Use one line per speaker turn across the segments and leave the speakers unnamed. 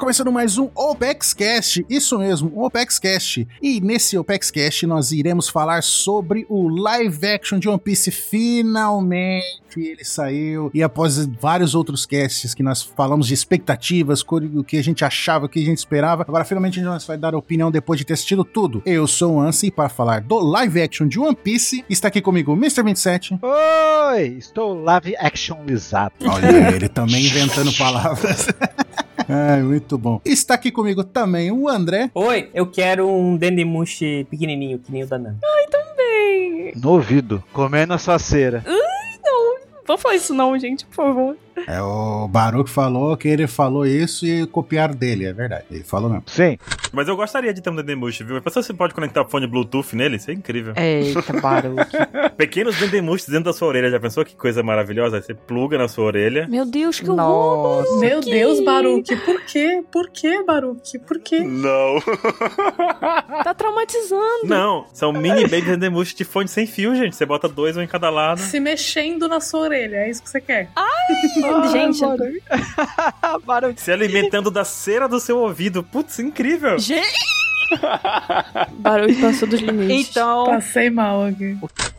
começando mais um OPEXcast, isso mesmo, um OPEXcast. E nesse OPEXcast nós iremos falar sobre o live action de One Piece finalmente ele saiu. E após vários outros casts que nós falamos de expectativas, o que a gente achava, o que a gente esperava, agora finalmente nós vai dar a opinião depois de ter assistido tudo. Eu sou o Ansi e para falar do live action de One Piece, está aqui comigo o Mr. 27.
Oi, estou live actionizado.
Olha, ele também inventando palavras. Ai, É, muito bom. Está aqui comigo também o André.
Oi, eu quero um Dendemushi pequenininho, que nem o da Nana. Ai,
também. No ouvido, comendo a sua cera.
Ai, não, vamos falar isso não, gente, por favor.
É, o Baruch falou que ele falou isso e copiaram dele, é verdade. Ele falou mesmo.
Sim.
Mas eu gostaria de ter um Dendemush, viu? Pensa se você pode conectar fone Bluetooth nele, isso é incrível.
Eita, Baruch.
Pequenos Dendemush dentro da sua orelha, já pensou que coisa maravilhosa? Você pluga na sua orelha.
Meu Deus, que horror! Baruch.
Meu Deus, Baruch, por quê? Por quê, Baruch? Por quê?
Hum.
Não.
tá traumatizando.
Não, são mini baby Dendemush de fone sem fio, gente. Você bota dois, um em cada lado.
Se mexendo na sua orelha, é isso que você quer.
Ai! Ah, gente,
barulho. Se alimentando da cera do seu ouvido. Putz, incrível.
Gente! barulho passou dos limites.
Então. Passei mal aqui.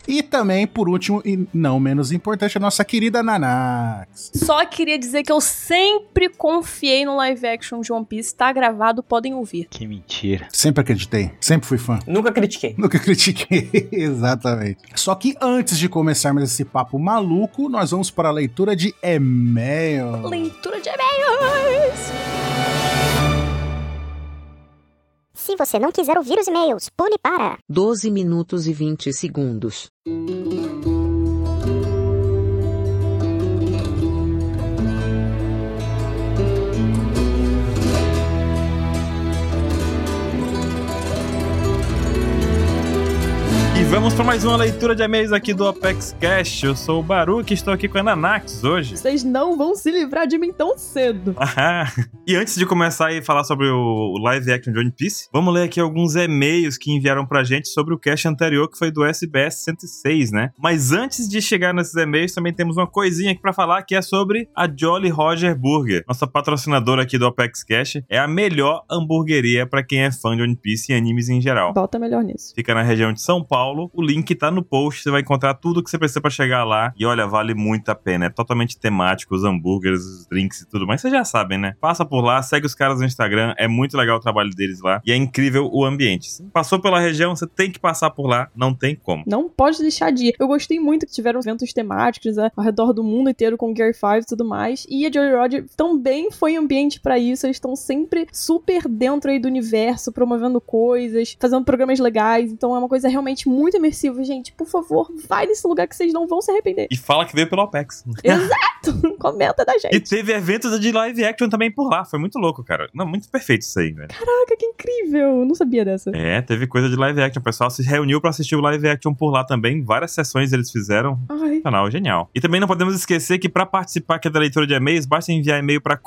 E também, por último, e não menos importante, a nossa querida Nanax.
Só queria dizer que eu sempre confiei no live action de One Piece. Tá gravado, podem ouvir.
Que mentira.
Sempre acreditei. Sempre fui fã.
Nunca critiquei.
Nunca critiquei. Exatamente. Só que antes de começarmos esse papo maluco, nós vamos para a leitura de e-mail.
Leitura de e-mails.
Se você não quiser ouvir os e-mails, pule para
12 minutos e 20 segundos.
E vamos para mais uma leitura de e-mails aqui do Apex Cash. Eu sou o Baru que estou aqui com a Nanax hoje.
Vocês não vão se livrar de mim tão cedo.
Ah, e antes de começar e falar sobre o live action de One Piece, vamos ler aqui alguns e-mails que enviaram pra gente sobre o cast anterior que foi do SBS 106, né? Mas antes de chegar nesses e-mails, também temos uma coisinha aqui para falar que é sobre a Jolly Roger Burger. Nossa patrocinadora aqui do Apex Cash é a melhor hamburgueria para quem é fã de One Piece e animes em geral.
Bota melhor nisso.
Fica na região de São Paulo. O link tá no post, você vai encontrar tudo que você precisa para chegar lá. E olha, vale muito a pena. É totalmente temático, os hambúrgueres, os drinks e tudo mais. Vocês já sabem, né? Passa por lá, segue os caras no Instagram. É muito legal o trabalho deles lá. E é incrível o ambiente. Se passou pela região, você tem que passar por lá. Não tem como.
Não pode deixar de ir. Eu gostei muito que tiveram eventos temáticos né, ao redor do mundo inteiro com Gear 5 e tudo mais. E a Jolly Roger também foi ambiente para isso. Eles estão sempre super dentro aí do universo, promovendo coisas, fazendo programas legais. Então é uma coisa realmente muito muito imersivo, gente. Por favor, vai nesse lugar que vocês não vão se arrepender.
E fala que veio pelo Apex.
Exato! Comenta da gente.
E teve eventos de live action também por lá. Foi muito louco, cara. Não, muito perfeito isso aí, velho.
Caraca, que incrível! Eu não sabia dessa.
É, teve coisa de live action. O pessoal se reuniu para assistir o live action por lá também. Várias sessões eles fizeram.
Ai.
Canal genial. E também não podemos esquecer que para participar aqui da leitura de e-mails, basta enviar e-mail para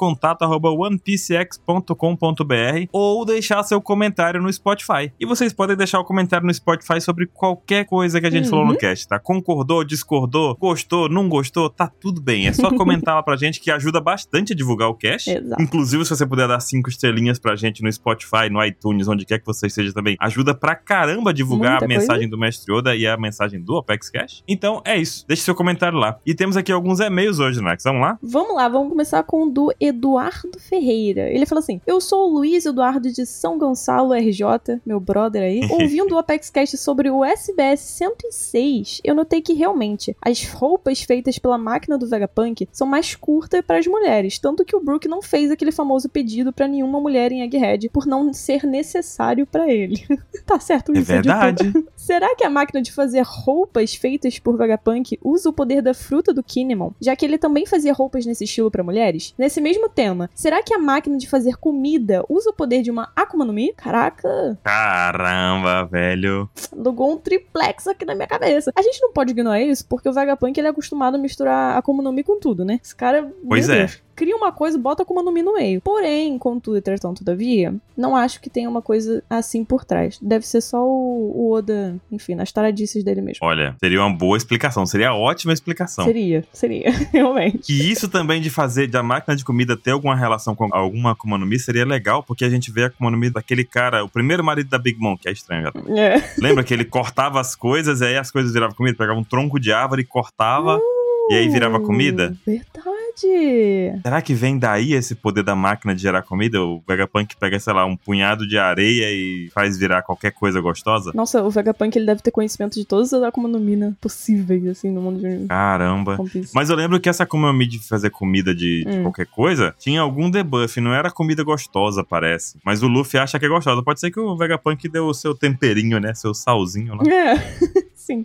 contato@onepcx.com.br ou deixar seu comentário no Spotify. E vocês podem deixar o comentário no Spotify sobre qualquer coisa que a gente uhum. falou no cast, tá? Concordou, discordou, gostou, não gostou, tá tudo bem. É só comentar lá pra gente que ajuda bastante a divulgar o cast.
Exato.
Inclusive, se você puder dar cinco estrelinhas pra gente no Spotify, no iTunes, onde quer que você esteja também, ajuda pra caramba a divulgar Muita a mensagem coisa. do Mestre Oda e a mensagem do Apex Cash. Então é isso. Deixe seu comentário lá. E temos aqui alguns e-mails hoje, Nax. Vamos lá?
Vamos lá, vamos começar com o do Eduardo Ferreira. Ele falou assim: Eu sou o Luiz Eduardo de São Gonçalo, RJ, meu brother aí, ouvindo o Apex Cash sobre o o SBS 106, eu notei que realmente as roupas feitas pela máquina do Vegapunk são mais curtas para as mulheres, tanto que o Brook não fez aquele famoso pedido para nenhuma mulher em Egghead por não ser necessário para ele. tá certo
isso,
É
verdade.
Será que a máquina de fazer roupas feitas por Vegapunk usa o poder da fruta do Kinemon, já que ele também fazia roupas nesse estilo para mulheres? Nesse mesmo tema, será que a máquina de fazer comida usa o poder de uma Akuma no Mi? Caraca!
Caramba, velho!
Logou um triplex aqui na minha cabeça. A gente não pode ignorar isso, porque o Vegapunk ele é acostumado a misturar a Komonomi com tudo, né? Esse cara.
Pois é. Deus.
cria uma coisa e bota como no Mi no meio. Porém, contudo, entretanto, todavia, não acho que tenha uma coisa assim por trás. Deve ser só o, o Oda, enfim, nas taradices dele mesmo.
Olha, seria uma boa explicação, seria uma ótima explicação.
Seria, seria, realmente.
Que isso também de fazer da máquina de comida ter alguma relação com alguma Akuma no Mi seria legal, porque a gente vê a Akuma no Mi daquele cara, o primeiro marido da Big Mom, que é estranho. já.
É.
Lembra que ele cortava as coisas e aí as coisas viravam comida? Pegava um tronco de árvore, cortava. E aí virava comida?
Hum, Verdade.
Será que vem daí esse poder da máquina de gerar comida? O Vegapunk pega, sei lá, um punhado de areia e faz virar qualquer coisa gostosa?
Nossa, o Vegapunk ele deve ter conhecimento de todas as Akuma no Mi, né, possíveis, assim, no mundo de
Caramba.
One Piece.
Mas eu lembro que essa Akuma no Mi de fazer comida de, de
Hum.
qualquer coisa tinha algum debuff, não era comida gostosa, parece. Mas o Luffy acha que é gostosa. Pode ser que o Vegapunk deu o seu temperinho, né? Seu salzinho lá.
É, sim.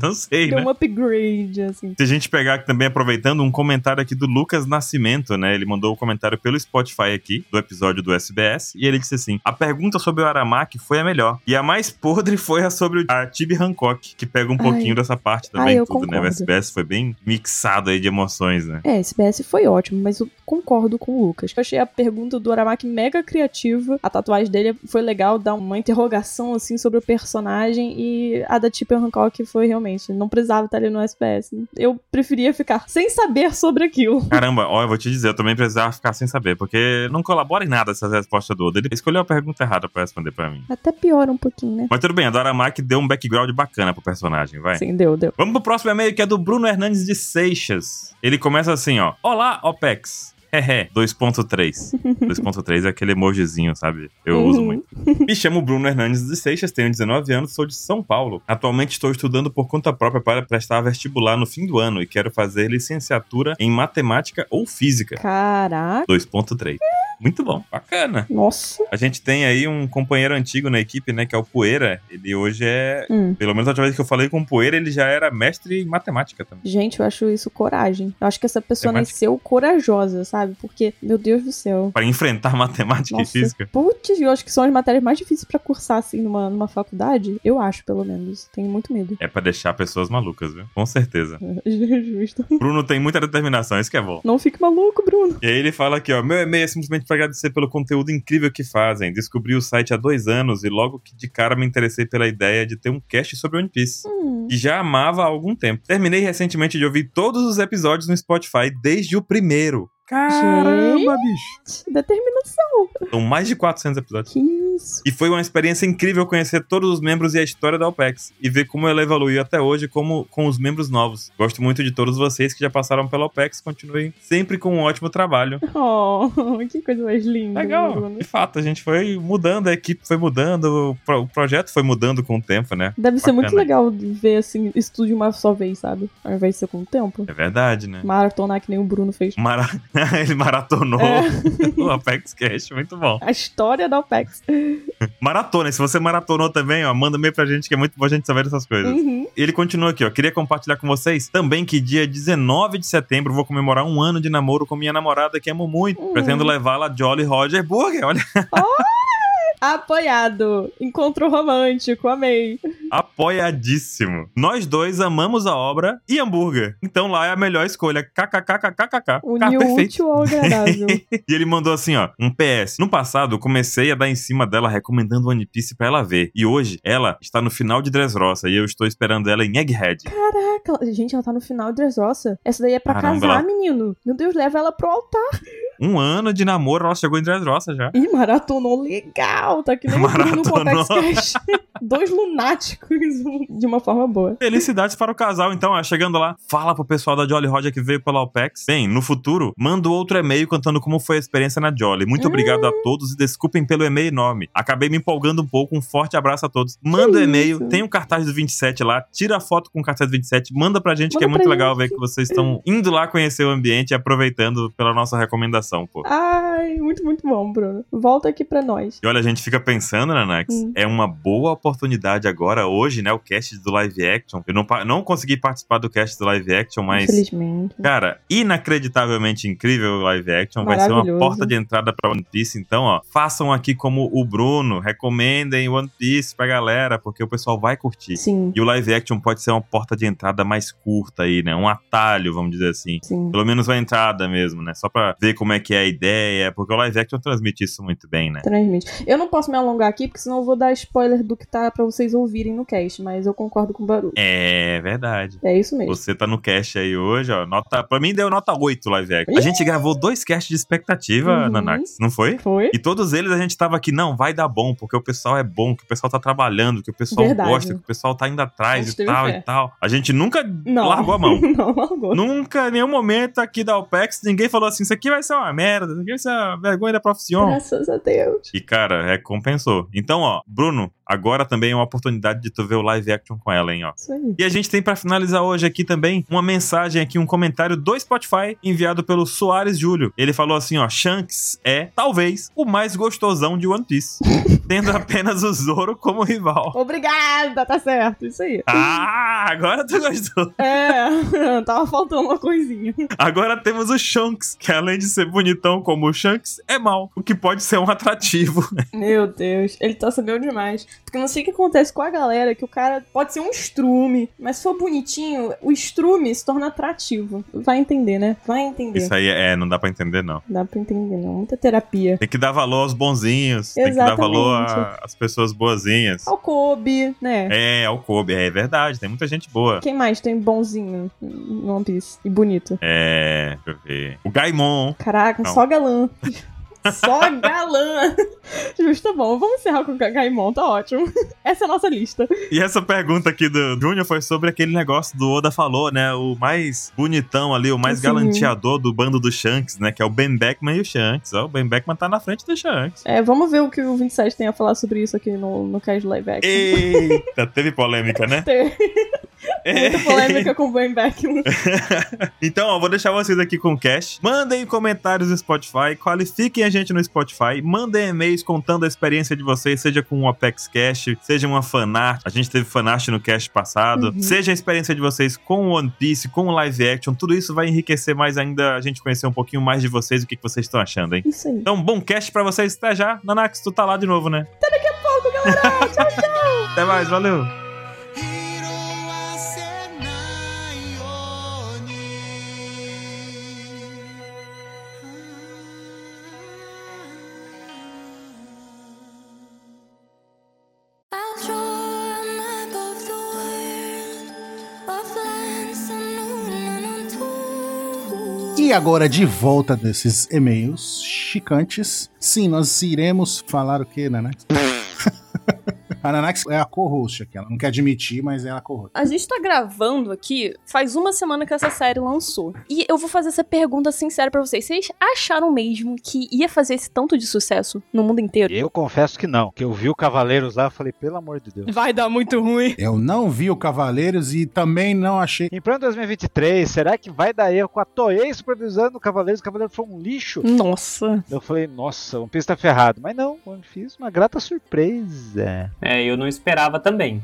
não sei,
Deu
né?
um upgrade, assim.
Se a gente pegar aqui também, aproveitando, um comentário aqui do Lucas Nascimento, né? Ele mandou o comentário pelo Spotify aqui, do episódio do SBS, e ele disse assim: A pergunta sobre o Aramaki foi a melhor. E a mais podre foi a sobre o- a Tibi Hancock, que pega um pouquinho dessa parte também,
Ai, eu
tudo, né?
concordo.
O SBS foi bem mixado aí de emoções, né?
É, esse BS foi ótimo, mas eu concordo com o Lucas. Eu achei a pergunta do Aramaki mega criativa. A tatuagem dele foi legal, dá uma interrogação, assim, sobre o personagem. E a da Tipper Hancock foi realmente. Não precisava estar ali no SBS. Eu preferia ficar sem saber sobre aquilo.
Caramba, ó, eu vou te dizer, eu também precisava ficar sem saber, porque não colabora em nada essa resposta do Oda. Ele escolheu a pergunta errada pra responder pra mim.
Até piora um pouquinho, né?
Mas tudo bem, a do Aramaki deu um background bacana pro personagem, vai.
Sim, deu, deu.
Vamos pro próximo e-mail que é do Bruno Hernandes de Seixas. Ele começa assim, ó. Olá, OPEX. Hehe, 2.3. 2.3 é aquele emojizinho, sabe? Eu
Uhum.
uso muito. Me chamo Bruno Hernandes de Seixas, tenho 19 anos, sou de São Paulo. Atualmente estou estudando por conta própria para prestar vestibular no fim do ano e quero fazer licenciatura em matemática ou física.
Caraca.
2.3. Muito bom, bacana.
Nossa.
A gente tem aí um companheiro antigo na equipe, né, que é o Poeira. Ele hoje é,
Hum.
pelo menos a última vez que eu falei com o Poeira, ele já era mestre em matemática também.
Gente, eu acho isso coragem. Eu acho que essa pessoa
Temática.
nasceu corajosa, sabe? Porque, meu Deus do céu.
Pra enfrentar matemática e
Nossa.
é física.
Putz, eu acho que são as matérias mais difíceis pra cursar, assim, numa, numa faculdade. Eu acho, pelo menos. Tenho muito medo.
É pra deixar pessoas malucas, viu? Com certeza.
Justo.
Bruno tem muita determinação, isso que é bom.
Não fique maluco, Bruno.
E aí ele fala aqui, ó, meu e-mail é simplesmente pra agradecer pelo conteúdo incrível que fazem. Descobri o site há dois anos e logo que de cara me interessei pela ideia de ter um cast sobre One Piece.
Hum.
E já amava há algum tempo. Terminei recentemente de ouvir todos os episódios no Spotify desde o primeiro.
Caramba,
bicho!
Determinação.
São mais de 400 episódios.
Que isso.
E foi uma experiência incrível conhecer todos os membros e a história da OPEX e ver como ela evoluiu até hoje como com os membros novos. Gosto muito de todos vocês que já passaram pela OPEX, continuem sempre com um ótimo trabalho.
Oh, que coisa mais linda.
Legal,
Bruno.
de fato, a gente foi mudando, a equipe foi mudando, o pro- o projeto foi mudando com o tempo, né?
Deve ser muito
Bacana.
legal ver, assim, isso tudo de uma só vez, sabe? Ao invés de ser com o tempo.
É verdade, né?
Maratonar que nem o Bruno fez.
Mara... Ele maratonou
É.
o Apex Cash, muito bom.
A história da OPEX.
Maratona, e se você maratonou também, ó, manda e-mail pra gente que é muito bom a gente saber dessas coisas.
Uhum.
Ele continua aqui, ó. Queria compartilhar com vocês também que dia 19 de setembro vou comemorar um ano de namoro com minha namorada que amo muito.
Hum.
Pretendo levá-la a Jolly Roger Burger. Olha,
Apoiado. Encontro romântico. Amei.
apoiadíssimo. Nós dois amamos a obra e hambúrguer. Então lá é a melhor escolha. KKKKKKK. Tá
Uniu o útil ao agradável.
E ele mandou assim, ó, um PS. No passado, eu comecei a dar em cima dela recomendando One Piece pra ela ver. E hoje, ela está no final de Dressrosa e eu estou esperando ela em Egghead.
Caraca, gente, ela tá no final de Dressrosa. Essa daí é pra
Caramba,
casar,
ela-
menino. Meu Deus, leva ela pro altar.
Um ano de namoro, ela chegou em Dressrosa já.
Ih, maratonou legal. Tá que nem o Bruno no
Maratonou.
Copex Cash. Dois lunáticos um, de uma forma boa.
Felicidades para o casal, então, ó, chegando lá. Fala pro pessoal da Jolly Roger que veio pela OPEX. Bem, no futuro, mando outro e-mail contando como foi a experiência na Jolly. Muito obrigado
Hum.
a todos e desculpem pelo e-mail enorme. Acabei me empolgando um pouco. Um forte abraço a todos. Manda o e-mail,
isso.
tem o cartaz do 27 lá, tira a foto com o cartaz do 27, manda pra gente,
Manda
que é muito
pra
legal
gente.
ver que vocês estão indo lá conhecer o ambiente e aproveitando pela nossa recomendação, pô.
Ah,
Ai, muito, muito bom, Bruno. Volta aqui pra nós.
E olha, a gente fica pensando, né, Nax?
Hum.
É uma boa oportunidade agora, hoje, né? O cast do live action. Eu não, pa- não consegui participar do cast do live action, mas.
Infelizmente.
Cara, inacreditavelmente incrível o live action. Vai ser uma
Maravilhoso.
porta de entrada pra One Piece. Então, ó, façam aqui como o Bruno. Recomendem One Piece pra galera, porque o pessoal vai curtir.
Sim,
E o live action pode ser uma porta de entrada mais curta aí, né? Um atalho, vamos dizer assim.
sim.
Pelo menos uma entrada mesmo, né? Só pra ver como é que é a ideia, porque o live action transmite isso muito bem, né?
Transmite. Eu não posso me alongar aqui, porque senão eu vou dar spoiler do que tá pra vocês ouvirem no cast, mas eu concordo com o barulho.
É verdade.
É isso mesmo.
Você tá no cast aí hoje, ó. Nota, pra mim deu nota 8 o live action. A gente gravou dois casts de expectativa,
Uhum.
Nanax, não foi?
Foi?
E todos eles a gente tava aqui, não, vai dar bom, porque o pessoal é bom, que o pessoal tá trabalhando, que o pessoal
Verdade.
gosta, que o pessoal tá indo
A
atrás
gente
e
teve
tal
fé.
e tal. A gente nunca
Não.
largou a mão.
não largou.
Nunca, em nenhum momento aqui da OPEX, ninguém falou assim: isso aqui vai ser uma merda, isso aqui vai ser uma vergonha da profissão.
Graças a Deus.
E, cara, recompensou. Então, ó, Bruno, agora também é uma oportunidade de tu ver o live action com ela, hein, ó.
Isso aí.
E a gente tem pra finalizar hoje aqui também uma mensagem aqui, um comentário do Spotify enviado pelo Soares Júlio. Ele falou assim, ó, Shanks é talvez o mais gostosão de One Piece, tendo apenas o Zoro como rival.
Obrigada, tá certo. Isso aí.
Ah, agora tu gostou.
É, tava faltando uma coisinha.
Agora temos o Shanks, que além de ser bonitão como o Shanks, é mal, o que pode ser um atrativo.
Meu Deus, ele tá sabendo demais. Porque eu não sei o que acontece com a galera, que o cara pode ser um estrume, mas se for bonitinho, o estrume se torna atrativo. Vai entender, né? Vai entender.
Isso aí é, não dá pra entender não.
Dá pra entender, não. Muita terapia.
Tem que dar valor aos bonzinhos, tem que dar valor a- às pessoas boazinhas.
Ao Kobe, né?
É, ao Kobe, é verdade, tem muita gente boa.
Quem mais tem bonzinho no One Piece? E bonito.
É, deixa eu ver. O Gaimon.
Caraca,
Não.
só galã. Só galã! Justo tá bom, vamos encerrar com o Gaimon, tá ótimo. Essa é a nossa lista.
E essa pergunta aqui do Júnior foi sobre aquele negócio do Oda falou, né? O mais bonitão ali, o mais
Sim.
galanteador do bando do Shanks, né? Que é o Ben Beckman e o Shanks. Ó, o Ben Beckman tá na frente do Shanks.
É, vamos ver o que o 27 tem a falar sobre isso aqui no, no Cast Live Action.
Eita, teve polêmica, né?
Tem
É.
muita polêmica com o Ben Beckman.
Então, ó, vou deixar vocês aqui com o cash. Mandem comentários no Spotify, qualifiquem a gente no Spotify, mandem e-mails contando a experiência de vocês, seja com o Apex Cash, seja uma fanart. A gente teve fanart no cast passado.
Uhum.
Seja a experiência de vocês com o One Piece, com o live action, tudo isso vai enriquecer mais ainda a gente conhecer um pouquinho mais de vocês e o que, que vocês estão achando, hein?
Isso aí.
Então, bom cast pra vocês até já. Nanax, tu tá lá de novo, né? Até daqui a pouco, galera! Tchau, tchau! até mais, valeu!
拾わせないように」I'll draw a map of the world of lands unknown and untold.
E agora, de volta desses e-mails chicantes, sim, nós iremos falar o que, Nanax? a Nanax é a co-host aqui, ela não quer admitir, mas ela é a co-host.
A gente tá gravando aqui faz uma semana que essa série lançou. E eu vou fazer essa pergunta sincera pra vocês. Vocês acharam mesmo que ia fazer esse tanto de sucesso no mundo inteiro?
Eu confesso que não. Que eu vi o Cavaleiros lá e falei, pelo amor de Deus.
Vai dar muito ruim.
Eu não vi o Cavaleiros e também não achei.
Em plano 2023, será que vai dar erro com a Toei supervisando o Cavaleiros? O Cavaleiros foi um lixo.
Nossa.
Eu falei, nossa, o One Piece tá ferrado. Mas não, One Piece, uma grata surpresa.
É, eu não esperava também.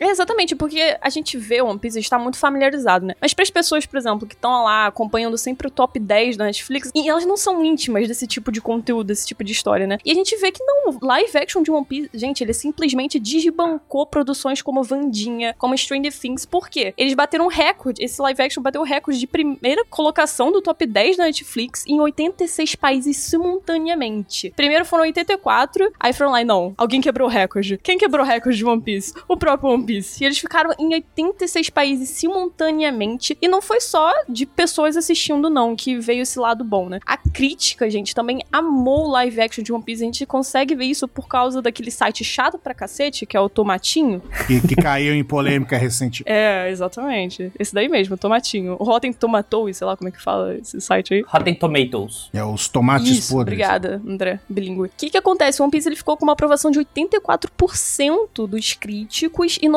É, exatamente, porque a gente vê One Piece está muito familiarizado, né? Mas pras pessoas, por exemplo, que estão lá acompanhando sempre o top 10 da Netflix, e elas não são íntimas desse tipo de conteúdo, desse tipo de história, né? E a gente vê que não, o live action de One Piece, gente, ele simplesmente desbancou produções como Vandinha, como Stranger Things, por quê? Eles bateram um recorde, esse live action bateu o recorde de primeira colocação do top 10 da Netflix em 86 países simultaneamente. Primeiro foram 84, aí foram lá, e não, alguém quebrou o recorde. Quem quebrou o recorde de One Piece? O próprio One Piece. E eles ficaram em 86 países simultaneamente, e não foi só de pessoas assistindo, não, que veio esse lado bom, né? A crítica, gente, também amou o live action de One Piece, a gente consegue ver isso por causa daquele site chato pra cacete, que é o Tomatinho,
Que, que caiu em polêmica recente.
é, exatamente. Esse daí mesmo, Tomatinho. O Rotten Tomatoes, sei lá como é que fala esse site aí.
Rotten Tomatoes.
É os tomates
Isso,
podres.
obrigada, André, bilíngue. O que que acontece? O One Piece ele ficou com uma aprovação de 84% dos críticos e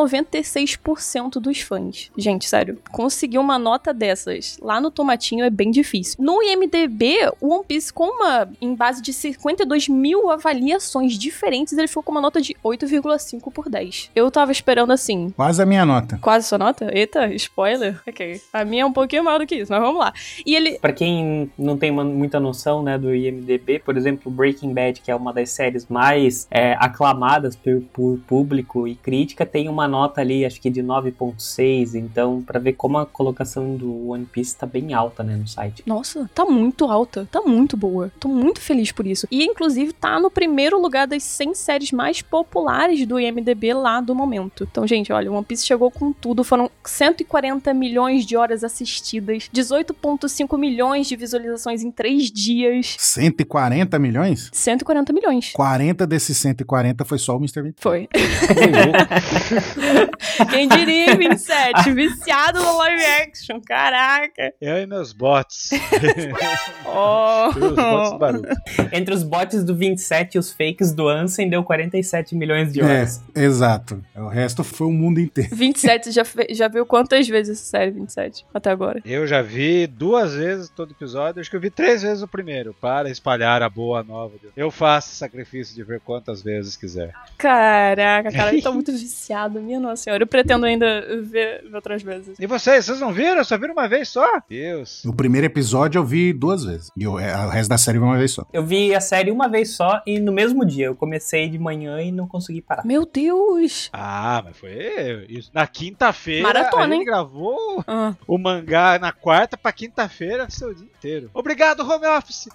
96% dos fãs. Gente, sério, conseguir uma nota dessas lá no Tomatinho é bem difícil. No IMDB, o One Piece, com uma em base de 52 mil avaliações diferentes, ele ficou com uma nota de 8,5 por 10. Eu tava esperando assim.
Quase a minha nota.
Quase sua nota? Eita, spoiler. Ok. A minha é um pouquinho maior do que isso, mas vamos lá. E ele.
Pra quem não tem uma- muita noção, né, do IMDB, por exemplo, Breaking Bad, que é uma das séries mais é, aclamadas por, por público e crítica, tem uma nota ali, acho que de 9.6, então, pra ver como a colocação do One Piece tá bem alta, né, no site.
Nossa, tá muito alta, tá muito boa. Tô muito feliz por isso. E inclusive tá no primeiro lugar das 100 séries mais populares do IMDb lá do momento. Então, gente, olha, One Piece chegou com tudo, foram 140 milhões de horas assistidas, 18.5 milhões de visualizações em 3 dias,
140 milhões?
140 milhões.
40 desses 140 foi só o Mr. Bean.
Foi. Quem diria, hein, 27? Viciado no live action, caraca.
Eu e meus bots.
Oh.
Eu e os bots do Baru.
Entre os bots do 27 e os fakes do Ansem, deu 47 milhões de
É,
horas.
exato. O resto foi o mundo inteiro.
27, já, fe- já viu quantas vezes essa série 27 até agora?
Eu já vi duas vezes todo episódio, acho que eu vi três vezes o primeiro, para espalhar a boa nova. de- Eu faço esse sacrifício de ver quantas vezes quiser.
Caraca, cara, eu tô muito viciado, minha nossa senhora. Eu pretendo ainda ver, ver outras vezes.
E vocês, vocês não viram? Só viram uma vez só? Deus.
O primeiro episódio eu vi duas vezes. E o, é, o resto da série eu vi uma vez só.
Eu vi a série uma vez só e no mesmo dia. Eu comecei de manhã e não consegui parar.
Meu Deus!
Ah, mas foi isso. Na quinta-feira,
Maratona,
a gente
hein?
gravou
Ah.
o mangá na quarta pra quinta-feira, seu dia inteiro. Obrigado, home office!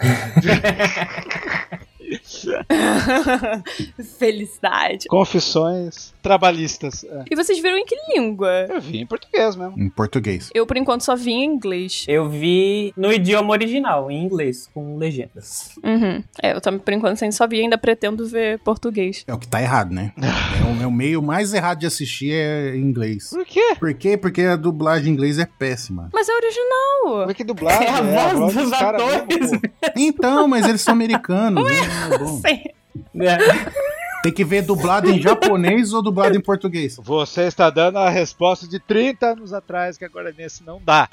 Felicidade.
Confissões trabalhistas. É.
E vocês viram em que língua?
Eu vi em português mesmo.
Em português.
Eu, por enquanto, só vi em inglês.
Eu vi no idioma original, em inglês, com legendas.
Uhum. É, eu também, por enquanto, só vi e ainda pretendo ver português.
É o que tá errado, né? É o, é o meio mais errado de assistir é em inglês.
Por quê?
Por quê? Porque a dublagem em inglês é péssima.
Mas é original!
Como é que dublado?
É a voz dos
caras
atores.
mesmo, pô.
Então, mas eles são americanos. né? Não é bom.
Sim.
É.
Tem que ver dublado em japonês ou dublado em português.
Você está dando a resposta de 30 anos atrás, que agora nesse não dá.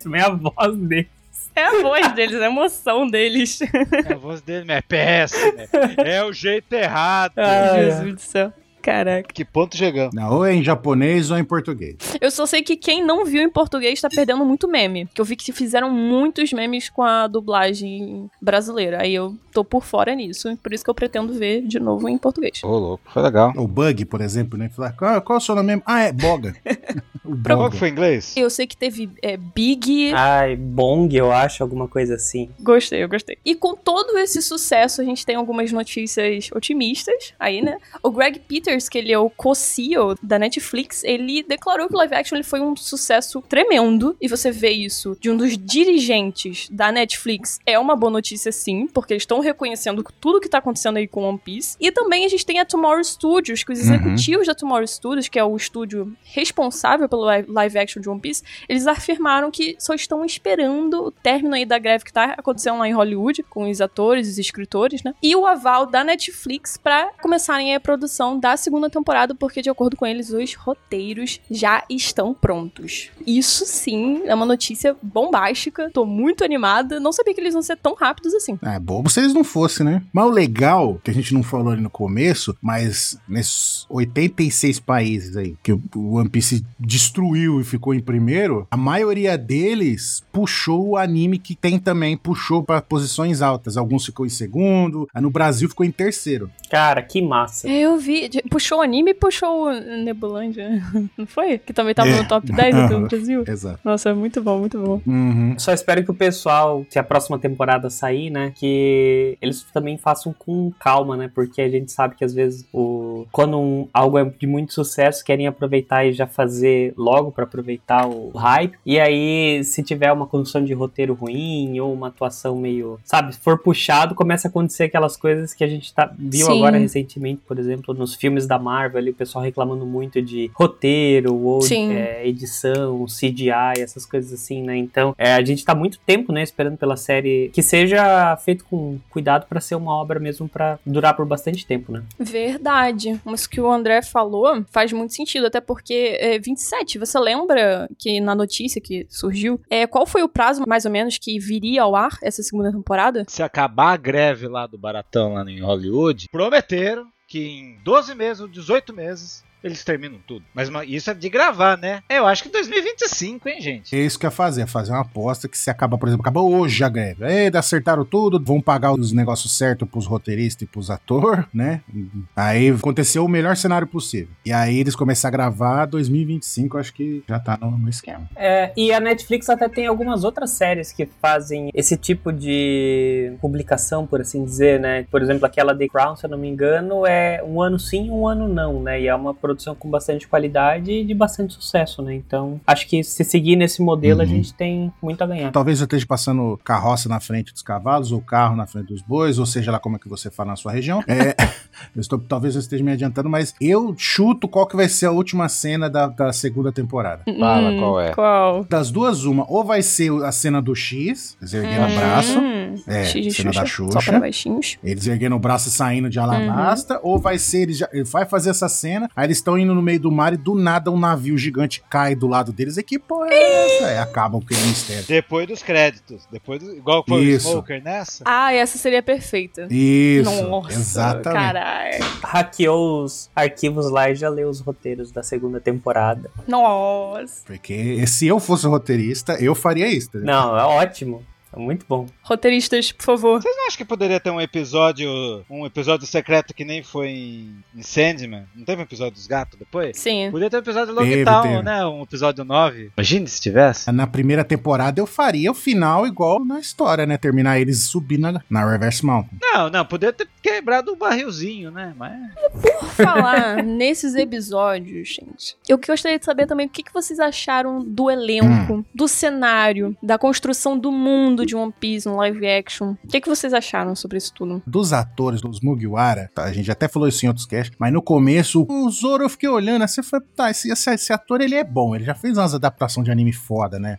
Também a voz dele.
É a voz deles, a emoção deles.
A voz dele mas é péssima. É o jeito errado.
Jesus do céu. Caraca.
Que ponto chegamos?
Não, ou é em japonês ou é em português.
Eu só sei que quem não viu em português tá perdendo muito meme. Que eu vi que fizeram muitos memes com a dublagem brasileira. Aí eu tô por fora nisso. Por isso que eu pretendo ver de novo em português.
Ô, louco, foi legal.
O Bug, por exemplo, né? Falar, qual, qual é o seu nome mesmo? Ah, é Boga. O
Qual que
Boga.
foi em inglês?
Eu sei que teve é, Big.
Ai, Bong, eu acho, alguma coisa assim.
Gostei, eu gostei. E com todo esse sucesso, a gente tem algumas notícias otimistas aí, né? O Greg Peters, que ele é o co-CEO da Netflix, ele declarou que o live action ele foi um sucesso tremendo. E você vê isso de um dos dirigentes da Netflix é uma boa notícia, sim, porque eles estão reconhecendo tudo que tá acontecendo aí com One Piece. E também a gente tem a Tomorrow Studios, que os executivos da Tomorrow Studios, que é o estúdio responsável pelo li- live action de One Piece, eles afirmaram que só estão esperando o término aí da greve que tá acontecendo lá em Hollywood, com os atores, os escritores, né? E o aval da Netflix pra começarem a produção da segunda temporada, porque de acordo com eles, os roteiros já estão prontos. Isso sim é uma notícia bombástica, tô muito animada, não sabia que eles iam ser tão rápidos assim.
Ah, É bobo se eles não fossem, né? Mas o legal, que a gente não falou ali no começo, mas nesses 86 países aí que o One Piece destruiu e ficou em primeiro, a maioria deles puxou o anime que tem também, puxou pra posições altas. Alguns ficou em segundo, ah, no Brasil ficou em terceiro.
Cara, que massa.
Eu vi, de- puxou o anime e puxou o Nebulândia, não foi? Que também tava
É.
no top 10 aqui no Brasil.
Exato.
Nossa, muito bom, muito bom.
Uhum.
Só espero que o pessoal, se a próxima temporada sair, né, que eles também façam com calma, né, porque a gente sabe que às vezes o quando um- algo é de muito sucesso, querem aproveitar e já fazer logo pra aproveitar o hype. E aí, se tiver uma condição de roteiro ruim ou uma atuação meio, sabe, se for puxado, começa a acontecer aquelas coisas que a gente tá viu
Sim.
agora recentemente, por exemplo, nos filmes da Marvel, ali o pessoal reclamando muito de roteiro ou
Sim.
é, edição, CGI, essas coisas assim, né? Então, é, a gente tá muito tempo, né, esperando pela série que seja feito com cuidado pra ser uma obra mesmo pra durar por bastante tempo, né?
Verdade. verdade, isso que o André falou faz muito sentido, até porque é, 27, você lembra que na notícia que surgiu, é, qual foi o prazo mais ou menos que viria ao ar essa segunda temporada?
Se acabar a greve lá do Baratão, lá em Hollywood, prometeram que em 12 meses ou 18 meses eles terminam tudo. Mas ma- isso é de gravar, né? Eu acho que 2025, hein, gente?
É isso que ia fazer, é fazer uma aposta que se acabar, por exemplo, acabou hoje a greve. Aí acertaram tudo, vão pagar os negócios certos pros roteiristas e pros atores, né? Aí aconteceu o melhor cenário possível. E aí eles começam a gravar 2025, acho que já tá no, no esquema.
É, e a Netflix até tem algumas outras séries que fazem esse tipo de publicação, por assim dizer, né? Por exemplo, aquela The Crown, se eu não me engano, é um ano sim, um ano não, né? E é uma produção com bastante qualidade e de bastante sucesso, né? Então, acho que se seguir nesse modelo, a
Uhum.
gente tem muito a ganhar.
Talvez eu esteja passando carroça na frente dos cavalos, ou carro na frente dos bois, ou seja lá como é que você fala na sua região. É, eu estou, talvez eu esteja me adiantando, mas eu chuto qual que vai ser a última cena da, da segunda temporada.
Fala qual é.
Hum, Qual?
Das duas, uma, ou vai ser a cena do X, eles erguendo
Uhum.
o braço. Um
Hum,
É,
X de
cena da
Só
Xuxa.
pra baixinhos.
Eles erguendo o braço e saindo de alabasta, ou vai ser, ele, já, ele vai fazer essa cena, aí eles estão indo no meio do mar e do nada um navio gigante cai do lado deles. E que porra é essa? Aí acaba aquele mistério.
Depois dos créditos. Depois do- Igual foi
Isso.
o Smoker nessa.
Ah, essa seria perfeita.
Isso.
Nossa,
exatamente.
caralho.
Hackeou os arquivos lá e já leu os roteiros da segunda temporada.
Nossa.
Porque se eu fosse roteirista, eu faria isso. tá entendeu?
Não, é ótimo. É muito bom.
Roteiristas, por favor.
Vocês não acham que poderia ter um episódio. Um episódio secreto que nem foi em, em Sandman? Não teve um episódio dos gatos depois?
Sim.
Podia ter um episódio
Teve, teve. Ah.
Longtown, né? Um episódio 9. Imagine se tivesse.
Na primeira temporada eu faria o final igual na história, né? Terminar eles subindo na, na Reverse Mountain.
Não, não, poderia ter quebrado o barrilzinho, né? Mas.
Por falar nesses episódios, gente, eu que gostaria de saber também o que, que vocês acharam do elenco, do cenário, da construção do mundo de One Piece no live action. O que, que vocês acharam sobre isso tudo?
Dos atores, dos Mugiwara, tá, a gente até falou isso em outros casts, mas no começo, o Zoro eu fiquei olhando assim, eu falei, tá, esse, esse- esse ator ele é bom, ele já fez umas adaptações de anime foda, né?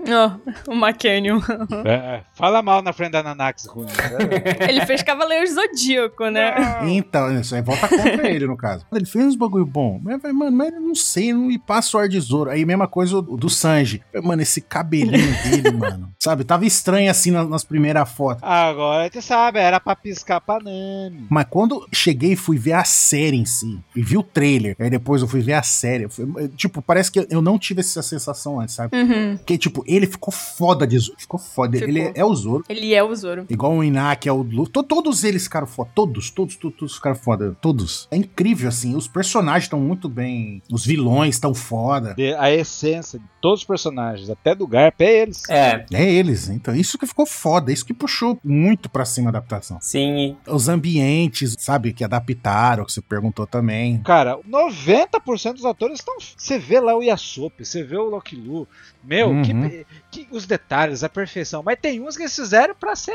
Oh, o McCannion.
É, fala mal na frente da Nanax ruim. né?
Ele fez Cavaleiro Zodíaco, né?
Ah.
Então, isso aí volta contra ele, no caso. Ele fez uns bagulho bom. Mas, eu falei, mano, mas eu não sei, não me passa o ar de Zoro. Aí, mesma coisa o- o do Sanji. Eu falei, Mano, esse cabelinho dele, mano. Sabe, tava estranho assim na- nas, primeiras fotos.
Agora você sabe, era pra piscar pra Nami.
Mas quando cheguei e fui ver a série em si, e vi o trailer, aí depois eu fui ver a série, eu fui- tipo, parece que eu não tive essa sensação antes, sabe?
Uhum.
Porque, tipo, ele ficou foda de Zoro, ficou foda,
Ficou.
ele é o Zoro.
Ele é o Zoro.
Igual o Inaki, é o Lu. to- Todos eles ficaram foda. Todos, todos, todos, todos ficaram foda. Todos. É incrível, assim. Os personagens estão muito bem. Os vilões estão foda.
De- a essência de todos os personagens, até do Garp, é eles.
É,
É eles. Então, isso que ficou foda. Isso que puxou muito pra cima a adaptação.
sim.
Os ambientes, sabe, que adaptaram, que você perguntou também.
Cara, 90% dos atores estão. Você vê lá o Yasop, você vê o Loki Lu. Meu,
Uhum.
que, que- os detalhes, a perfeição. Mas tem uns que eles fizeram pra ser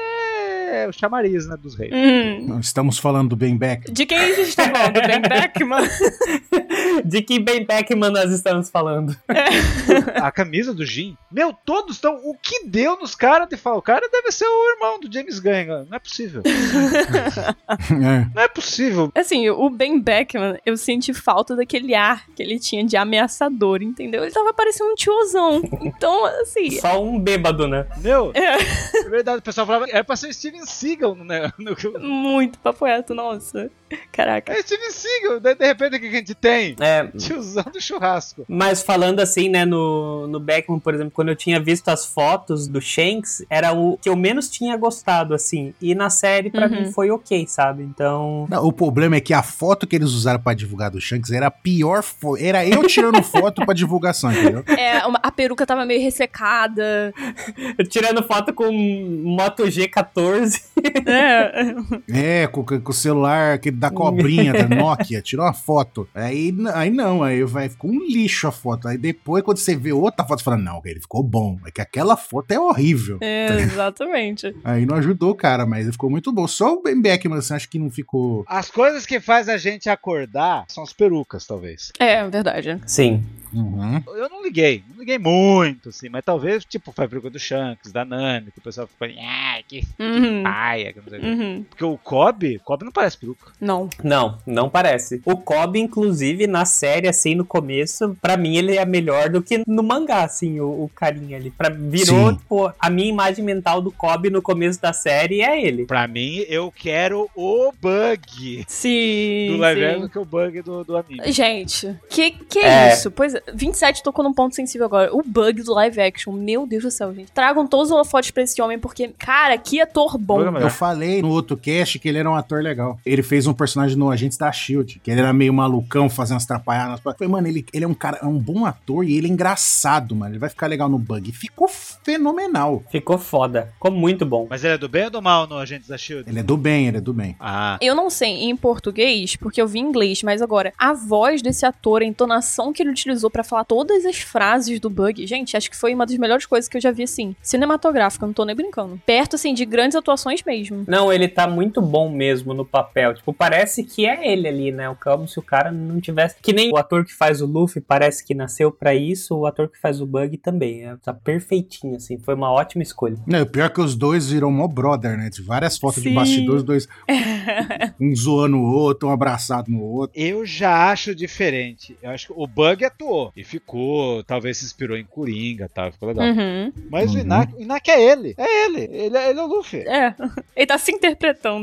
o chamariz, né? Dos reis.
Hum.
Não Estamos falando do Ben Beck.
De quem a gente tá falando? Ben Beckman?
De que Ben Beckman nós estamos falando?
A camisa do Jim. Meu, todos estão. O que deu nos caras de falar? O cara deve ser o irmão do James Gunn. Não é possível.
É.
Não é possível.
Assim, o Ben Beckman, eu senti falta daquele ar que ele tinha de ameaçador, entendeu? Ele tava parecendo um tiozão. Então, assim,
Só um bêbado, né?
Meu,
É.
é verdade. O pessoal falava. Era pra ser o Steven Seagal, né? No,
muito papo reto, nossa. Caraca.
é Steven Seagal. Daí, de repente, o que que a gente tem?
É,
Tiozão do churrasco.
Mas falando assim, né, no, no Beckman, por exemplo, quando eu tinha visto as fotos do Shanks, era o que eu menos tinha gostado, assim. E na série, pra
Uhum.
mim, foi ok, sabe? Então.
Não, o problema é que a foto que eles usaram pra divulgar do Shanks era a pior foto. Era eu tirando foto pra divulgação, entendeu?
É, uma- a peruca tava meio ressecada.
Tirando foto com Moto G14.
É.
É, com, com o celular aquele da cobrinha da Nokia, tirou uma foto. Aí, n- aí não, aí vai, ficou um lixo a foto. Aí depois, quando você vê outra foto, você fala, não, ele ficou bom. É que aquela foto é horrível.
É, exatamente.
Aí não ajudou o cara, mas ele ficou muito bom. Só o Ben Beckman, assim, acho que não ficou.
As coisas que faz a gente acordar são as perucas, talvez.
É, verdade.
Sim.
Uhum.
Eu não liguei, não liguei muito, assim, mas talvez, tipo, foi a peruca do Shanks, da Nami, que o pessoal ficou, ah, que
Uhum.
pai, Gaia. Que não sei o quê.
Uhum.
Porque o Kobe, Kobe não parece peruca.
Não.
Não, não parece. O Kobe, inclusive, na série, assim, no começo, pra mim ele é melhor do que no mangá, assim, o, o carinha ali. Pra, virou,
Sim.
tipo, a minha imagem mental do Kobe no começo da série é ele.
Pra mim, eu quero o Bug
Sim.
do live action que é o Bug do, do anime.
Gente, que que é,
É.
isso? Pois é, 27 tocou num ponto sensível agora. O bug do live action. Meu Deus do céu, gente. Tragam todos os holofotes pra esse homem, porque, cara, que ator bom.
Programa-
Eu falei no outro cast que ele era um ator legal. Ele fez um personagem no Agentes da Shield, que ele era meio malucão, fazendo umas atrapalhadas. Eu Falei, mano, ele, ele é um cara, é um bom ator e ele é engraçado, mano. Ele vai ficar legal no bug. E Ficou fenomenal.
Ficou foda. Ficou muito bom.
Mas ele é do bem ou do mal no Agentes da Shield?
Ele é do bem, ele é do bem.
Ah.
Eu não sei em português, porque eu vi em inglês, mas agora, a voz desse ator, a entonação que ele utilizou pra falar todas as frases do Bug, gente, acho que foi uma das melhores coisas que eu já vi, assim, cinematográfica, eu não tô nem brincando. Perto, assim, de grandes atuações mesmo.
Não, ele tá muito bom mesmo no papel. Tipo, parece que é ele ali, né? O Como se o cara não tivesse. Que nem o ator que faz o Luffy parece que nasceu pra isso, o ator que faz o Bug também. É, tá perfeitinho, assim. Foi uma ótima escolha.
Não, e o pior é que os dois viram mó brother, né? De várias fotos
Sim.
de bastidores, os dois, um zoando o outro, um abraçado no outro.
Eu já acho diferente. Eu acho que o Bug atuou e ficou, talvez se inspirou em Coringa, tá? Ficou legal.
uhum.
Mas o
Uhum.
Inaki, o Inaki é ele. É ele. Ele, é- ele é o Luffy.
É. Ele tá se interpretando.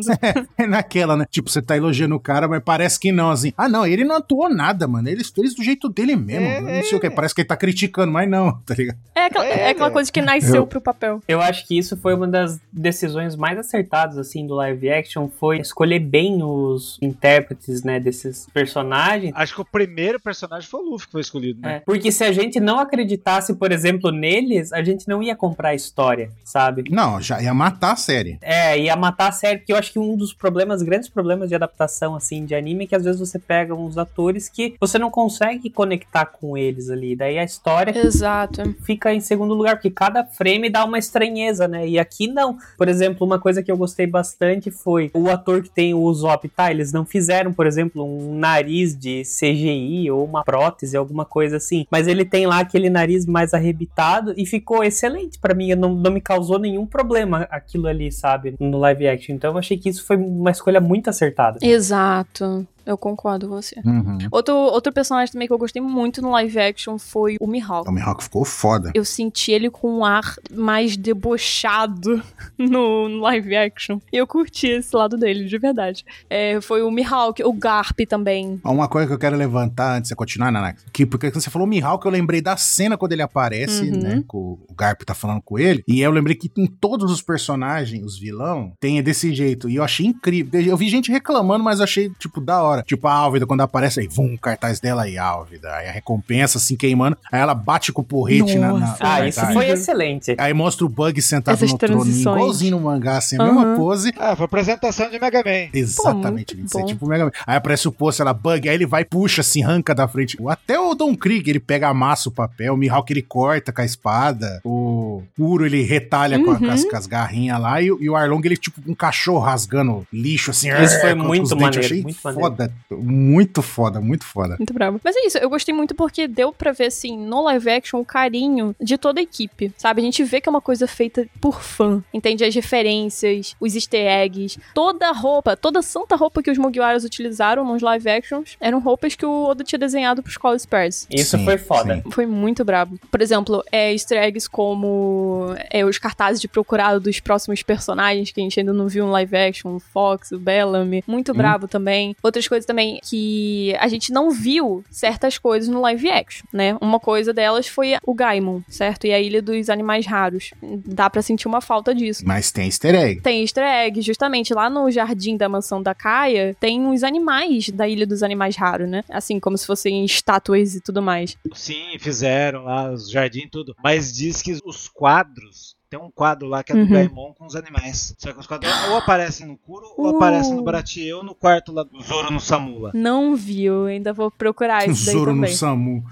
É naquela, né? Tipo, você tá elogiando o cara, mas parece que não, assim. Ah, não, ele não atuou nada, mano. Ele fez do jeito dele mesmo.
É,
não sei o que. Parece que ele tá criticando, mas não, tá ligado?
É aquela,
É,
é aquela
né?
coisa que nasceu
Eu-
pro papel.
Eu acho que isso foi uma das decisões mais acertadas, assim, do live action. Foi escolher bem os intérpretes, né? Desses personagens.
Acho que o primeiro personagem foi o Luffy que foi escolhido, né?
É, Porque se a gente não acreditasse, por exemplo, neles, a gente não ia comprar a história, sabe?
Não, já ia matar a série.
É, ia matar a série, porque eu acho que um dos problemas, grandes problemas de adaptação, assim, de anime, é que às vezes você pega uns atores que você não consegue conectar com eles ali. Daí a história
Exato.
fica em segundo lugar, porque cada frame dá uma estranheza, né? E aqui não. Por exemplo, uma coisa que eu gostei bastante foi o ator que tem o Usopp, tá? Eles não fizeram, por exemplo, um nariz de CGI ou uma prótese, alguma coisa assim. Mas ele tem lá aquele nariz mais arrebitado e ficou excelente pra mim. Não, não me causou nenhum problema aquilo ali, sabe? No live action. Então eu achei que isso foi uma escolha muito acertada.
Exato. Eu concordo com você.
Uhum.
Outro, outro personagem também que eu gostei muito no live action foi o Mihawk.
O Mihawk ficou foda.
Eu senti ele com um ar mais debochado no, no live action. E eu curti esse lado dele, de verdade. É, foi o Mihawk, o Garp também.
Uma coisa que eu quero levantar antes de você continuar, Nanaka, que porque quando você falou Mihawk, eu lembrei da cena quando ele aparece,
Uhum.
né? Que o o Garp tá falando com ele. E eu lembrei que em todos os personagens, os vilão, tem desse jeito. E eu achei incrível. Eu vi gente reclamando, mas eu achei, tipo, da hora. Tipo, a Álvida, quando aparece aí, vum, cartaz dela aí, Álvida. Aí a recompensa, assim, queimando. Aí ela bate com o porrete na, na-
Nossa.
no
Ah,
cartaz.
isso foi excelente.
Aí mostra o Bug sentado
Essas
no trono,
transições.
igualzinho no mangá, assim, a
Aham.
mesma pose.
Ah, foi apresentação de Mega Man.
Exatamente,
muito
Vinícius. É
bom.
tipo o Mega Man. Aí aparece o poço, ela bug, aí ele vai, puxa, se arranca da frente. Até o Don Krieg, ele pega, amassa o papel, o Mihawk ele corta com a espada, o Uro ele retalha com, a- com
Uhum.
as, com as garrinhas lá, e, o- e o Arlong ele tipo um cachorro rasgando lixo, assim.
Isso foi
com- com os
muito
dentes. Eu
maneiro,
achei
muito maneiro.
foda, muito foda, muito foda.
Muito bravo. Mas é isso, eu gostei muito porque deu pra ver, assim, no live action, o carinho de toda a equipe, sabe? A gente vê que é uma coisa feita por fã, entende? As referências, os easter eggs, toda a roupa, toda a santa roupa que os Mugiwaras utilizaram nos live actions eram roupas que o Oda tinha desenhado pros Call Spurs.
Isso
Sim,
foi foda.
sim.
Foi muito brabo. Por exemplo, é, easter eggs como é, os cartazes de procurado dos próximos personagens que a gente ainda não viu no live action, o Fox, o Bellamy. Muito brabo também. Outras coisas também que a gente não viu certas coisas no live action, né? Uma coisa delas foi o Gaimon, certo? E a Ilha dos Animais Raros. Dá pra sentir uma falta disso.
Mas tem easter egg.
Tem easter egg, justamente lá no jardim da mansão da Kaia, tem uns animais da Ilha dos Animais Raros, né? Assim, como se fossem estátuas e tudo mais.
Sim, fizeram lá os jardins e tudo. Mas diz que os quadros. Tem um quadro lá que é do
Uhum.
Gaimon com os animais. Só que os quadros ou aparecem no Kuro ou
Uh.
aparecem no Baratie ou no quarto lá do Zoro no Samula.
Não viu, ainda vou procurar isso Ah, daí
Zoro no
também.
Samu.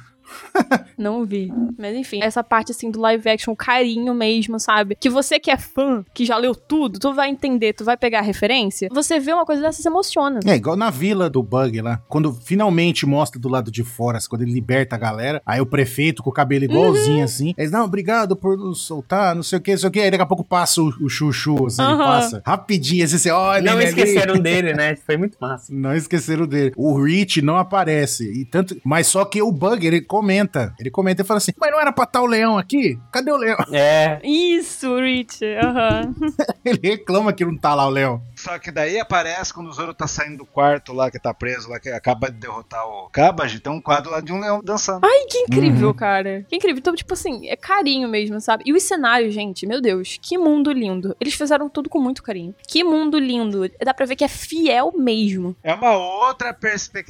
Não vi. Mas enfim, essa parte assim do live action, o carinho mesmo, sabe? Que você que é fã, que já leu tudo, tu vai entender, tu vai pegar a referência. Você vê uma coisa dessa e se emociona.
É, igual na vila do Bug lá. Quando finalmente mostra do lado de fora, assim, quando ele liberta a galera, aí o prefeito com o cabelo igualzinho assim. Eles, não, obrigado por nos soltar, não sei o que, não sei o que. Aí daqui a pouco passa o, o chuchu, assim, ele
Aham.
passa. Rapidinho, assim, você olha.
Não
ele ali.
esqueceram dele, né? Foi muito massa.
Não esqueceram dele. O Rich não aparece. E tanto, mas só que o Bug, ele comenta. Ele comenta e fala assim: Mas não era pra estar o leão aqui? Cadê o leão?
É.
Isso, Rich. Aham.
ele reclama que não tá lá o leão.
Só que daí aparece quando o Zoro tá saindo do quarto lá, que tá preso lá, que acaba de derrotar o Kabaj, tem um quadro lá de um leão dançando.
Ai, que incrível, cara. Que incrível. Então, tipo assim, é carinho mesmo, sabe? E os cenários, gente, meu Deus, que mundo lindo. Eles fizeram tudo com muito carinho. Que mundo lindo. Dá pra ver que é fiel mesmo.
É uma outra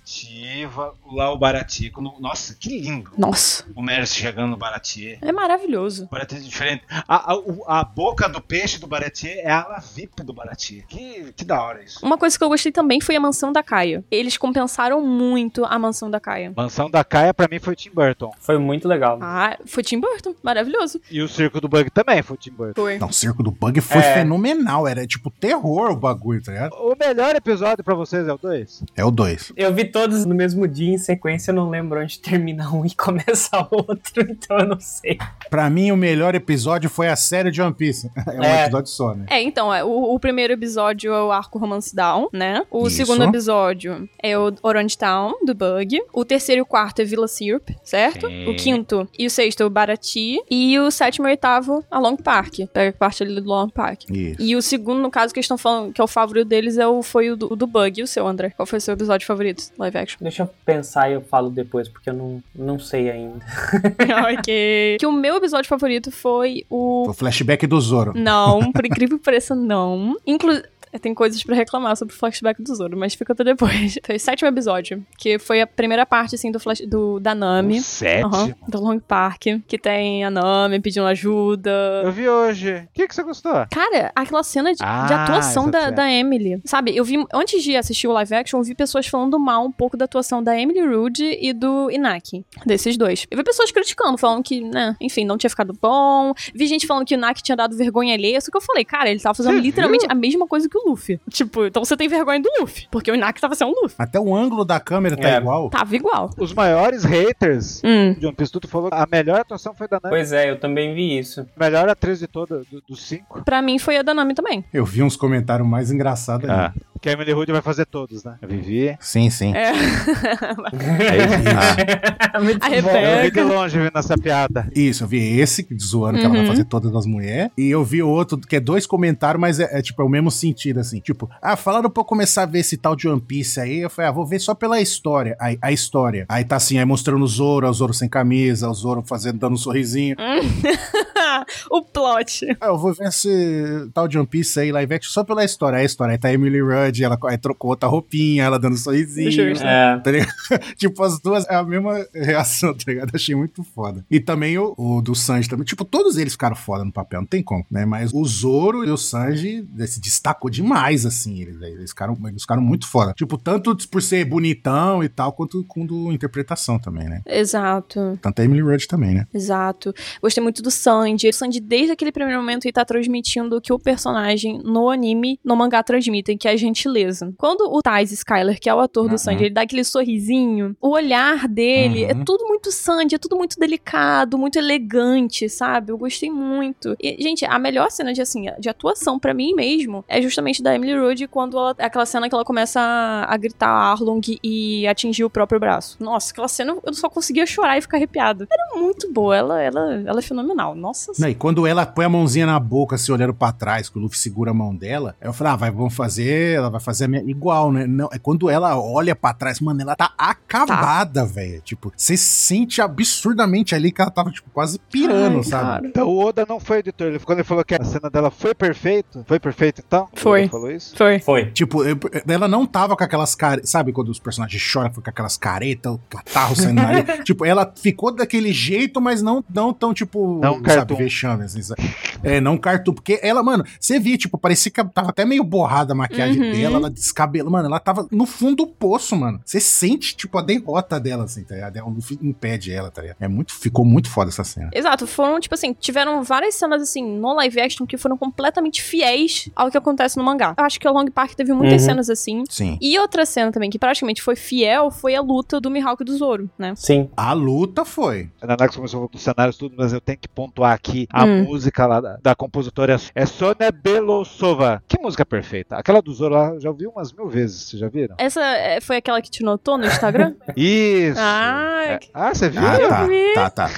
perspectiva lá o Barati. quando- Nossa, que lindo.
Nossa.
O Mercy chegando no Barati.
É maravilhoso.
Barati é diferente. A, a, o- a boca do peixe do Barati é a ala VIP do Barati. Que, que da hora isso.
Uma coisa que eu gostei também foi a mansão da Caia. Eles compensaram muito a mansão da Caia.
Mansão da Caia pra mim foi o Tim Burton.
Foi muito legal.
Ah, foi Tim Burton. Maravilhoso.
E o Circo do Bug também foi o Tim Burton.
Foi.
Não, o circo do Bug foi
É.
fenomenal. Era tipo terror o bagulho, tá ligado?
O melhor episódio pra vocês é o 2?
É o 2.
Eu vi todos no mesmo dia em sequência, eu não lembro onde termina um e começa outro, então eu não sei.
Pra mim, o melhor episódio foi a série de One Piece. É um
É.
episódio só, né?
É, então, é, o, o primeiro episódio é o arco Romance Down, né? O
Isso.
segundo episódio é o Orange Town, do Bug. O terceiro e o quarto é Villa Syrup, certo?
Sim.
O quinto e o sexto é o Barati. E o sétimo e o oitavo, a Long Park. Pega parte ali do Long Park.
Isso.
E o segundo, no caso, que eles estão falando que é o favorito deles é o, foi o do, o do Bug. E o seu, André? Qual foi o seu episódio favorito? Live action.
Deixa eu pensar e eu falo depois, porque eu não, não sei ainda.
ok. Que o meu episódio favorito foi o
O flashback do Zoro.
Hum.
Não, por incrível que pareça, não. Inclusive. Tem coisas pra reclamar sobre o flashback do Zoro, mas fica até depois. Foi o sétimo episódio, que foi a primeira parte, assim, do, flash, do da Nami.
O sétimo?
Aham, do Long Park, que tem a Nami pedindo ajuda.
Eu vi hoje. O que, que você gostou?
Cara, aquela cena de,
Ah,
de atuação
essa
da,
cena.
da Emily. Sabe, eu vi, antes de assistir o live action, eu vi pessoas falando mal um pouco da atuação da Emily Rude e do Inaki. Desses dois. Eu vi pessoas criticando, falando que, né, enfim, não tinha ficado bom. Vi gente falando que o Inaki tinha dado vergonha alheia. Só que eu falei, cara, ele tava fazendo
Você
literalmente
viu?
a mesma coisa que o Luffy. Tipo, então você tem vergonha do Luffy. Porque o Inaki tava sendo um Luffy.
Até o ângulo da câmera tá
É.
igual.
Tava igual.
Os maiores haters
Hum.
de One Piece Tudo falou que a melhor atuação foi da Nami.
Pois é, eu também vi isso.
Melhor atriz de toda, do- dos cinco.
Pra mim foi a da Nami também.
Eu vi uns comentários mais engraçados ainda.
Que a Emily Hood vai fazer todos, né? A Vivi.
Ah. Sim, sim. Ah.
É.
É. muito
a
Eu vi
Rebeca.
de longe vendo essa piada.
Isso, eu vi esse que zoando que ela vai
Uhum.
fazer todas as mulheres. E eu vi outro que é dois comentários, mas é, é, tipo, é o mesmo sentido, assim. Tipo, ah, falaram pra eu começar a ver esse tal de One Piece aí. Eu falei, ah, vou ver só pela história. Aí, a história. Aí tá assim, aí mostrando o Zoro, o Zoro sem camisa, o Zoro fazendo, dando um sorrisinho.
o plot.
Ah, eu vou ver esse tal de One Piece aí, live action, só pela história. Aí a história, aí tá a Emily Rudd, ela aí trocou outra roupinha, ela dando um sorrisinho.
Justo.
É,
Tá ligado? tipo, as duas é a mesma reação, tá ligado? Achei muito foda. E também o, o do Sanji também. Tipo, todos eles ficaram foda no papel, não tem como, né? Mas o Zoro e o Sanji eh, se destacou demais, assim. Eles, eles, ficaram, eles ficaram muito foda. Tipo, tanto por ser bonitão e tal, quanto com do interpretação também, né?
Exato.
Tanto a Emily Rudd também, né?
Exato. Gostei muito do Sandy. O Sandy, desde aquele primeiro momento, ele tá transmitindo o que o personagem no anime, no mangá, transmitem, que é a gentileza. Quando o Thais Skyler, que é o ator do Sandy, ele dá aquele sorrisinho, o olhar dele é tudo muito Sandy, é tudo muito delicado, muito elegante, sabe? Eu gostei muito. E, gente, a melhor cena de, assim, de atuação pra mim mesmo é justamente da Emily Rhodes quando ela, aquela cena que ela começa a, a gritar Arlong e atingir o próprio braço. Nossa, aquela cena eu só conseguia chorar e ficar arrepiado muito boa. Ela, ela, ela é fenomenal. Nossa
Não, e quando ela põe a mãozinha na boca, assim, olhando pra trás, que o Luffy segura a mão dela, aí eu falei, ah, vai, vamos fazer, ela vai fazer a minha... igual, né? Não, é quando ela olha pra trás, mano, ela tá acabada, velho. Tipo, você sente absurdamente ali que ela tava, tipo, quase pirando,
Ai,
sabe?
cara.
Então o Oda não foi editor. Ele, quando ele falou que a cena dela foi perfeita, foi perfeita então?
Foi.
O Oda falou isso?
Foi.
foi.
Tipo, eu- ela não tava com aquelas caretas. Sabe quando os personagens choram com aquelas caretas, o catarro saindo ali? tipo, ela ficou daquele jeito, mas não, não tão, tipo.
Não um
sabe,
cartoon.
vexame, assim, sabe? É, não cartoon. Porque ela, mano, você via, tipo, parecia que tava até meio borrada a maquiagem
Uhum.
dela, ela descabelou. Mano, ela tava no fundo do poço, mano. Você sente, tipo, a derrota dela, assim, tá ligado? O Luffy impede ela, tá ligado? É muito, ficou muito foda essa cena.
Exato, foram, tipo assim, tiveram várias cenas, assim, no live action que foram completamente fiéis ao que acontece no mangá. Eu acho que o Long Park teve muitas
Uhum.
cenas assim.
Sim.
E outra cena também, que praticamente foi fiel, foi a luta do Mihawk e do Zoro, né?
Sim.
A luta foi.
A Nanax começou com os cenários tudo, mas eu tenho que pontuar aqui a
Hum.
música lá da, da compositora é Sonia Belosova. Que música perfeita. Aquela do Zoro lá, eu já ouvi umas mil vezes, vocês já viram?
Essa é, foi aquela que te notou no Instagram?
Isso.
ah,
É. Ah, você viu?
Ah, tá, Eu vi.
tá, tá.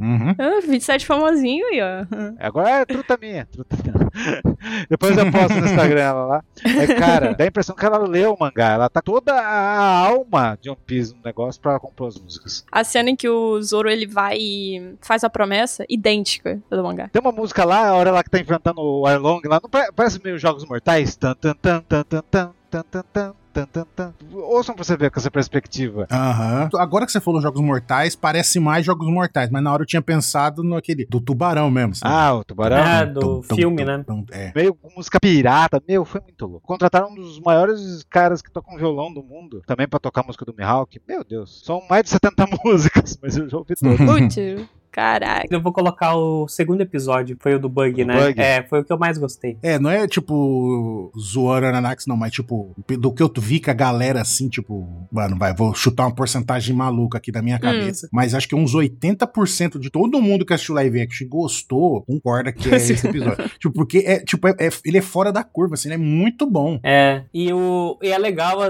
Uhum.
ah, 27 famosinho aí, ó.
Agora é truta minha, truta minha. Depois eu posto no Instagram ela lá. É, cara, dá a impressão que ela leu o mangá. Ela tá toda a alma de One Piece no negócio pra compor as músicas.
A cena em que o Zoro ele vai e faz a promessa, idêntica à do mangá.
Tem uma música lá, a hora lá que tá enfrentando o Arlong lá, não pa- parece meio Jogos Mortais? Tan, tan, tan, tan, tan, tan, tan, tan, tan, tan, tan, tan. Ouçam pra você ver com essa perspectiva.
Aham. Agora que você falou Jogos Mortais, parece mais Jogos Mortais, mas na hora eu tinha pensado no aquele do tubarão mesmo. sabe?
Ah, o Tubarão?
Ah, do filme, né?
É.
Meio com música pirata, meu, foi muito louco. Contrataram um dos maiores caras que tocam violão do mundo, também pra tocar a música do Mihawk. Meu Deus, são mais de 70 músicas, mas eu já ouvi todas.
Uhum.
Putz, caraca.
Eu vou colocar o segundo episódio, foi o do Bug, né?
Bug?
É, foi o que eu mais gostei.
É, não é tipo zoando a Nanax, não, mas tipo, do que eu vi com a galera assim, tipo, mano, vai, vou chutar uma porcentagem maluca aqui da
Hum.
minha cabeça, mas acho que uns 80% de todo mundo que assistiu live action e gostou, concorda que é esse episódio. tipo, porque é, tipo, é- é- ele é fora da curva, assim, ele é muito bom.
É, e, o, e é legal. É,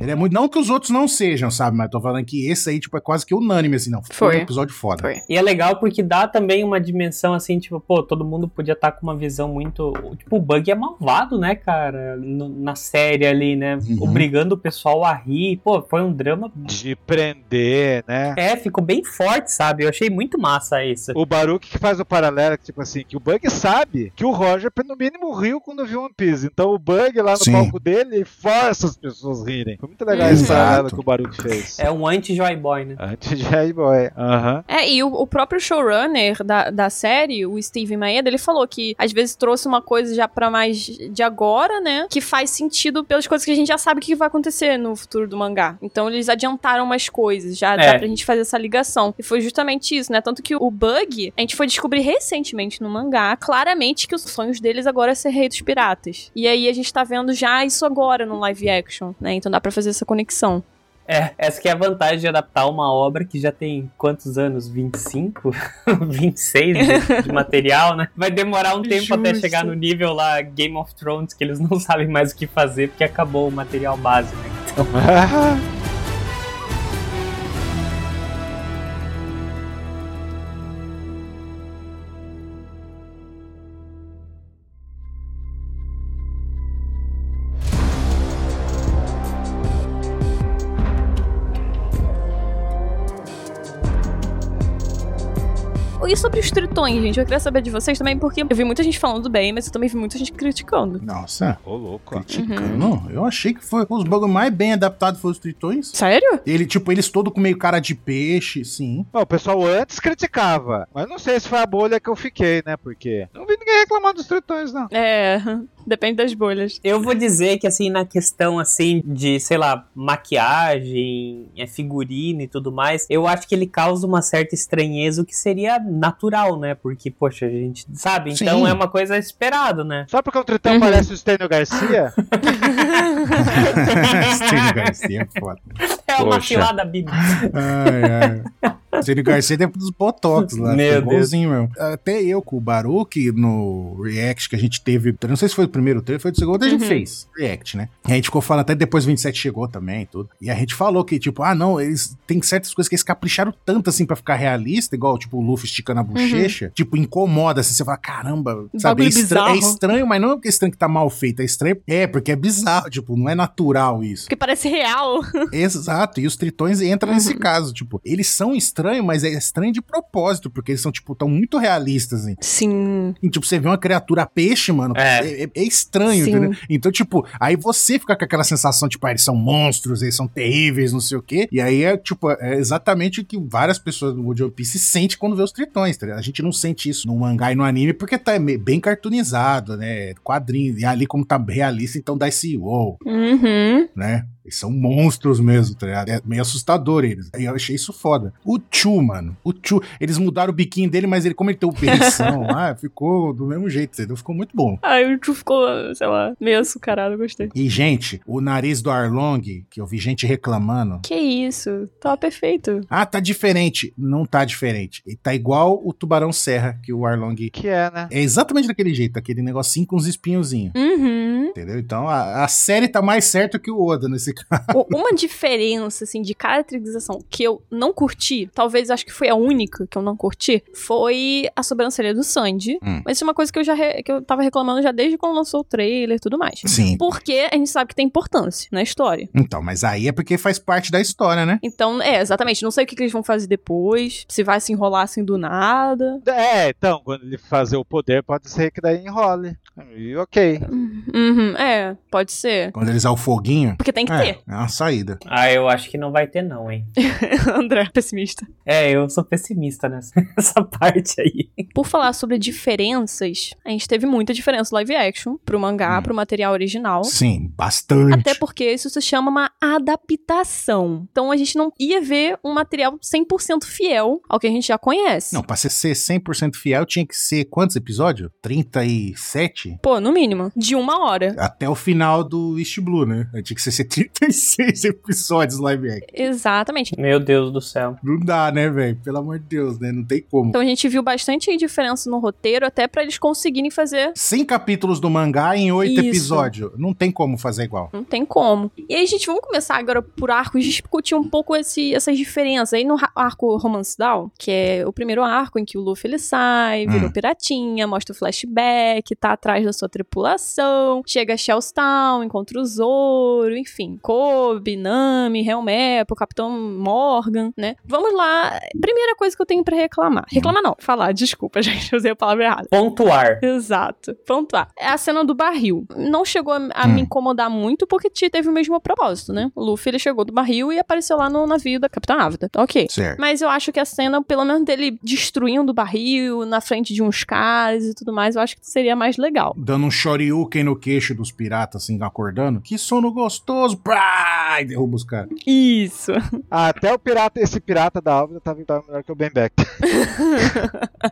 Ele é muito, não que os outros não sejam, sabe, mas eu tô falando que esse aí, tipo, é quase que unânime, assim, não. Foi.
Foi.
um episódio foda.
Foi.
E é legal porque dá também uma dimensão assim, tipo, pô, todo mundo podia estar com uma visão muito. Tipo, o Bug é malvado, né, cara? No- na série ali, né? Obrigando o pessoal a rir. Pô, foi um drama.
De prender, né?
É, ficou bem forte, sabe? Eu achei muito massa isso.
O Baruch que faz o paralelo, que, tipo assim, que o Bug sabe que o Roger, é no mínimo, riu quando viu One Piece. Então o Bug lá no
Sim.
palco dele força as pessoas rirem. Foi muito legal esse
Exato.
paralelo que o Baruch fez.
É um anti-Joy Boy, né?
Anti-Joy Boy, aham.
É, e o, o próprio showrunner da, da série, o Steve Maeda, ele falou que às vezes trouxe uma coisa já pra mais de agora, né? Que faz sentido pelas coisas que a gente já sabe que vai acontecer no futuro do mangá. Então eles adiantaram umas coisas, já dá
É.
pra gente fazer essa ligação. E foi justamente isso, né? Tanto que o Bug, a gente foi descobrir recentemente no mangá, claramente que os sonhos deles agora é ser rei dos piratas. E aí a gente tá vendo já isso agora no live action, né? Então dá pra fazer essa conexão.
É, essa que é a vantagem de adaptar uma obra que já tem quantos anos? 25? 26 de, de material, né? Vai demorar um tempo até
Justo.
chegar no nível lá Game of Thrones, que eles não sabem mais o que fazer porque acabou o material base, né? Então.
E sobre os tritões, gente, eu queria saber de vocês também, porque eu vi muita gente falando bem, mas eu também vi muita gente criticando.
Nossa.
Ô, louco.
Criticando. Eu achei que foi os bagulho mais bem adaptado foi os tritões.
Sério?
Ele, tipo, eles todo com meio cara de peixe, sim.
Bom, o pessoal antes criticava, mas não sei se foi a bolha que eu fiquei, né? Porque não vi ninguém reclamar dos tritões, não.
É, depende das bolhas.
Eu vou dizer que, assim, na questão, assim, de, sei lá, maquiagem, é, figurino e tudo mais, eu acho que ele causa uma certa estranheza, o que seria natural, né? Porque, poxa, a gente sabe, então
Sim.
é uma coisa esperada, né?
Só porque o Tritão parece o Stênio Garcia?
Stênio Garcia é foda.
É uma
Poxa.
filada bíblica.
Ai, ai. Stênio Garcia tem dos Botox lá.
Meu
ficou
Deus.
igualzinho mesmo. Até eu com o Baruque no React que a gente teve. Não sei se foi o primeiro trailer, foi o segundo, a gente
Uhum.
fez. React, né? E a gente ficou falando, até depois 27 chegou também e tudo. E a gente falou que, tipo, ah, não, eles tem certas coisas que eles capricharam tanto assim pra ficar realista, igual, tipo, o Luffy esticando a bochecha. Tipo, incomoda, assim, você fala, caramba,
Uhum.
sabe? É,
Bagulho
estra- é
bizarro.
estranho, mas não é porque é estranho que tá mal feito, é estranho. É, porque é bizarro, tipo, não é natural isso.
Porque parece real.
Exato, e os tritões entram nesse caso, tipo, eles são estranhos, estranho, mas é estranho de propósito, porque eles são, tipo, tão muito realistas, hein?
Sim.
E, tipo, você vê uma criatura peixe, mano, é, é- é estranho,
Sim.
entendeu? Então, tipo, aí você fica com aquela sensação, tipo, ah, eles são monstros, eles são terríveis, não sei o quê. E aí é, tipo, é exatamente o que várias pessoas do One Piece sente quando vê os tritões, tá ligado? A gente não sente isso no mangá e no anime, porque tá me- bem cartoonizado, né? Quadrinho. E ali, como tá realista, então dá esse wow,
Uhum.
né? Eles são monstros mesmo, tá ligado? É meio assustador eles. Aí eu achei isso foda. O Chu, mano. O Chu. Eles mudaram o biquinho dele, mas ele, como ele tem o beição lá, ficou do mesmo jeito, entendeu? Ficou muito bom.
Aí o Chu ficou, sei lá, meio açucarado, eu gostei.
E, gente, o nariz do Arlong, que eu vi gente reclamando.
Que isso? Tava perfeito.
Ah, tá diferente. Não tá diferente. E tá igual o tubarão serra que o Arlong.
Que é, né?
É exatamente daquele jeito, aquele negocinho com uns espinhozinhos.
Uhum.
Entendeu? Então a, a série tá mais certa que o Oda nesse caso.
O- Uma diferença, assim, de caracterização que eu não curti, talvez acho que foi a única que eu não curti, foi a sobrancelha do Sandy.
Hum.
Mas isso é uma coisa que eu já re- que eu tava reclamando já desde quando lançou o trailer e tudo mais.
Sim.
Porque a gente sabe que tem importância na história.
Então, mas aí é porque faz parte da história, né?
Então, é, exatamente. Não sei o que, que eles vão fazer depois, se vai se enrolar assim do nada.
É, então, quando ele fazer o poder, pode ser que daí enrole. E ok.
Uhum, é, pode ser.
Quando eles ao foguinho.
Porque tem que
é,
ter.
É uma saída.
Ah, eu acho que não vai ter, não, hein?
André, pessimista.
É, eu sou pessimista nessa essa parte aí.
Por falar sobre diferenças, a gente teve muita diferença live action pro mangá, pro material original.
Hum. Sim, bastante.
Até porque isso se chama uma adaptação. Então a gente não ia ver um material 100% fiel ao que a gente já conhece.
Não, pra você ser 100% fiel tinha que ser quantos episódios? 37?
Pô, no mínimo, de uma hora.
Até o final do East Blue, né? Tinha que ser 36 episódios live action.
Exatamente.
Meu Deus do céu.
Não dá, né, velho? Pelo amor de Deus, né? Não tem como.
Então a gente viu bastante diferença no roteiro, até pra eles conseguirem fazer.
100 capítulos do mangá em 8
Isso.
episódios. Não tem como fazer igual.
Não tem como. E aí, gente, vamos começar agora por arcos, discutir um pouco esse, essas diferenças. Aí no ra- arco Romance Down, que é o primeiro arco em que o Luffy ele sai, virou
Hum.
piratinha, mostra o flashback, tá atrás da sua tripulação, chega a Shellstown, encontra o Zoro, enfim. Kobe, Nami, Helmepo, Capitão Morgan, né? Vamos lá. Primeira coisa que eu tenho pra reclamar. Reclamar não, falar, desculpa, gente, eu usei a palavra errada.
Pontuar.
Exato. Pontuar. É a cena do barril. Não chegou a, a
Hum.
me incomodar muito porque te- teve o mesmo propósito, né? O Luffy ele chegou do barril e apareceu lá no navio da Capitã Ávida. Tá Ok.
Certo.
Mas eu acho que a cena, pelo menos dele destruindo o barril na frente de uns caras e tudo mais, eu acho que seria mais legal.
Dando um shoryuken no queixo dos piratas, assim, acordando. Que sono gostoso! Brá! E derruba os caras.
Isso.
Até o pirata, esse pirata da Álvida tava tava melhor que o Ben Beck.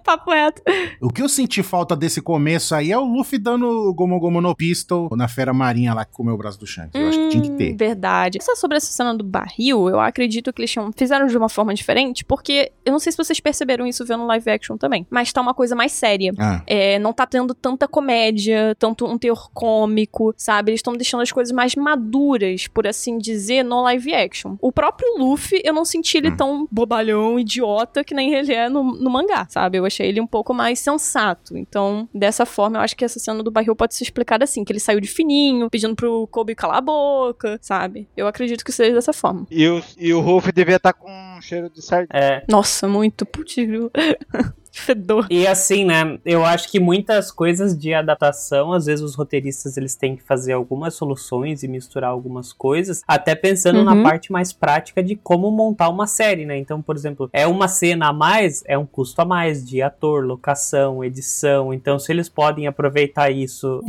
Papo reto.
O que eu senti falta desse começo aí é o Luffy dando o Gomu Gomu no Pistol na fera marinha lá que comeu o braço do Shanks. Eu acho que tinha que ter.
Hum, Verdade. Só sobre essa cena do barril, eu acredito que eles tinham- fizeram de uma forma diferente, porque eu não sei se vocês perceberam isso vendo live action também, mas tá uma coisa mais séria.
Ah,
É, não tá tendo tanta comédia, tanto um teor cômico, sabe? Eles estão deixando as coisas mais maduras, por assim dizer, no live action. O próprio Luffy, eu não senti ele
Hum.
tão bobalhão, idiota, que nem ele é no, no mangá, sabe? Eu achei ele um pouco mais sensato. Então, dessa forma, eu acho que essa cena do barril pode ser explicada assim, que ele saiu de fininho, pedindo pro Kobe calar a boca, sabe? Eu acredito que seja dessa forma.
E o, e o Ruff devia estar com um cheiro de sardinha.
É.
Nossa, muito putinho. Fedor.
E assim, né, eu acho que muitas coisas de adaptação, às vezes os roteiristas eles têm que fazer algumas soluções e misturar algumas coisas, até pensando
Uhum.
na parte mais prática de como montar uma série, né? Então, por exemplo, é uma cena a mais, é um custo a mais de ator, locação, edição. Então, se eles podem aproveitar isso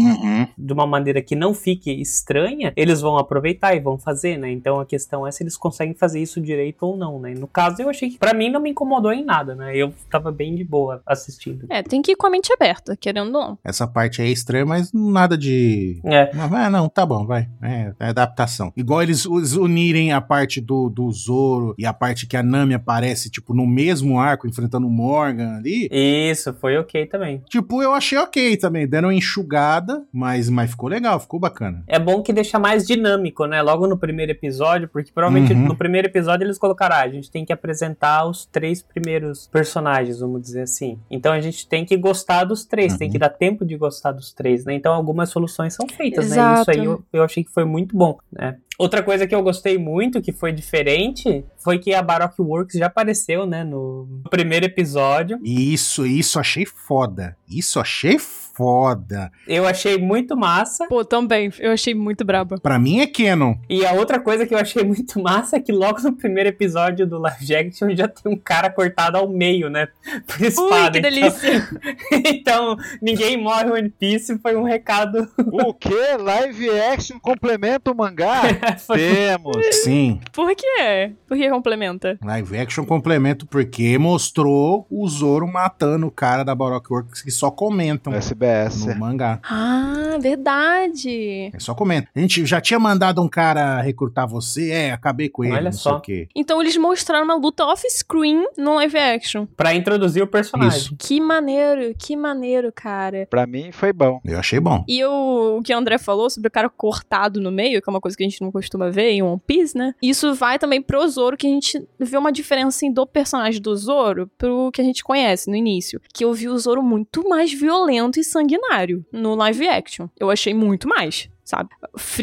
de uma maneira que não fique estranha, eles vão aproveitar e vão fazer, né? Então a questão é se eles conseguem fazer isso direito ou não, né? No caso, eu achei que pra mim não me incomodou em nada, né? Eu tava bem de boa assistindo.
É, tem que ir com a mente aberta, querendo ou não.
essa parte aí é estranha, mas nada de.
É.
Mas, ah, não, tá bom, vai. É, é adaptação. Igual eles us- unirem a parte do, do Zoro e a parte que a Nami aparece, tipo, no mesmo arco, enfrentando o Morgan ali.
Isso, foi ok também.
Tipo, eu achei ok também. Deram uma enxugada, mas, mas ficou legal, ficou bacana.
É bom que deixa mais dinâmico, né? Logo no primeiro episódio, porque provavelmente
Uhum.
no primeiro episódio eles colocaram, ah, a gente tem que apresentar os três primeiros personagens, vamos dizer assim. Então a gente tem que gostar dos três, tem
Uhum.
que dar tempo de gostar dos três, né? Então algumas soluções são feitas, né?
Exato.
Isso aí eu, eu achei que foi muito bom, né? Outra coisa que eu gostei muito, que foi diferente, foi que a Baroque Works já apareceu, né, no primeiro episódio.
Isso, isso achei foda. Isso achei foda.
Eu achei muito massa.
Pô, também. Eu achei muito braba.
Pra mim é Canon.
E a outra coisa que eu achei muito massa é que logo no primeiro episódio do Live Action já tem um cara cortado ao meio, né? Por espada.
Ui, que delícia.
Então, então ninguém morre One Piece foi um recado.
O que? Live action complementa o mangá? Temos.
Sim.
Por quê? Por que complementa?
Live action complemento porque mostrou o Zoro matando o cara da Baroque Works que só comentam
SBS.
no mangá.
Ah, verdade.
É só comenta. A gente já tinha mandado um cara recrutar você, é, acabei com ele,
Olha
não sei
só.
o quê.
Então eles mostraram uma luta off-screen no live action.
Pra introduzir o personagem.
Isso.
Que maneiro, que maneiro, cara.
Pra mim foi bom.
Eu achei bom.
E o, o que o André falou sobre o cara cortado no meio, que é uma coisa que a gente não costuma ver em One Piece, né? Isso vai também pro Zoro, que a gente vê uma diferença assim, do personagem do Zoro pro que a gente conhece no início. Que eu vi o Zoro muito mais violento e sanguinário no live action. Eu achei muito mais. Sabe?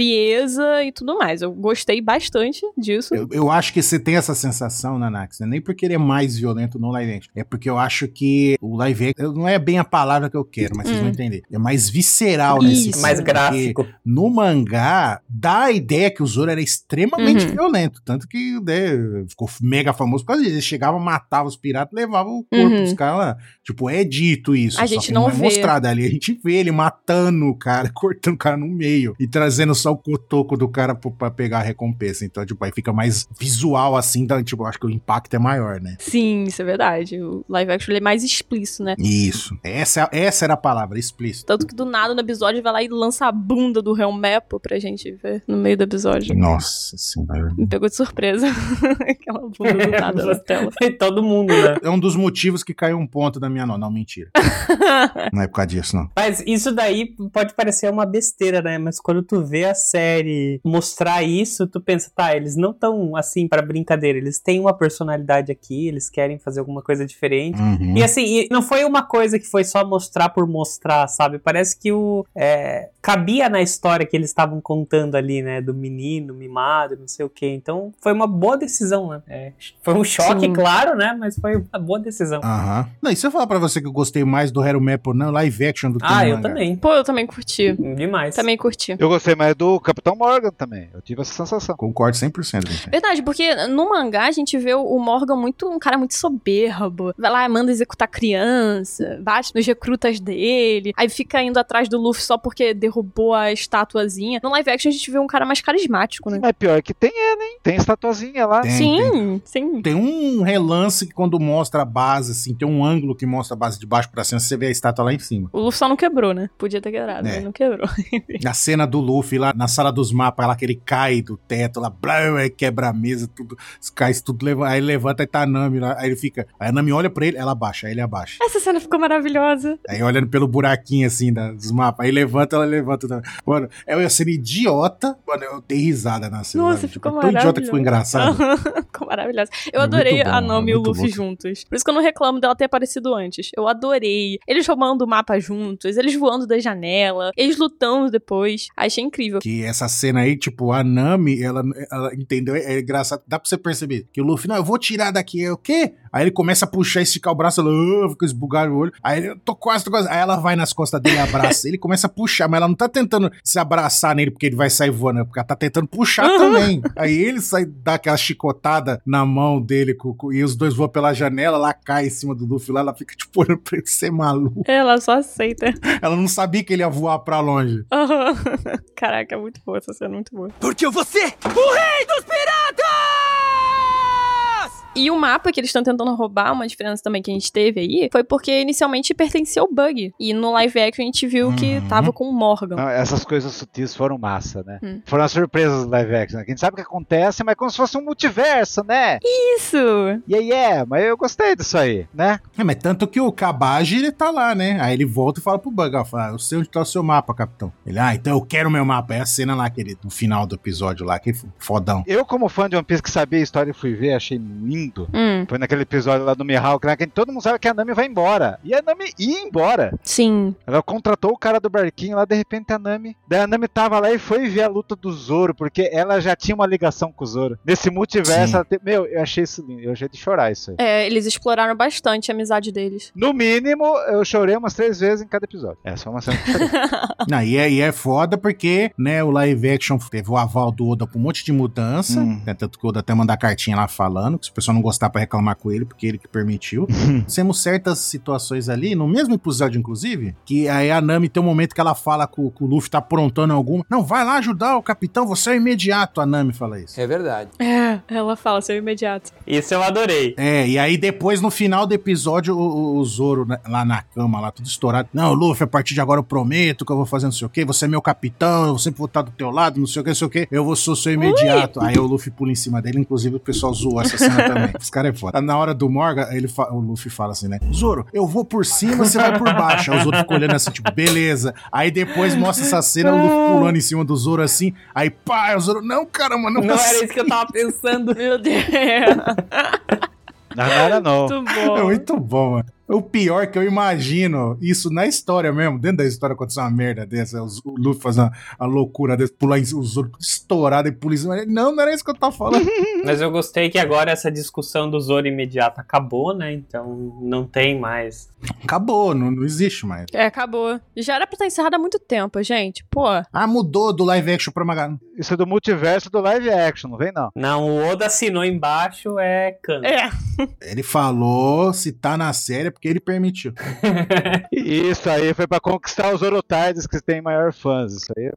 Frieza e tudo mais. Eu gostei bastante disso.
Eu, eu acho que você tem essa sensação, Nanax, né? nem porque ele é mais violento no live action, é porque eu acho que o live action não é bem a palavra que eu quero, mas vocês
Hum.
vão entender. É mais visceral nesse
Isso.
Mais
porque
gráfico.
No mangá, dá a ideia que o Zoro era extremamente
Uhum.
violento, tanto que né, ficou mega famoso por causa disso. Ele chegava, matava os piratas, levava o corpo
Uhum.
dos caras lá. Tipo, é dito isso.
A
só
gente
que
não
é
vê.
mostrado ali. A gente vê ele matando o cara, cortando o cara no meio e trazendo só o cotoco do cara pro- pra pegar a recompensa. Então, tipo, aí fica mais visual assim, então, tipo, eu acho que o impacto é maior, né?
Sim, isso é verdade. O live action ele é mais explícito, né?
Isso. Essa, essa era a palavra, explícito.
Tanto que do nada no episódio vai lá e lança a bunda do Real Mepo pra gente ver no meio do episódio.
Nossa senhora.
Me pegou de surpresa. Aquela bunda do nada na tela.
Todo mundo, né?
É um dos motivos que caiu um ponto da minha nota. Não, mentira. Não é por causa disso, não.
Mas isso daí pode parecer uma besteira, né? Mas quando tu vê a série mostrar isso, tu pensa, tá, eles não tão assim pra brincadeira, eles têm uma personalidade aqui, eles querem fazer alguma coisa diferente.
Uhum.
E assim, e não foi uma coisa que foi só mostrar por mostrar, sabe? Parece que o. é, cabia na história que eles estavam contando ali, né? Do menino mimado, não sei o quê. Então foi uma boa decisão, né? É, foi um choque,
Sim.
claro, né? Mas foi uma boa decisão.
Aham. Não, e se eu falar pra você que eu gostei mais do Hero Map ou não, live action do que
Ah,
do
eu
mangá?
também.
Pô, eu também curti.
Demais.
Também curti.
Eu gostei mais do Capitão Morgan também. Eu tive essa sensação.
Concordo 100%. gente.
Verdade, porque no mangá a gente vê o Morgan muito um cara muito soberbo. Vai lá, manda executar criança, bate nos recrutas dele, aí fica indo atrás do Luffy só porque derrubou a estatuazinha. No live action a gente vê um cara mais carismático, né?
Mas pior que tem ela, hein? Tem estatuazinha lá.
Tem, tem.
Sim, sim.
Tem um relance que quando mostra a base, assim, tem um ângulo que mostra a base de baixo pra cima, você vê a estátua lá em cima.
O Luffy só não quebrou, né? Podia ter quebrado,
É.
mas não quebrou.
Na cena do Luffy lá, na sala dos mapas, lá que ele cai do teto, lá, blá, aí quebra a mesa, tudo, cai isso tudo, leva- aí levanta e tá a Nami lá, aí ele fica, aí a Nami olha pra ele, ela abaixa, aí ele abaixa.
Essa cena ficou maravilhosa.
Aí olhando pelo buraquinho, assim, da- dos mapas, aí levanta, ela levanta também. Mano, é uma cena idiota, mano, eu dei risada na cena.
Nossa,
sabe?
ficou
Tão idiota que foi engraçado.
ficou maravilhosa. Eu
É
adorei
muito bom,
a Nami
é
e o
muito
Luffy
bom.
juntos. Por isso que eu não reclamo dela ter aparecido antes. Eu adorei. Eles roubando o mapa juntos, eles voando da janela, eles lutando depois. Achei incrível.
Que essa cena aí, tipo, a Nami, ela, ela entendeu? É engraçado, dá pra você perceber. Que o Luffy, não, eu vou tirar daqui, é o quê? Aí ele começa a puxar, esticar o braço, ela "Ah", fica esbugar o olho. Aí ele, eu tô quase, tô quase. Aí ela vai nas costas dele e abraça. ele começa a puxar, mas ela não tá tentando se abraçar nele porque ele vai sair voando, né? porque ela tá tentando puxar
Uhum.
também. Aí ele sai, dá aquela chicotada na mão dele com- com- e os dois voam pela janela, lá cai em cima do Luffy, lá ela fica tipo, olhando pra ele, você é maluco.
Ela só aceita.
Ela não sabia que ele ia voar pra longe.
Aham. Caraca, é muito boa essa cena, muito boa.
Porque você
E o mapa que eles estão tentando roubar, uma diferença também que a gente teve aí, foi porque inicialmente pertencia ao Bug. E no live action a gente viu que
Uhum.
tava com o Morgan.
Não, essas coisas sutis foram massa, né?
Hum.
Foram as surpresas do live action. né? Que a gente sabe o que acontece, mas é como se fosse um multiverso, né?
Isso!
E aí é, mas eu gostei disso aí, né?
É, mas tanto que o Kabage, ele tá lá, né? Aí ele volta e fala pro Bug, ó, fala, eu sei onde tá o seu mapa, capitão. Ele, ah, então eu quero o meu mapa. É a cena lá, aquele, no final do episódio lá, que é fodão.
Eu, como fã de One Piece que sabia a história e fui ver, achei mundo.
Hum.
Foi naquele episódio lá do Mihawk, né, que todo mundo sabe que a Nami vai embora. E a Nami ia embora.
Sim.
Ela contratou o cara do barquinho lá, de repente a Nami. Daí a Nami tava lá e foi ver a luta do Zoro, porque ela já tinha uma ligação com o Zoro. Nesse multiverso,
Sim.
ela tem... meu, eu achei isso lindo. Eu achei de chorar isso aí.
É, eles exploraram bastante a amizade deles.
No mínimo, eu chorei umas três vezes em cada episódio. Essa foi uma cena que eu chorei.
Não, e, é, e é foda porque, né, o live action teve o aval do Oda com um monte de mudança.
Hum.
né, tanto que o Oda até mandar cartinha lá falando, que se o pessoal não gostar pra reclamar com ele, porque ele que permitiu. Temos certas situações ali, no mesmo episódio, inclusive, que aí a Nami tem um momento que ela fala que o, que o Luffy tá aprontando alguma. Não, vai lá ajudar o capitão, você é imediato, a Nami fala isso.
É verdade.
É, ela fala, seu imediato.
Isso eu adorei.
É, e aí depois no final do episódio, o, o- o Zoro né, lá na cama, lá tudo estourado. Não, Luffy, a partir de agora eu prometo que eu vou fazer não sei o quê, você é meu capitão, eu sempre vou estar do teu lado, não sei o quê, não sei o quê, eu vou ser o seu imediato. Aí o Luffy pula em cima dele, inclusive o pessoal zoou essa cena também. Os caras é foda. Na hora do Morgan, ele fa- o Luffy fala assim, né? Zoro, eu vou por cima, você vai por baixo. Aí o Zoro fica olhando assim, tipo, beleza. Aí depois mostra essa cena, o Luffy pulando em cima do Zoro assim, aí pá, aí o Zoro, não, caramba, não,
Não
tá
era isso que eu tava pensando.
Meu Deus.
Não, não era não.
Muito
É
Uhum.
bom.
muito bom, mano. É O pior que eu imagino, isso na história mesmo, dentro da história aconteceu uma merda dessa, os- o Luffy fazendo a loucura dessa, pular em- os outros estourado e pular em cima dele. Não, não era isso que eu tava falando.
Mas eu gostei que agora essa discussão do Zoro imediato acabou, né? Então não tem mais.
Acabou, não, não existe mais.
É, acabou. Já era pra estar encerrada há muito tempo, gente. Pô.
Ah, mudou do live action pra Magano.
Isso é do multiverso do live action, não vem não.
Não, o Oda assinou embaixo, é canto.
É.
Ele falou se tá na série é porque ele permitiu.
Isso aí foi pra conquistar os Orotardes que tem maior fãs. Isso aí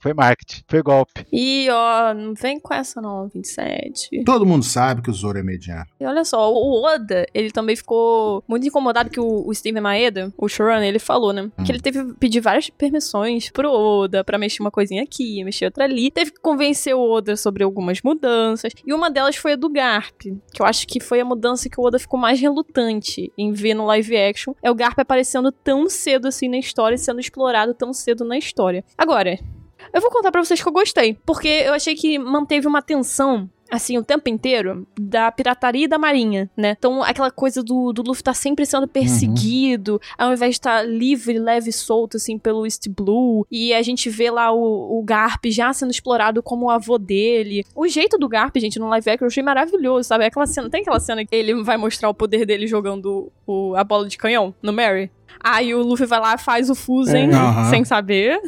foi marketing, foi golpe.
E ó, não vem com essa não, 27.
Todo mundo sabe que o Zoro é mediano.
E olha só, o Oda, ele também ficou muito incomodado que o, o Steven Maeda, o showrunner, ele falou, né? Que ele teve que pedir várias permissões pro Oda pra mexer uma coisinha aqui, mexer outra ali. Teve que convencer o Oda sobre algumas mudanças. E uma delas foi a do Garp, que eu acho que foi a mudança que o Oda ficou mais relutante em ver no live action. É o Garp aparecendo tão cedo assim na história e sendo explorado tão cedo na história. Agora, eu vou contar pra vocês que eu gostei, porque eu achei que manteve uma tensão. Assim, o tempo inteiro, da pirataria e da marinha, né? Então, aquela coisa do, do Luffy tá sempre sendo perseguido, ao invés de estar livre, leve e solto, assim, pelo East Blue. E a gente vê lá o, o Garp já sendo explorado como o avô dele. O jeito do Garp, gente, no live action, eu achei maravilhoso, sabe? Aquela cena, tem aquela cena que ele vai mostrar o poder dele jogando o- a bola de canhão no Mary? Aí o Luffy vai lá, faz o Fusen,
Aham.
sem saber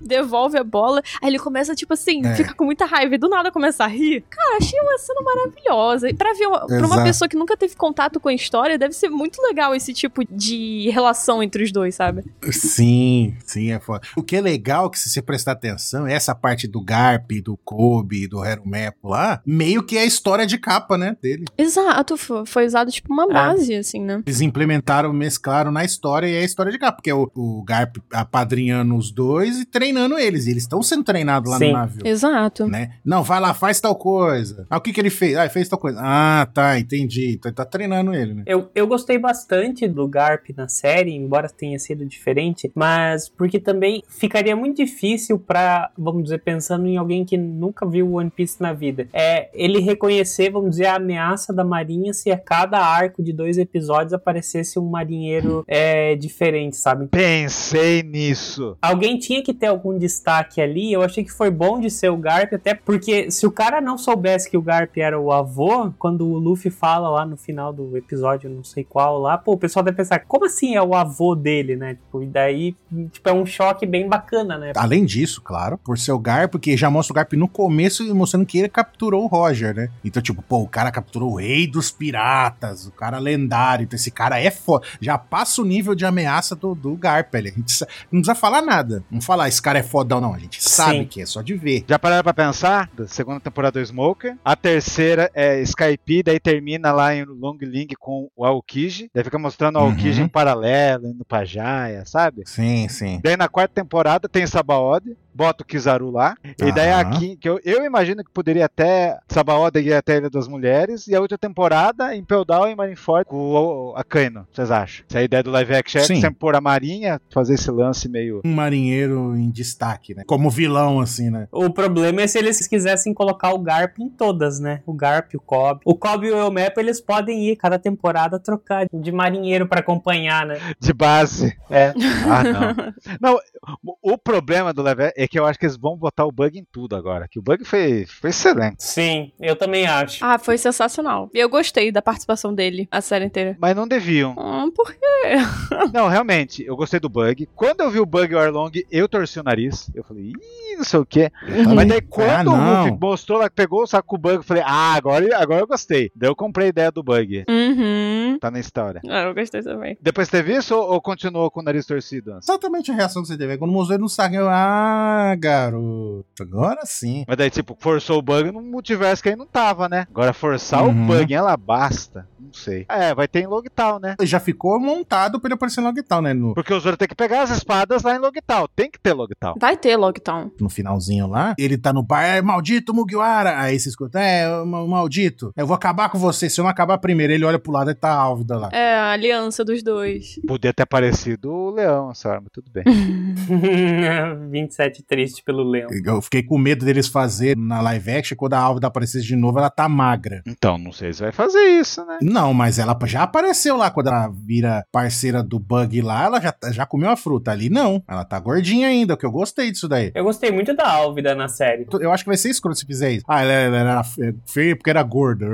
devolve a bola. Aí ele começa, tipo assim,
É.
fica com muita raiva e do nada começa a rir. Cara, achei uma cena maravilhosa. E pra, ver uma, pra uma
Exato.
pessoa que nunca teve contato com a história, deve ser muito legal esse tipo de relação entre os dois, sabe?
Sim, sim, é foda. O que é legal, que se você prestar atenção, é essa parte do Garp, do Kobe, do Herumepo lá, meio que é a história de capa, né, dele.
Exato, fo- foi usado
É.
tipo uma base, assim, né?
Eles implementaram, mesclaram na história e é a história de Garp, porque é o, o Garp apadrinhando os dois e treinando eles. E eles estão sendo treinados lá
Sim.
no navio.
Exato.
Né? Não, vai lá, faz tal coisa. Ah, o que que ele fez? Ah, ele fez tal coisa. Ah, tá, entendi. Então ele tá treinando ele, né?
Eu, eu gostei bastante do Garp na série, embora tenha sido diferente, mas porque também ficaria muito difícil pra, vamos dizer, pensando em alguém que nunca viu One Piece na vida, é ele reconhecer, vamos dizer, a ameaça da marinha se a cada arco de dois episódios aparecesse um marinheiro é, diferente, sabe?
Pensei nisso.
Alguém tinha que ter algum destaque ali. Eu achei que foi bom de ser o Garp, até porque se o cara não soubesse que o Garp era o avô, quando o Luffy fala lá no final do episódio, não sei qual lá, pô, o pessoal deve pensar, como assim é o avô dele, né? Tipo, e daí, tipo, é um choque bem bacana, né?
Além disso, claro, por ser o Garp, que já mostra o Garp no começo mostrando que ele capturou o Roger, né? Então, tipo, pô, o cara capturou o rei dos piratas, o cara lendário. Então, esse cara é foda. Já passa o nível de ameaça do, do Garp, ele. A gente sa- não precisa falar nada. Não falar, esse cara é fodão, não. A gente sabe
Sim.
que é só de ver.
Já pararam pra pensar? Da segunda temporada do Smoker. A terceira é Skype, daí termina lá em Long Ling com o Aokiji. Daí fica mostrando o Aokiji
Uhum.
em paralelo, indo pra Jaya, sabe?
Sim, sim.
Daí na quarta temporada tem Sabaody. bota o Kizaru lá. E daí a
Aham.
Kim, que eu, eu imagino que poderia até Sabaoda ir até a Ilha das Mulheres. E a outra temporada, em Down e Marineford com o- a Kano, vocês acham? Se a ideia do live action é
Sim.
sempre pôr a Marinha, fazer esse lance meio.
Um marinheiro em destaque, né? Como vilão, assim, né?
O problema é se eles quisessem colocar o Garp em todas, né? O Garp, o Cobb. O Cobb e o Elmep, eles podem ir cada temporada trocar de marinheiro pra acompanhar, né?
De base. É. Ah, não. Não, o o problema do live é que eu acho que eles vão botar o bug em tudo agora. Que o bug foi, foi excelente.
Sim, eu também acho.
Ah, foi sensacional. E eu gostei da participação dele a série inteira. Ah,
Mas não deviam.
por quê?
Não, realmente, eu gostei do bug. Quando eu vi o bug e o Arlong, eu torci o nariz. Eu falei, ih, não sei o quê.
também.
Mas daí quando
Ah,
o
não.
Luffy mostrou lá, que pegou o saco com o bug, eu falei, ah, agora, agora eu gostei. Daí eu comprei a ideia do bug.
Uhum.
Tá na história.
Ah, eu gostei também.
Depois teve isso ou, ou continuou com o nariz torcido? Anson?
Exatamente a reação que você teve. É Quando mostrou ele no saco, eu, ah, garoto, agora sim.
Mas daí, tipo, forçou o bug no multiverso que aí não tava, né? Agora forçar
Uhum.
o bug, ela basta. Não sei. É, vai ter em Logtown, né?
Já ficou montado pra ele aparecer no Logtown, né? No,
Porque o Zoro tem que pegar as espadas lá em Logtown. Tem que ter Logtown.
Vai ter Logtown.
no finalzinho lá, ele tá no bar, é maldito Mugiwara. Aí você escuta, é, ma- maldito, eu vou acabar com você, se eu não acabar primeiro. Ele olha pro lado e tá a Álvida lá.
É, a aliança dos dois.
Podia ter aparecido o leão essa arma, tudo bem.
27 triste pelo leão.
Eu fiquei com medo deles fazer na live action, quando a Álvida aparecesse de novo, ela tá magra.
Então, não sei se vai fazer isso, né?
Não, mas ela já apareceu lá quando ela vira parceira do Bug lá, ela já, tá, já comeu a fruta ali. Não, ela tá gordinha ainda, o que eu gostei disso daí.
Eu gostei muito da Álvida na série.
Eu acho que vai ser escroto se fizer isso. Ah, ela, ela era fe- feia porque era gorda.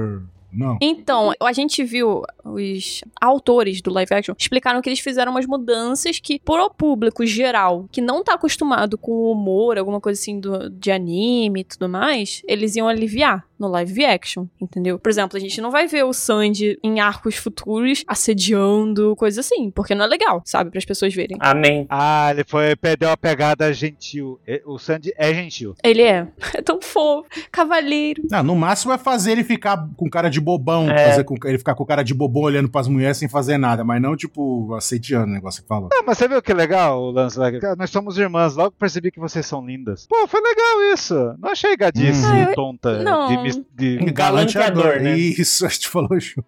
Não.
Então, a gente viu os autores do live action explicaram que eles fizeram umas mudanças que, pro público geral, que não tá acostumado com o humor, alguma coisa assim do, de anime e tudo mais, eles iam aliviar no live action, entendeu? Por exemplo, a gente não vai ver o Sandy em arcos futuros assediando, coisa assim, porque não é legal, sabe? Para as pessoas verem.
Amém.
Ah, ele foi perdeu a pegada gentil. E- O Sandy é gentil.
Ele é, é tão fofo, cavalheiro.
Ah, no máximo é fazer ele ficar com cara de bobão.
É.
Fazer com, ele ficar com cara de bobão olhando pras mulheres sem fazer nada. Mas não, tipo, assediando o negócio que falou.
Ah, mas você viu que legal o lance lá? Cara, Nós somos irmãs, logo percebi que vocês são lindas. É, Pô, foi legal isso. Não achei gadice
Hum.
e tonta
não.
de, mis- de
Galanteador, né?
é Isso, a gente falou junto.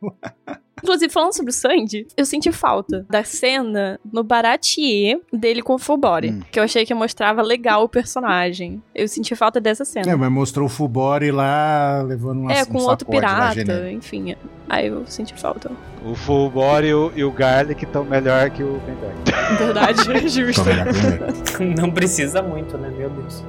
Inclusive, falando sobre o Sandy, eu senti falta da cena no Baratier dele com o Fubori,
Hum.
que eu achei que mostrava legal o personagem. Eu senti falta dessa
É,
cena.
mas mostrou o Fubori lá levando uma
É,
um
com outro
sacode lá,
pirata,
genérico.
enfim. Aí eu senti falta.
O Full Body e o, e o Garlic estão melhor que o Ben Garlic.
Verdade, é justo.
Tô melhor que ele.
Não precisa muito, né? Meu Deus.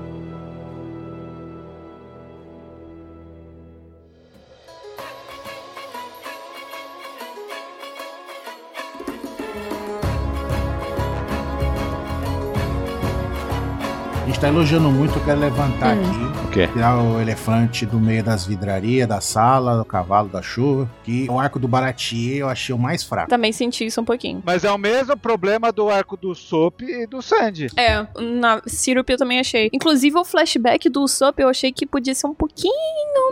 A gente tá elogiando muito, eu quero levantar
Hum.
aqui.
O quê?
Tirar o elefante do meio das vidrarias, da sala, do cavalo, da chuva. Que o arco do Baratier eu achei o mais fraco.
Também senti isso um pouquinho.
Mas é o mesmo problema do arco do Soap e do Sandy.
É, na Syrup eu também achei. Inclusive, o flashback do Usopp eu achei que podia ser um pouquinho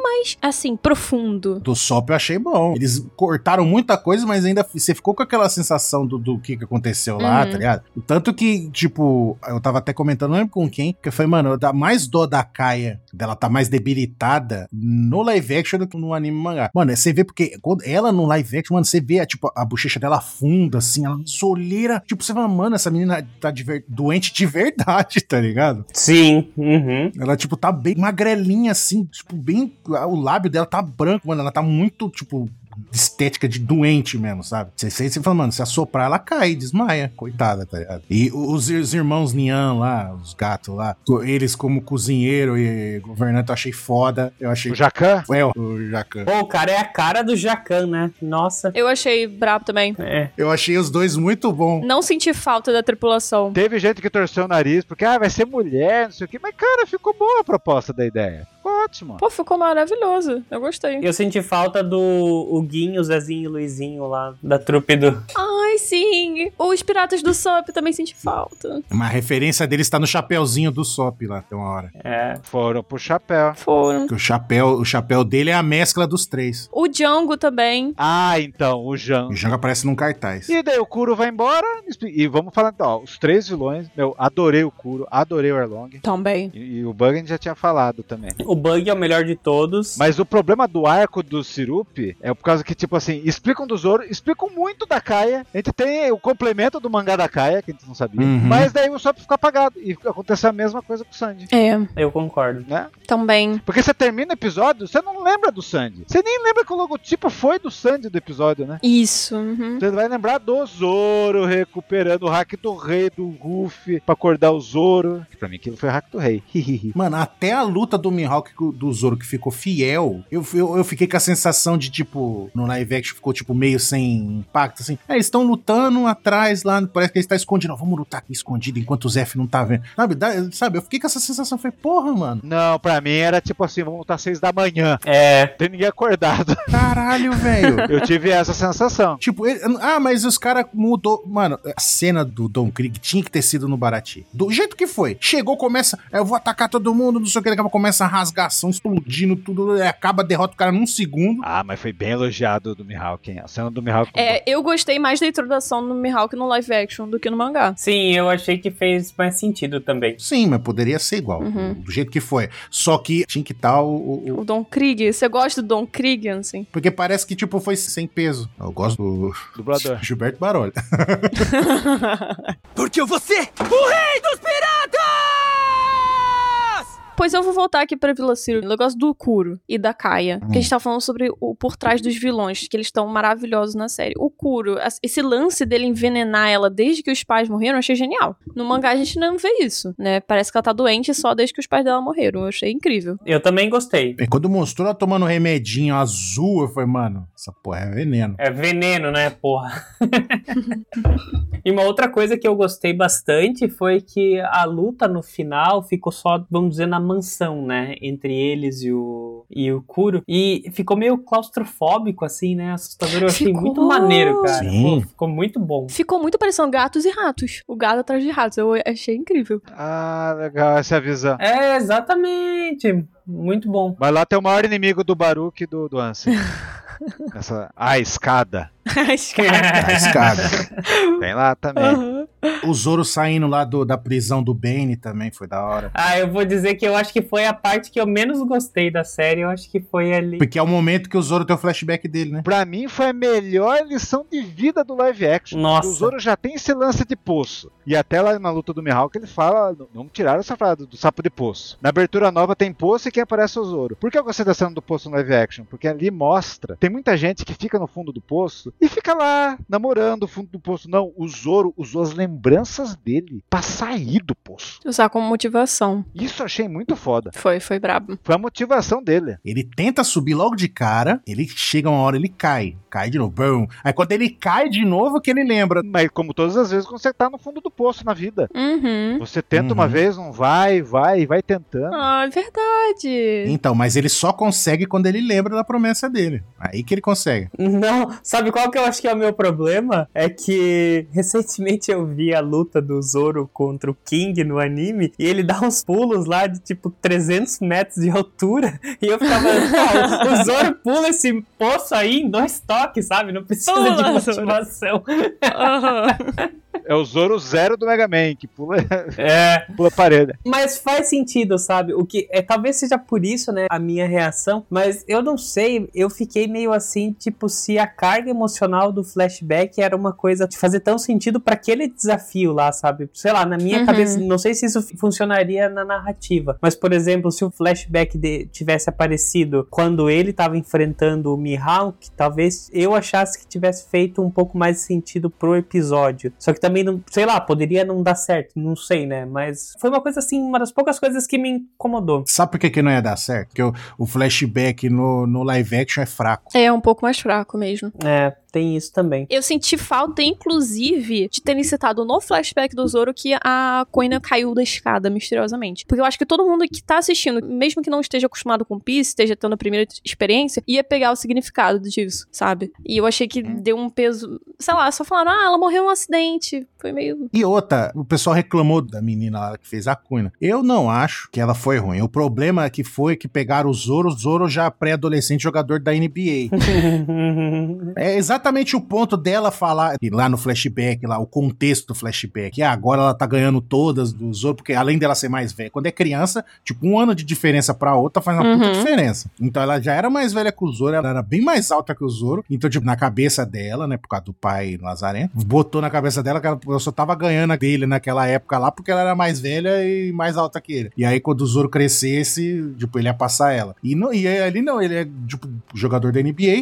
mais, assim, profundo.
Do Sop eu achei bom. Eles cortaram muita coisa, mas ainda f- você ficou com aquela sensação do, do que, que aconteceu lá,
Uhum.
tá ligado? Tanto que, tipo, eu tava até comentando, não lembro com quem, que eu falei, mano, dá mais dó da Kaia, dela tá mais debilitada no live action do que no anime e mangá. Mano, você vê porque quando ela no live action, mano, você vê, tipo, a bochecha dela afunda, assim, ela soleira. Tipo, você fala, mano, essa menina tá de ver- doente de verdade, tá ligado?
Sim. Uhum.
Ela, tipo, tá bem magrelinha, assim, tipo, bem. O lábio dela tá branco, mano. Ela tá muito, tipo, estética de doente mesmo, sabe? Você sei, você fala, mano, se assoprar, ela cai, desmaia, coitada, tá ligado? E os, os irmãos Nian lá, os gatos lá, co- eles como cozinheiro e governante, eu achei foda. Eu achei.
O Jacan?
É, o Jacan.
Pô, o cara é a cara do Jacan, né? Nossa.
Eu achei brabo também.
É.
Eu achei os dois muito bom.
Não senti falta da tripulação.
Teve gente que torceu o nariz porque, ah, vai ser mulher, não sei o quê. Mas, cara, ficou boa a proposta da ideia. Ficou ótimo.
Pô, ficou maravilhoso. Eu gostei.
Eu senti falta do o Guinho, o Zezinho e o Luizinho lá da trupe do.
Ai, sim! Os Piratas do Sop também senti falta.
Uma referência dele está no chapéuzinho do Sop lá, tem uma hora.
É.
Foram pro chapéu.
Foram.
Que o chapéu, o chapéu dele é a mescla dos três.
O Django também.
Ah, então, o Jean.
O Jango aparece num cartaz.
E daí o Kuro vai embora. E vamos falar, então, ó, os três vilões. Meu, adorei o Kuro, adorei o Erlong.
Também.
E, e o Bug a gente já tinha falado também.
O Bug é o melhor de todos.
Mas o problema do arco do Sirup é por causa que, tipo assim, explicam do Zoro, explicam muito da Kaia. A gente tem o complemento do mangá da Kaia, que a gente não sabia.
Uhum.
Mas daí o Sop fica apagado. E aconteceu a mesma coisa com o Sandy.
É,
Eu concordo.
Né?
também.
Porque você termina o episódio, você não lembra do Sandy. Você nem lembra que o logotipo foi do Sandy do episódio, né?
Isso. uhum.
Você vai lembrar do Zoro recuperando o hack do rei do Ruff pra acordar o Zoro. Que pra mim aquilo foi o hack do rei.
Mano, até a luta do Mihawk com- do Zoro que ficou fiel, eu, eu, eu fiquei com a sensação de, tipo, no live action ficou, tipo, meio sem impacto, assim. É, eles estão lutando atrás lá, parece que eles estão escondidos. Não, vamos lutar aqui escondido enquanto o Zef não tá vendo. Sabe, dá- sabe, eu fiquei com essa sensação, falei, porra, mano,
não, pra mim era tipo assim, vamos voltar às seis da manhã.
É.
Tem ninguém acordado.
caralho, velho.
Eu tive essa sensação.
Tipo, ele- ah, mas os caras mudou. Mano, a cena do Don Krieg tinha que ter sido no Barati. Do jeito que foi. Chegou, começa. Eu vou atacar todo mundo, não sei o que. Daqui a pouco começa a rasgação, explodindo tudo. é, Acaba, derrota o cara num segundo.
Ah, mas foi bem elogiado do Mihawk, hein? A cena do Mihawk.
É, eu gostei mais da introdução no Mihawk no live action do que no mangá.
Sim, eu achei que fez mais sentido também.
Sim, mas poderia ser igual.
Uhum.
Do jeito que foi. Só que tinha que estar o, o- o-
O Don Krieg, você gosta do Don Krieg, assim?
Porque parece que, tipo, foi sem peso. Eu gosto do
Dublador.
Gilberto Barolho.
Porque eu vou ser
Pois eu vou voltar aqui pra Vila Ciro. Eu gosto do Kuro e da Kaia. Que a gente tá falando sobre o por trás dos vilões, que eles estão maravilhosos na série. O Kuro, as- esse lance dele envenenar ela desde que os pais morreram, eu achei genial. No mangá a gente não vê isso, né? Parece que ela tá doente só desde que os pais dela morreram. Eu achei incrível.
Eu também gostei.
E quando mostrou ela tomando um remedinho azul, eu falei, mano, essa porra é veneno.
É veneno, né, porra? e uma outra coisa que eu gostei bastante foi que a luta no final ficou só, vamos dizer, na mansão, né? Entre eles e o, e o Kuro. E ficou meio claustrofóbico, assim, né? Assustador. Eu achei
Ficou.
muito maneiro, cara.
Sim.
Pô, ficou muito bom.
Ficou muito parecendo gatos e ratos. O gato atrás de ratos. Eu achei incrível.
Ah, legal essa visão.
É, exatamente. Muito bom.
Mas lá tem o maior inimigo do Baruch e do, do Ansem. Essa, a escada.
Acho que é.
Tá Arriscado.
Tem lá também.
Aham.
o Zoro saindo lá do- da prisão do Bane também foi da hora.
Ah, eu vou dizer que eu acho que foi a parte que eu menos gostei da série. Eu acho que foi ali.
Porque é o momento que o Zoro tem o flashback dele, né?
Pra mim foi a melhor lição de vida do live action.
Nossa.
O Zoro já tem esse lance de poço. E até lá na luta do Mihawk ele fala, "Não- não tiraram essa frase do sapo de poço. Na abertura nova tem poço e quem aparece é o Zoro. Por que eu gostei da cena do poço no live action? Porque ali mostra, tem muita gente que fica no fundo do poço e fica lá namorando o fundo do poço. Não, o Zoro usou as lembranças dele pra sair do poço.
Usar como motivação.
Isso eu achei muito foda.
Foi, foi brabo.
Foi a motivação dele.
Ele tenta subir logo de cara, ele chega uma hora, ele cai. Cai de novo. bum. Aí quando ele cai de novo, que ele lembra.
Mas como todas as vezes quando você tá no fundo do poço na vida.
Uhum.
Você tenta
Uhum.
uma vez, não vai, vai, vai tentando.
Ah, é verdade.
Então, mas ele só consegue quando ele lembra da promessa dele. Aí que ele consegue.
Não, sabe qual que eu acho que é o meu problema? É que recentemente eu vi a luta do Zoro contra o King no anime e ele dá uns pulos lá de tipo 300 metros de altura e eu ficava, "Cara, o Zoro pula esse poço aí em dois toques, sabe? Não precisa de
Pula, Zoro.
motivação.
Aham.
É o Zoro Zero do Mega Man, que pula,
É,
pula a parede.
Mas faz sentido, sabe? O que é talvez seja por isso, né, a minha reação, mas eu não sei, eu fiquei meio assim, tipo, se a carga emocional do flashback era uma coisa de fazer tão sentido pra aquele desafio lá, sabe? Sei lá, na minha
Uhum.
cabeça, não sei se isso funcionaria na narrativa, mas por exemplo, se o flashback de- tivesse aparecido quando ele tava enfrentando o Mihawk, talvez eu achasse que tivesse feito um pouco mais sentido pro episódio. Só que também não, sei lá, poderia não dar certo, não sei, né? Mas foi uma coisa assim, uma das poucas coisas que me incomodou.
Sabe por que, que não ia dar certo? Porque o, o flashback no, no live action é fraco.
É um pouco mais fraco mesmo.
É, Tem isso também.
Eu senti falta, inclusive, de terem citado no flashback do Zoro que a Coina caiu da escada misteriosamente. Porque eu acho que todo mundo que tá assistindo, mesmo que não esteja acostumado com Piece, esteja tendo a primeira experiência, ia pegar o significado disso, sabe? E eu achei que deu um peso. Sei lá, só falaram, ah, ela morreu em um acidente. Foi meio.
E outra, o pessoal reclamou da menina lá que fez a Cunha. Eu não acho que ela foi ruim. O problema é que foi que pegaram o Zoro, o Zoro já é pré-adolescente jogador da NBA. é exatamente o ponto dela falar e lá no flashback, lá o contexto do flashback. E agora ela tá ganhando todas do Zoro, porque além dela ser mais velha, quando é criança, tipo um ano de diferença pra outra faz uma puta
Uhum.
diferença. Então ela já era mais velha que o Zoro, ela era bem mais alta que o Zoro. Então, tipo, na cabeça dela, né, por causa do pai Lazarento, botou na cabeça dela que ela ela só tava ganhando dele naquela época lá porque ela era mais velha e mais alta que ele. E aí, quando o Zoro crescesse, tipo, ele ia passar ela. E, não, e ali não, ele é, tipo, jogador da NBA,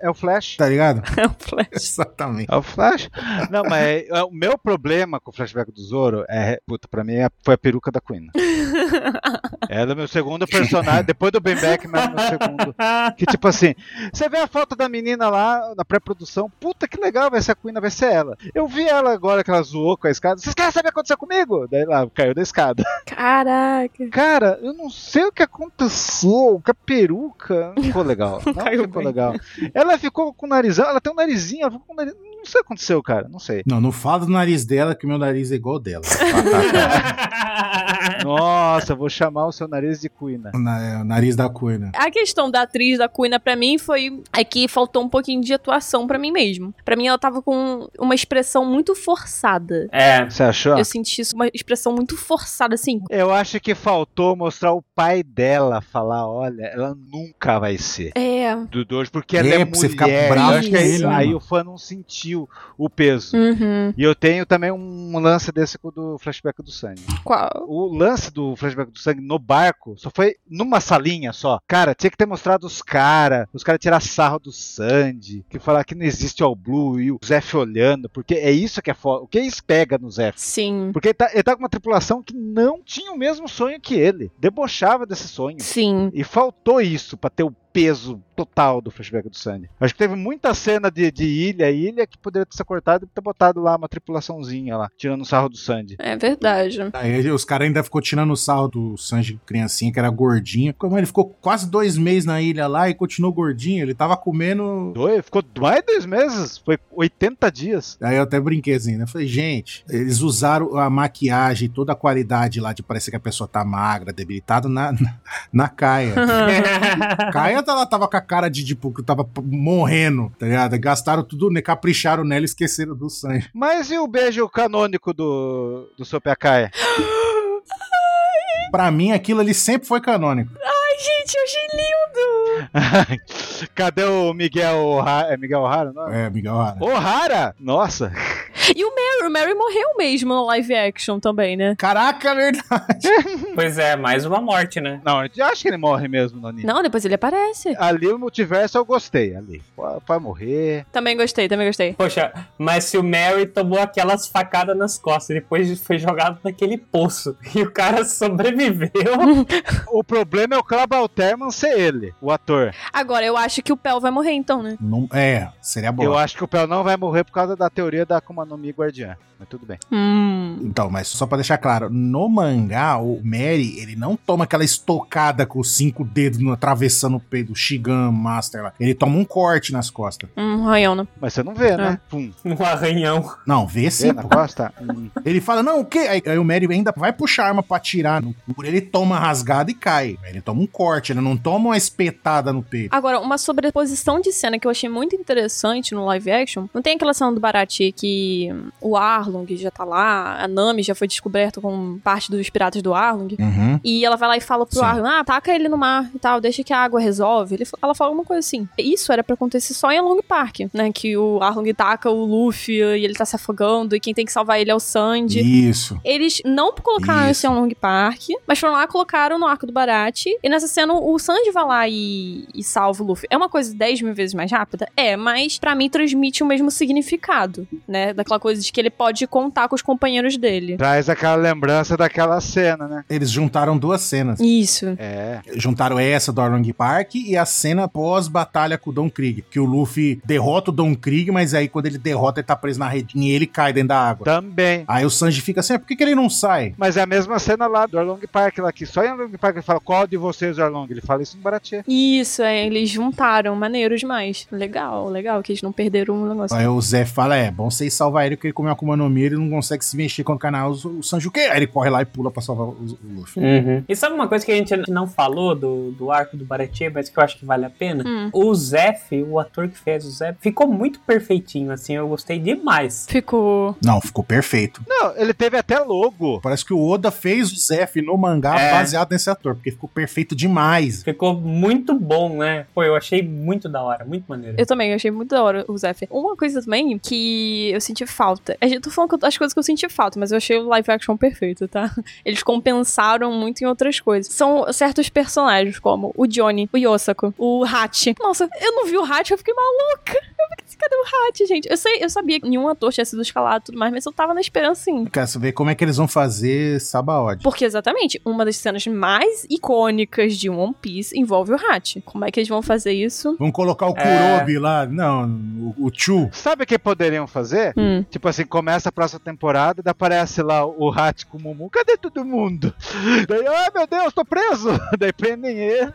É o Flash.
tá ligado?
É um flash.
Exatamente.
É o Flash? Não, mas é- é- o meu problema com o flashback do Zoro é. Puta, pra mim é- foi a peruca da Queen. Ela é meu segundo personagem, depois do Ben Beck, mas é meu segundo. Que tipo assim, você vê a foto da menina lá na pré-produção, puta que legal vai ser a Queen, vai ser ela. Eu vi ela agora que ela zoou com a escada, vocês querem saber o que aconteceu comigo? Daí lá, caiu da escada.
Caraca.
Cara, eu não sei o que aconteceu com a peruca. Não ficou legal. Não
Caiu
ficou
bem.
legal. Ela ficou com o narizão, ela tem um narizinho, ela ficou com o nariz. Não sei o que aconteceu, cara, não sei.
Não, não fala do nariz dela, que meu nariz é igual ao dela.
Nossa, eu vou chamar o seu nariz de cuina.
Na- é, nariz da coina.
A questão da atriz da Cuina pra mim foi é que faltou um pouquinho de atuação pra mim mesmo. Pra mim ela tava com uma expressão muito forçada.
É,
Você achou?
Eu senti isso uma expressão muito forçada assim.
Eu acho que faltou mostrar o pai dela falar, olha, ela nunca vai ser
É.
do Doge, porque ela é,
É, pra
mulher.
você ficar
bravo
eu acho que é né?
com
aí-
ele,
aí
mano.
o fã não sentiu o peso.
Uhum.
E eu tenho também um lance desse com o do flashback do sangue.
Qual?
O lance do flashback do sangue no barco só foi numa salinha só. Cara, tinha que ter mostrado os caras, os caras tirar sarro do Sandy, que falar que não existe All Blue e o Zef olhando, porque é isso que é foda. O que isso pega no Zef?
Sim.
Porque ele tá, ele tá com uma tripulação que não tinha o mesmo sonho que ele. Debochava desse sonho.
Sim.
E faltou isso pra ter o peso total do flashback do Sandy. Acho que teve muita cena de, de ilha e ilha que poderia ter sido cortado e ter botado lá uma tripulaçãozinha lá, tirando o sarro do Sandy.
É verdade.
Aí os caras ainda ficou tirando o sarro do Sanji criancinha, que era gordinho. Como ele ficou quase dois meses na ilha lá e continuou gordinho, ele tava comendo.
Dois, ficou mais de dois meses, foi 80 dias.
Aí eu até brinquei assim, né? Falei, gente, eles usaram a maquiagem, toda a qualidade lá de parecer que a pessoa tá magra, debilitada, na, na, na Caia. Caia ela tava com a cara de, tipo, que tava p- morrendo, tá ligado? Gastaram tudo, né? Capricharam nela e esqueceram do sangue.
Mas e o beijo canônico do, do seu Piacaia?
Pra mim, aquilo ali sempre foi canônico.
Ai, gente, eu achei lindo!
Cadê o Miguel O'Hara? É Miguel O'Hara? Não?
É, Miguel Hara.
O'Hara! Nossa!
E o Mary, o Mary morreu mesmo no live action também, né?
Caraca, verdade.
pois é, mais uma morte, né?
Não, eu acho que ele morre mesmo, Noni.
Não, depois ele aparece.
Ali o multiverso eu gostei, ali. Vai- Vai morrer.
Também gostei, também gostei.
Poxa, mas se o Mary tomou aquelas facadas nas costas, depois foi jogado naquele poço e o cara sobreviveu.
O problema é o Clabal Terman ser ele, o ator.
Agora, eu acho que o Pel vai morrer então, né?
Não, é, seria bom.
Eu acho que o Pel não vai morrer por causa da teoria da Akuma no Mi Guardiã. Mas tudo bem.
Hum.
Então, mas só pra deixar claro, no mangá, o Mary, ele não toma aquela estocada com os cinco dedos no- atravessando o peito do Shigan Master lá. Ele toma um corte nas costas.
Um ranhão, né?
Mas você não vê, né? Pum.
Um arranhão.
Não, vê
Vê
sim,
na
pô.
costa? Hum.
Ele fala, não, o quê? Aí, aí o Mary ainda vai puxar a arma pra atirar no cu, ele toma rasgada e cai. Ele toma um corte, ele não toma uma espetada no peito.
Agora, uma sobreposição de cena que eu achei muito interessante no live action. Não tem aquela cena do Barati que hum, o Arlong já tá lá, a Nami já foi descoberta como parte dos piratas do Arlong.
Uhum.
E ela vai lá e fala pro
Sim.
Arlong, ah, taca ele no mar e tal, deixa que a água resolve. Ele, ela fala alguma coisa assim. Isso era pra acontecer só em Long Park, né? Que o Arlong taca o Luffy e ele tá se afogando e quem tem que salvar ele é o Sandy.
Isso.
Eles não colocaram
Isso.
isso em Long Park, mas foram lá, colocaram no arco do Barate. E nessa cena, o Sanji vai lá e, e salva o Luffy. É uma coisa 10 mil vezes mais rápida? É, mas pra mim transmite o mesmo significado, né? Da aquela coisa de que ele pode contar com os companheiros dele.
Traz aquela lembrança daquela cena, né?
Eles juntaram duas cenas.
Isso.
É.
Juntaram essa do Arlong Park e a cena pós-batalha com o Don Krieg. Que o Luffy derrota o Don Krieg, mas aí quando ele derrota, ele tá preso na redinha e ele cai dentro da água.
Também.
Aí o Sanji fica assim, "Ah, por que, que ele não sai?
Mas é a mesma cena lá do Arlong Park, lá que só em Arlong Park ele fala qual de vocês é o Arlong? Ele fala isso em Baratie.
Isso, é, eles juntaram, maneiro demais. Legal, legal, que eles não perderam o negócio.
Aí o Zé fala, é, bom vocês salvar ele porque ele comeu a Akuma no Mi, ele não consegue se mexer com o canal. O o Sanji o quê? Aí ele corre lá e pula pra salvar o, o Luffy.
Uhum. E sabe uma coisa que a gente não falou do, do arco do Baratie, mas que eu acho que vale a pena?
Hum.
O Zef, o ator que fez o Zef, ficou muito perfeitinho, assim, eu gostei demais.
Ficou.
Não, ficou perfeito.
Não, ele teve até logo.
Parece que o Oda fez o Zef no mangá
É.
baseado nesse ator, porque ficou perfeito demais.
Ficou muito bom, né? Pô, eu achei muito da hora, muito maneiro.
Eu também, eu achei muito da hora o Zephyr. Uma coisa também que eu senti falta. é, Eu tô falando que eu- as coisas que eu senti falta, mas eu achei o live action perfeito, tá? Eles compensaram muito em outras coisas. São certos personagens, como o Johnny, o Yosako, o Hachi. Nossa, eu não vi o Hachi, eu fiquei maluca. Eu fiquei assim, cadê o Hachi, gente? Eu, sei, eu sabia que nenhum ator tinha sido escalado e tudo mais, mas eu tava na esperança assim, sim.
Quero saber como é que eles vão fazer Sabaody.
Porque, exatamente, uma das cenas mais icônicas de One Piece envolve o Hachi. Como é que eles vão fazer isso?
Vão colocar o
É.
Kurobi lá. Não, o, o Chu.
Sabe o que poderiam fazer?
Hum.
Tipo assim, começa a próxima temporada, daí aparece lá o Hat com o Mumu. Cadê todo mundo? Daí, ai meu Deus, tô preso! Daí prendem ele.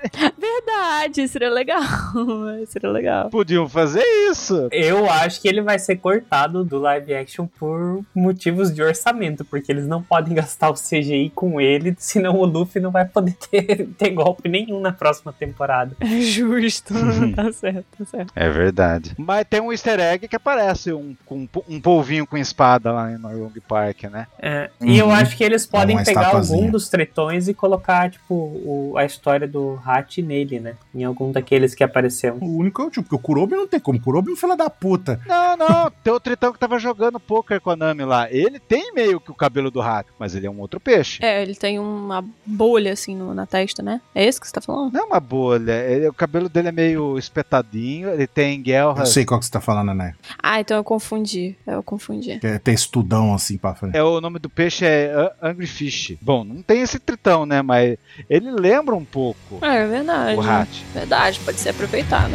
Verdade, seria legal. seria legal.
Podiam fazer isso.
Eu acho que ele vai ser cortado do live action por motivos de orçamento, porque eles não podem gastar o CGI com ele, senão o Luffy não vai poder ter, ter golpe nenhum na próxima temporada.
É justo. tá certo, tá certo.
É verdade. Mas tem um easter egg que aparece um, com um po- um polvinho com espada lá em Long Park, né?
É, E eu
Uhum.
acho que eles podem
Uma
pegar algum
estatuazinha.
dos tretões e colocar, tipo, o- a história do Hat nele, né? Em algum daqueles que apareceu.
O único é o Chu, porque o Kurobi não tem como. O Kurobi é um filho da puta.
Não, não, tem o Tritão que tava jogando poker com a Nami lá. Ele tem meio que o cabelo do Hat, mas ele é um outro peixe.
É, ele tem uma bolha assim no- na testa, né? É esse que você tá falando?
Não é uma bolha, ele- o cabelo dele é meio espetadinho, ele tem guerra.
Eu sei qual que você tá falando, né?
Ah, então eu confundi. Eu confundi.
Que é ter estudão assim pra frente.
É, o nome do peixe é a- Angry Fish. Bom, não tem esse tritão, né? Mas ele lembra um pouco
É, é verdade.
o Hat.
Verdade, pode ser aproveitado.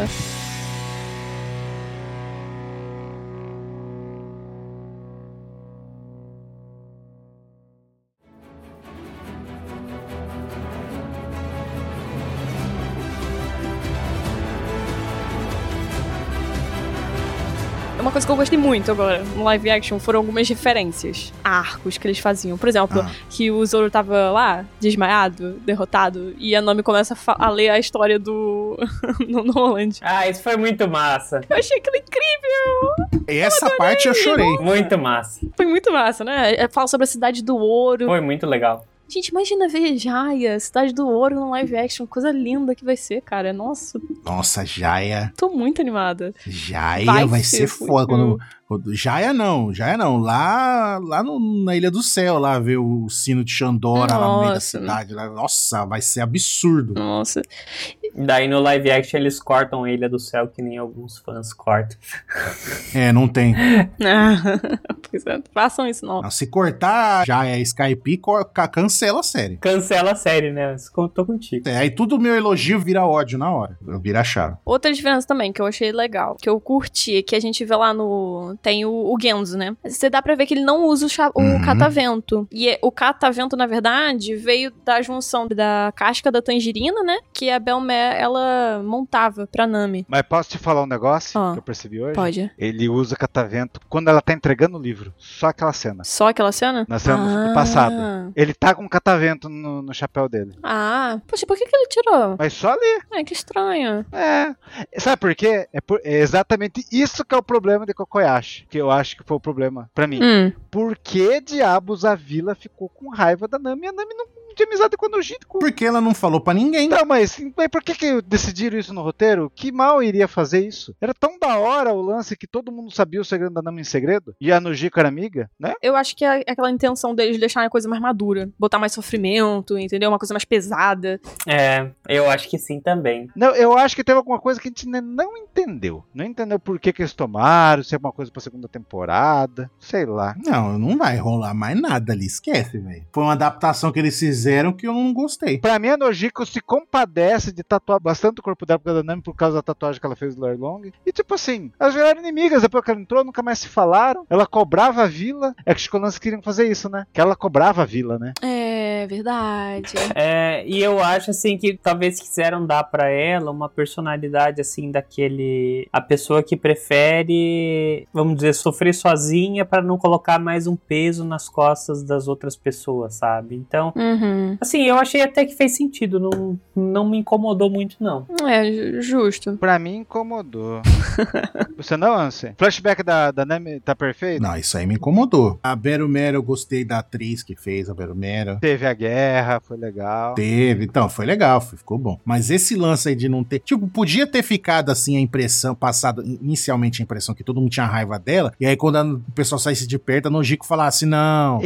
É Uma coisa que eu gostei muito agora no live action foram algumas referências a arcos que eles faziam. Por exemplo,
Ah.
que o Zoro tava lá, desmaiado, derrotado, e a Nami começa a, fa- a ler a história do no Noland.
Ah, isso foi muito massa.
Eu achei aquilo incrível!
É, Essa parte eu chorei.
Muito massa.
Foi muito massa, né? É, Fala sobre a Cidade do Ouro.
Foi muito legal.
Gente, imagina ver Jaya, Cidade do Ouro no live action. Coisa linda que vai ser, cara. Nossa,
Nossa, Jaya.
tô muito animada.
Jaia
Vai
vai, ser
ser
foda.
fudeu.
Quando, quando, Jaia não, Jaia não. Lá, lá no- na Ilha do Céu, lá ver o sino de Xandora lá no meio da
Nossa.
cidade. lá. nossa, vai ser absurdo.
Nossa.
Daí no live action eles cortam a Ilha do Céu, que nem alguns fãs cortam.
É, não tem.
Ah, pois é, façam isso, não.
Não, se cortar Jaia Skype, cor- ca- cancela a série.
Cancela a série, né? Eu Tô contigo.
É, aí tudo meu elogio vira ódio na hora. Eu vira chave.
Outra diferença também que eu achei legal, que eu curti, é que a gente vê lá no. Tem o, o Genzo, né? Você dá pra ver que ele não usa o, cha- o
Uhum.
catavento. E é- o catavento, na verdade, veio da junção da casca da tangerina, né? Que a Belmé, ela montava pra Nami.
Mas posso te falar um negócio
Ah.
que eu percebi hoje?
Pode.
Ele usa catavento quando ela tá entregando o livro. Só aquela cena.
Só aquela cena? Ah.
Na cena do- do passado. Ele tá com catavento no, no chapéu dele.
Ah, poxa, por que, que ele tirou?
Mas só ali.
Ai, que estranho.
É. Sabe por quê? É, por- é exatamente isso que é o problema de Kokoyashi. Que eu acho que foi o problema pra mim.
Hum.
Por que diabos a vila ficou com raiva da Nami? A Nami não tinha amizade com a Nojito.
Porque ela não falou pra ninguém.
Não, mas, mas por que que, que decidiram isso no roteiro? Que mal iria fazer isso? Era tão da hora o lance que todo mundo sabia o segredo da Nami em segredo? E a Nojiko era amiga, né?
Eu acho que é aquela intenção deles de deixar a coisa mais madura, botar mais sofrimento, entendeu? Uma coisa mais pesada.
É, eu acho que sim também.
Não, eu acho que teve alguma coisa que a gente ainda não entendeu. Não entendeu por que, que eles tomaram, se é alguma coisa pra segunda temporada, sei lá.
Não, não vai rolar mais nada ali, esquece, velho. Foi uma adaptação que eles fizeram que eu não gostei.
Pra mim, a Nojiko se compadece de tatuar bastante o corpo dela por causa da Nami, por causa da tatuagem que ela fez do Lair Long. E tipo assim, elas viraram inimigas depois que ela entrou, nunca mais se falaram. Ela cobrava a vila. É que os colãs queriam fazer isso, né? Que ela cobrava a vila, né?
É, verdade.
É, e eu acho assim que talvez quiseram dar pra ela uma personalidade assim daquele a pessoa que prefere, vamos dizer, sofrer sozinha pra não colocar mais um peso nas costas das outras pessoas, sabe? Então,
Uhum.
assim, eu achei até que fez sentido, não, não me incomodou muito não.
É, ju- justo.
Pra mim incomodou. Você não, Anse? Flashback da, da Nami tá perfeito?
Não, isso aí me incomodou. A Vero Mera, eu gostei da atriz que fez a Vero Mera.
Teve a guerra, foi legal.
Teve, então, foi legal, foi- ficou bom. Mas esse lance aí de não ter. Tipo, podia ter ficado assim a impressão, passado inicialmente a impressão que todo mundo tinha raiva dela, e aí quando a- o pessoal saísse de perto, a Nojiko falasse: Não,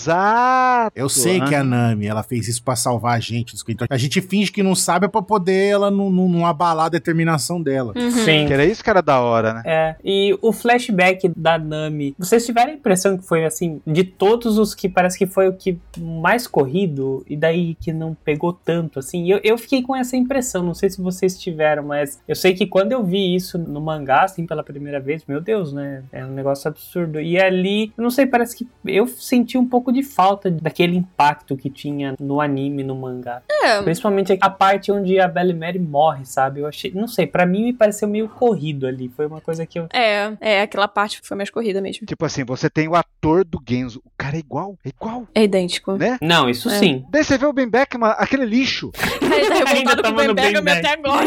Exato!
eu sei que é a Nami, ela fez isso pra salvar a gente. dos Quintos. Então, A gente finge que não sabe pra poder ela não, não- não abalar a determinação dela.
Uhum.
Sim.
Que era isso que era da hora, né?
É, e o flashback da Nami, vocês tiveram a impressão que foi assim, de todos os que parece que foi o que mais corrido e daí que não pegou tanto, assim, eu, eu fiquei com essa impressão, não sei se vocês tiveram, mas eu sei que quando eu vi isso no mangá, assim, pela primeira vez, meu Deus, né, é um negócio absurdo, e ali, eu não sei, parece que eu senti um pouco de falta daquele impacto que tinha no anime, no mangá.
É,
Principalmente a parte onde a Belle Mary morre, sabe? Eu achei, não sei, pra mim me pareceu meio corrido ali. Foi uma coisa que eu.
é, é, aquela parte que foi mais corrida mesmo.
Tipo assim, você tem o ator do Genzo. O cara é igual, é igual,
É idêntico.
né?
Não, isso
É.
sim.
Daí você vê o Ben Beckman, aquele lixo.
Cara, ele tá revoltado
Ainda
com o Ben
tomando bem
Beckham
bem.
até agora.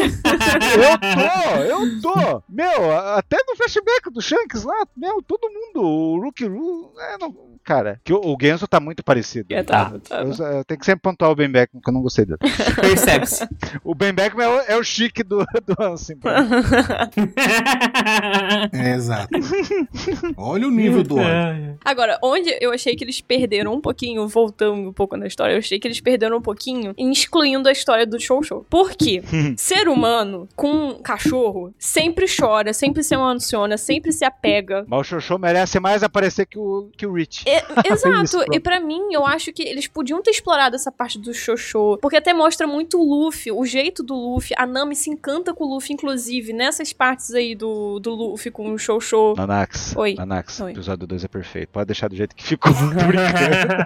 Eu tô, eu tô. Meu, a- até no flashback do Shanks lá, meu, todo mundo, o Rookie Roo, é, não- cara, que o, o Genzo tá muito parecido.
É, tá, tá.
Eu, eu tenho que sempre pontuar o Ben Beckman, que eu não gostei dele.
Percebe-se.
O Ben Beckman é o, é o chique do, do então. Ansem. pra mim.
É, exato. Olha o nível do ódio.
Agora, onde eu achei que eles perderam um pouquinho, voltando um pouco na história, eu achei que eles perderam um pouquinho em excluindo a história do Show Show. Por quê? Ser humano com um cachorro sempre chora, sempre se emociona, sempre se apega.
Mas o Xoxô merece mais aparecer que o, que o Rich.
É,
Isso,
exato,
pronto.
e pra mim eu acho que eles podiam ter explorado essa parte do Xoxô, porque até mostra muito o Luffy, o jeito do Luffy. A Nami se encanta com o Luffy, inclusive, nessas partes aí do, do Luffy com o Xoxô.
Nanax.
Oi.
Nanax,
Oi.
episódio 2 é perfeito. Pode deixar do jeito que ficou. Tô brincando.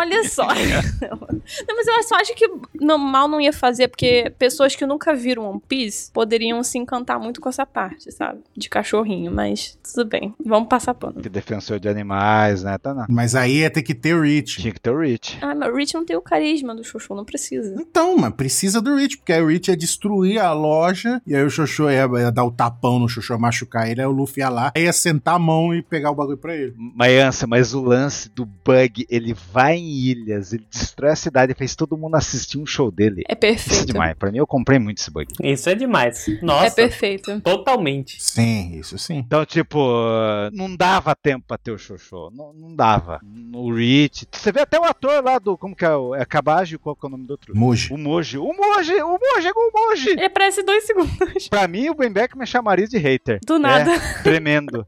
Olha só. não, mas eu só acho que não- mal não ia fazer, porque pessoas que nunca viram One Piece poderiam se encantar muito com essa parte, sabe? De cachorrinho, mas tudo bem. Vamos passar pano.
que defensor de animais, né? Tá, não.
Mas aí ia ter que ter o Rich.
Tinha que ter o Rich.
Ah, mas o Rich não tem o carisma do Xoxô, não precisa.
Então, mas precisa do Rich, porque aí o Rich ia destruir a loja, e aí o Xoxô ia, ia dar o tapão no Xoxô, machucar ele, aí o Luffy ia lá, aí ia sentar a mão e pegar o bagulho pra ele.
Mas, Ansa, mas o lance do Bug, ele vai em ilhas, ele destrói a cidade, fez todo mundo assistir um show dele. Isso
É
é
perfeito.
demais. Pra mim, eu comprei muito esse Bug.
Isso é demais.
É
Nossa,
perfeito.
totalmente.
Sim, isso sim.
Então, tipo, não dava tempo pra ter o Xoxô. Não, não dava. O Rich. Você vê até o ator lá do. Como que é? o- É Cabage? Qual que é o nome do outro?
Moji.
O Moji. O Moji! O Moji! é igual O Moji!
Ele aparece dois segundos.
Pra mim, o Ben Beckman chamaria de hater.
Do nada,
É, tremendo.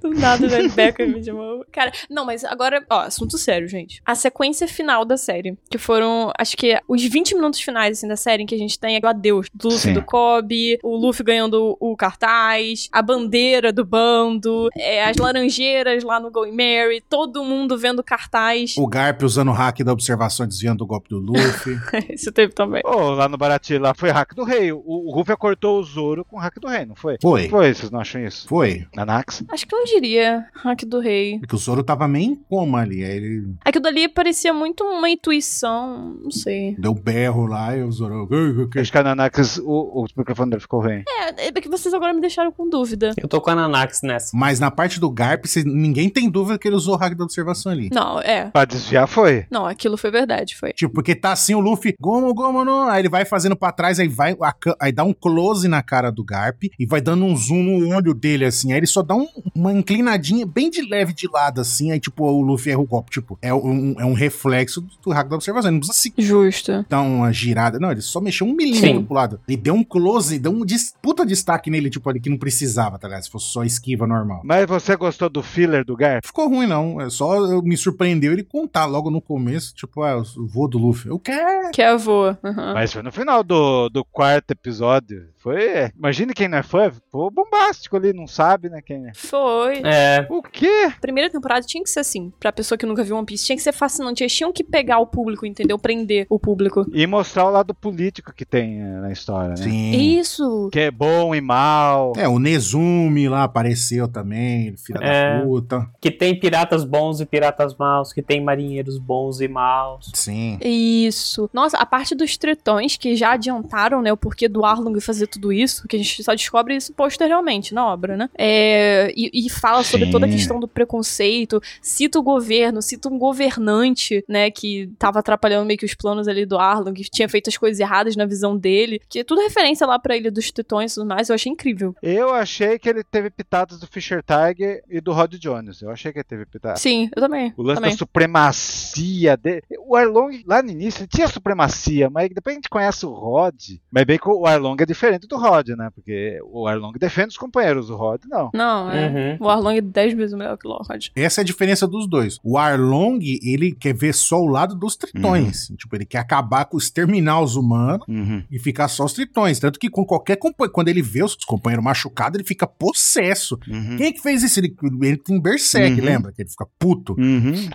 do nada, né? velho. Beckham de novo. Cara, não, mas agora, ó, assunto sério, gente. A sequência final da série, que foram, acho que, os 20 minutos finais, assim, da série, em que a gente tem o adeus do Luffy
Sim.
do Kobe, o Luffy ganhando o cartaz, a bandeira do bando, é, as laranjeiras lá no Going Mary, todo mundo vendo cartaz.
O Garp usando o hack da observação, desviando o golpe do Luffy.
Isso teve também.
Ô, lá no Barati, lá foi hack do rei. O, o Ruffy cortou o Zoro com hack do rei, não foi?
Foi.
Foi, vocês não acham isso?
Foi.
Anax?
Acho que eu não diria Hack do Rei.
Porque o Zoro tava meio em coma ali. Aí ele
Aquilo É dali parecia muito uma intuição, não sei.
deu berro lá e o Zoro. "Ui, o quê?"
Acho que a Nanax, o, o microfone dele ficou ruim.
É, é que vocês agora me deixaram com dúvida.
Eu tô com a Nanax nessa.
Mas na parte do Garp, cê- ninguém tem dúvida que ele usou o hack da observação ali.
Não, é.
Pra desviar foi.
Não, aquilo foi verdade, foi.
Tipo, porque tá assim o Luffy, gomo, gomo, no. Aí ele vai fazendo pra trás, aí vai, a ca- aí dá um close na cara do Garp e vai dando um zoom no olho dele, assim. Aí ele só dá um- uma inclinadinha bem de leve de lado, assim. Aí, tipo, o Luffy erra o golpe. Tipo, é um, é um reflexo do, do hack da observação. Ele não precisa se
Justo.
dar uma girada. Não, ele só mexeu um milímetro
Sim.
pro lado. Ele deu um close, deu um des- puta destaque nele, tipo, ali que não precisava, tá ligado? Se fosse só esquiva normal.
Mas você gostou do filler do Garp?
Ficou ruim, não. É só eu- me surpreendeu ele contar logo no começo, tipo, ah, eu vou do Luffy. Eu quero.
Que é voa. Aham.
Mas foi no final do, do quarto episódio. Foi. é. Imagine quem não é fã, ficou bombástico ali, não sabe, né? Quem é.
Foi.
É,
O quê?
Primeira temporada tinha que ser assim. Pra pessoa que nunca viu One Piece, tinha que ser fascinante. Eles tinham que pegar o público, entendeu? Prender o público.
E mostrar o lado político que tem é, na história, né?
Sim.
Isso!
Que é bom e mal.
É, o Nezumi lá apareceu também, filha da
É.
puta.
que tem piratas bons e piratas maus, que tem marinheiros bons e maus.
Sim.
Isso. Nossa, a parte dos tritões que já adiantaram, né, o porquê do Arlong fazer tudo isso, que a gente só descobre isso posteriormente na obra, né? É, e, e fala sobre
Sim.
toda a questão do preconceito, cita o governo, cita um governante, né, que tava atrapalhando meio que os planos ali do Arlong, que tinha feito as coisas erradas na visão dele, que é tudo referência lá pra Ilha dos Tritões e tudo mais, eu achei incrível.
Eu achei que ele teve pitadas do Fischer Tiger e do Rod Jones. Eu achei que ele teve pitadas.
Sim, eu também.
Ah. O lance
também.
da supremacia dele. O Arlong, lá no início, ele tinha supremacia, mas depois a gente conhece o Rod. Mas bem que o Arlong é diferente do Rod, né? Porque o Arlong defende os companheiros, o Rod não.
Não, é.
Uhum.
O Arlong é 10 vezes melhor que o Lord.
Essa é a diferença dos dois. O Arlong, ele quer ver só o lado dos tritões. Tipo, ele quer acabar com, exterminar os humanos e ficar só os tritões. Tanto que com qualquer companheiro, quando ele vê os companheiros machucados, ele fica possesso. Quem é que fez isso? Ele, ele tem Berserk,
Uhum.
lembra? Que ele fica puto.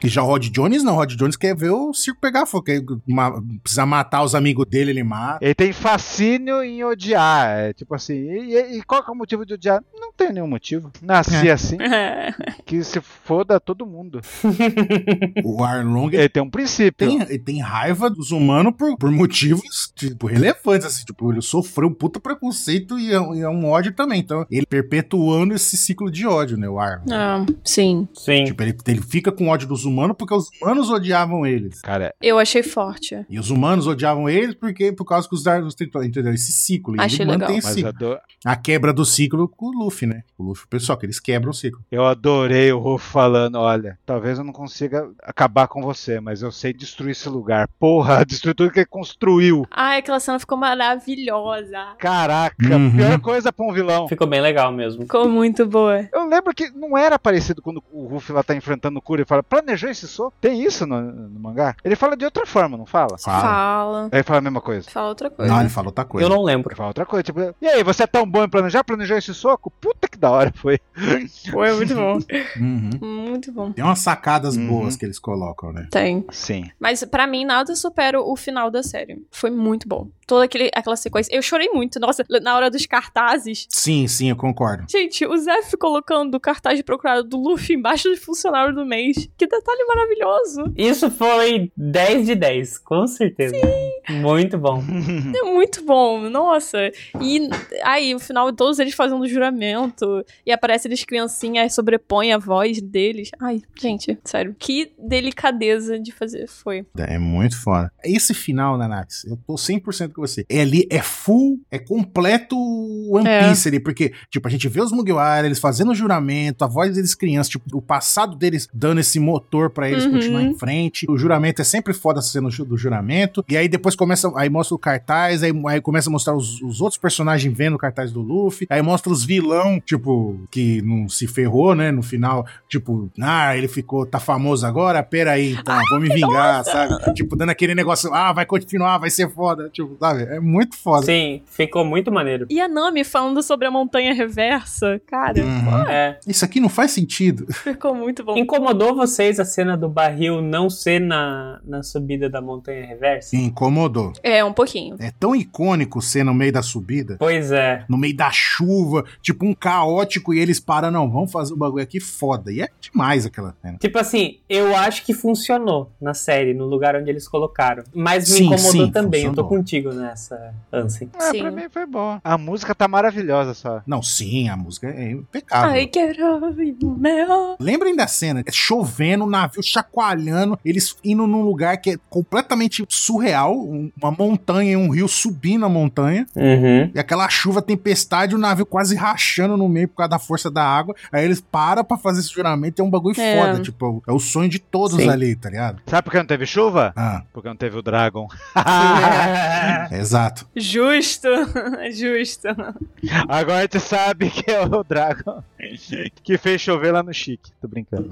E já o Rod Jones, não. O Rod Jones quer ver o circo pegar fogo. Quer ma- precisa matar os amigos dele, ele mata.
Ele tem fascínio em odiar. É tipo assim, e, e- e qual que é o motivo de odiar? Não tem nenhum motivo.
É.
Nasci assim, que se foda todo mundo.
O Arlong
Ele tem um princípio.
Então.
tem, ele tem raiva dos humanos por, por motivos tipo, relevantes, assim, tipo, ele sofreu um puta preconceito e é, um- e é um ódio também. Então, ele perpetuando esse ciclo de ódio, né, o Arlong.
Ah, sim.
Sim.
Tipo, ele, ele fica com ódio dos humanos porque os humanos odiavam eles.
Cara,
Eu achei forte.
E os humanos odiavam eles porque por causa que os Dark entendeu? Esse ciclo. E
Achei
ele mantém
legal.
esse
mas é- eu,
ciclo.
ado-
A quebra do ciclo com o Luffy, né? O Luffy, o pessoal, que eles quebram o ciclo.
eu adorei o Ruff falando: olha, talvez eu não consiga acabar com você, mas eu sei destruir esse lugar. Porra, destruir tudo que ele construiu.
Ai, aquela cena ficou maravilhosa.
Caraca,
Uhum.
pior coisa pra um vilão.
Ficou bem legal mesmo.
Ficou muito boa.
Eu lembro que não era parecido quando o Ruff lá tá enfrentando o Kuro e fala, planejou esse soco? Tem isso no, no mangá? Ele fala de outra forma, não fala?
Fala.
Aí ele fala a mesma coisa.
Fala outra coisa.
Não, Ah, ele falou outra coisa.
Eu não lembro.
Ele fala outra coisa, tipo, e aí, você é tão bom em planejar? Planejou esse soco? Puta que da hora foi.
Foi é muito bom.
Uhum.
muito bom.
Tem umas sacadas
Uhum.
boas que eles colocam, né?
Tem.
Sim.
Mas pra mim, nada supera o final da série. Foi muito bom. Toda aquele, aquela sequência. Eu chorei muito. Nossa, na hora dos cartazes.
Sim, sim, eu concordo.
Gente, o Zef colocando o cartaz de procurado do Luffy embaixo do funcionário do mês. Que detalhe maravilhoso.
Isso foi 10 de 10, com certeza. Muito bom.
É muito bom. Nossa. E aí, o final, todos eles fazendo juramento. E aparece eles criancinhas, sobrepõe a voz deles. Ai, gente, sério. Que delicadeza de fazer foi.
É muito foda. Esse final, Nanax, eu tô 100% com você. É ali, é full, é completo One
É.
Piece ali, porque, tipo, a gente vê os Mugiwara, eles fazendo o juramento, a voz deles crianças, tipo, o passado deles dando esse motor pra eles
Uhum.
continuar em frente. O juramento é sempre foda essa cena do juramento. E aí depois começa, aí mostra o cartaz, aí, aí começa a mostrar os, os outros personagens vendo o cartaz do Luffy, aí mostra os vilão, tipo, que não se ferrou, né, no final, tipo, ah, ele ficou, tá famoso agora, peraí, então, vou me vingar, sabe? Tipo, dando aquele negócio, ah, vai continuar, vai ser foda, tipo, sabe? É muito foda.
Sim, ficou muito maneiro.
E a Nami falando sobre a montanha reversa. Cara,
Uhum.
É.
Isso aqui não faz sentido.
ficou muito bom.
Incomodou vocês a cena do barril não ser na, na subida da montanha reversa?
Incomodou.
É, um pouquinho.
É tão icônico ser no meio da subida,
Pois é.
no meio da chuva, tipo um caótico, e eles param, não, vamos fazer o bagulho aqui foda. E é demais aquela cena.
Tipo assim, eu acho que funcionou na série, no lugar onde eles colocaram. Mas me
Sim,
incomodou
sim,
também. Eu tô
funcionou.
contigo nessa, Ansem.
É,
Sim.
pra mim foi bom. A música tá maravilhosa só.
Ah,
Não, sim, a música é impecável.
Ai, quero meu.
Lembrem da cena? É chovendo, navio chacoalhando, eles indo num lugar que é completamente surreal, um- uma montanha e um rio subindo a montanha.
Uhum.
E aquela chuva, tempestade, o navio quase rachando no meio por causa da força da água. Aí eles param pra fazer esse juramento. É um bagulho
É.
foda, tipo, é o sonho de todos
Sim.
ali, tá ligado?
Sabe por que não teve chuva?
Ah. é
Porque não teve o Dragon.
Exato.
Justo, justo.
Agora a gente sabe que é o Dragon que fez chover lá no Chique. Tô brincando.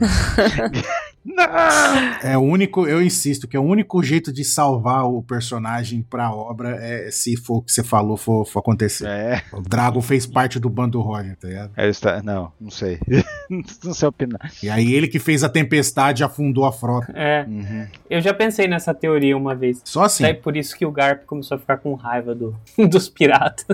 É o único, eu insisto, que é o único jeito de salvar o personagem pra obra é se for o que você falou, for, for acontecer. O Drago fez parte do bando Roger, tá ligado?
É, está... Não, não sei. não sei opinar.
E aí ele que fez a tempestade e afundou a frota.
É. Eu já pensei nessa teoria uma vez.
Só assim?
Daí por isso que o Garp começou a ficar com raiva do, dos piratas.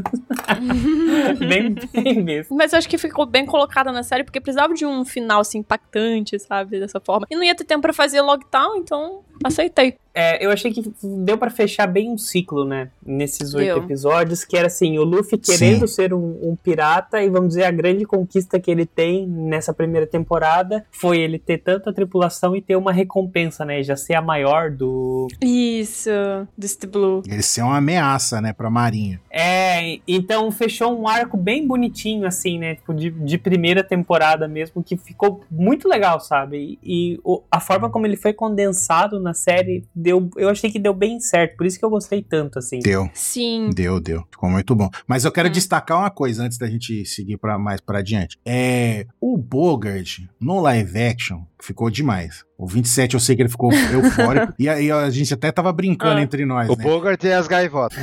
bem, bem mesmo.
Mas eu acho que ficou bem colocada na série, porque precisava de um final assim impactante, sabe? Dessa forma. E não ia ter tempo pra fazer logtown, então aceitei.
É, eu achei que deu pra fechar bem um ciclo, né? Nesses oito
Deu.
episódios, que era assim, o Luffy querendo ser um, um pirata, e vamos dizer, a grande conquista que ele tem nessa primeira temporada foi ele ter tanta tripulação e ter uma recompensa, né? Já ser a maior do,
Isso, Dust Blue.
Eles são é uma ameaça, né, pra marinha.
É, e- então fechou um arco bem bonitinho, assim, né? Tipo, de, de primeira temporada mesmo, que ficou muito legal, sabe? E, e o- a forma como ele foi condensado na série, deu, eu achei que deu bem certo, por isso que eu gostei tanto, assim.
Deu.
Sim.
Deu, deu. Ficou muito bom. Mas eu quero
Ah.
destacar uma coisa antes da gente seguir pra mais pra adiante. É, o Bogart no live action ficou demais. O 27 eu sei que ele ficou eufórico. e aí a gente até tava brincando
Ah.
entre nós,
o
né?
Bogart e as gaivotas.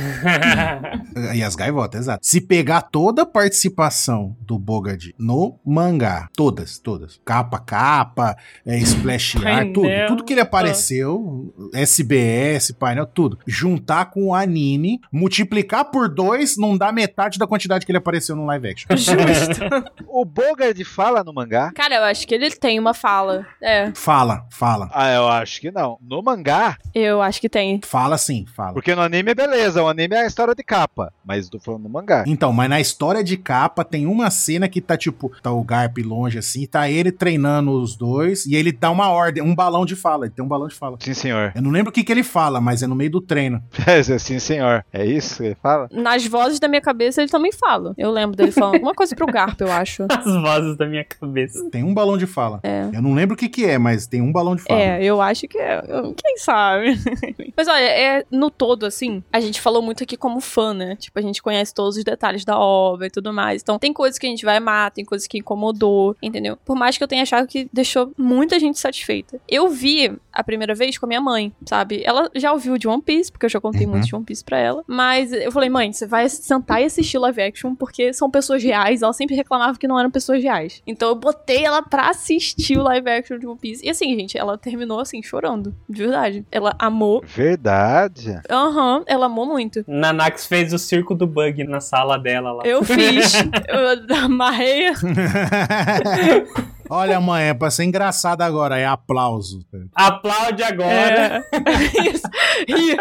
E as gaivotas, exato. Se pegar toda a participação do Bogard no mangá, todas, todas, capa, capa, é, splash art, tudo,
Painel.
tudo que ele apareceu, SBS, painel, tudo, juntar com o anime, multiplicar por dois, não dá metade da quantidade que ele apareceu no live action.
o Bogart fala no mangá?
Cara, eu acho que ele tem uma fala. É,
Fala, fala.
Ah, eu acho que não. No mangá?
eu acho que tem.
Fala sim, fala.
Porque no anime é beleza, o anime é a história de capa. Mas tô falando no mangá.
Então, mas na história de capa tem uma cena que tá tipo, tá o Garp longe assim, tá ele treinando os dois e ele dá uma ordem, um balão de fala, ele tem um balão de fala.
Sim, senhor.
Eu não lembro o que, que ele fala, mas é no meio do treino.
Sim, senhor. É isso que ele fala?
Nas vozes da minha cabeça ele também fala. Eu lembro dele falando alguma coisa pro Garp, eu acho.
As vozes da minha cabeça.
Tem um balão de fala. Eu não lembro o que, que é, mas tem um balão de fala.
É, eu acho que é. eu- Quem sabe? Mas olha, é, no todo, assim, a gente falou muito aqui como fã, né? Tipo, a gente conhece todos os detalhes da obra e tudo mais. Então, tem coisas que a gente vai amar, tem coisas que incomodou, entendeu? Por mais que eu tenha achado que deixou muita gente satisfeita. Eu vi a primeira vez com a minha mãe, sabe? Ela já ouviu de One Piece, porque eu já contei
Uhum.
muito de One Piece pra ela. Mas eu falei, mãe, você vai sentar e assistir live action, porque são pessoas reais. Ela sempre reclamava que não eram pessoas reais. Então, eu botei ela pra assistir o live action de One Piece. E assim, gente, ela terminou assim, chorando. De verdade. Ela amou.
Verdade.
Aham, ela amou muito.
Nanax fez o circo do bug na sala dela lá.
Eu fiz. eu amarrei.
Olha, mãe, é pra ser engraçado agora, é aplauso.
Aplaude
É.
agora.
Ih,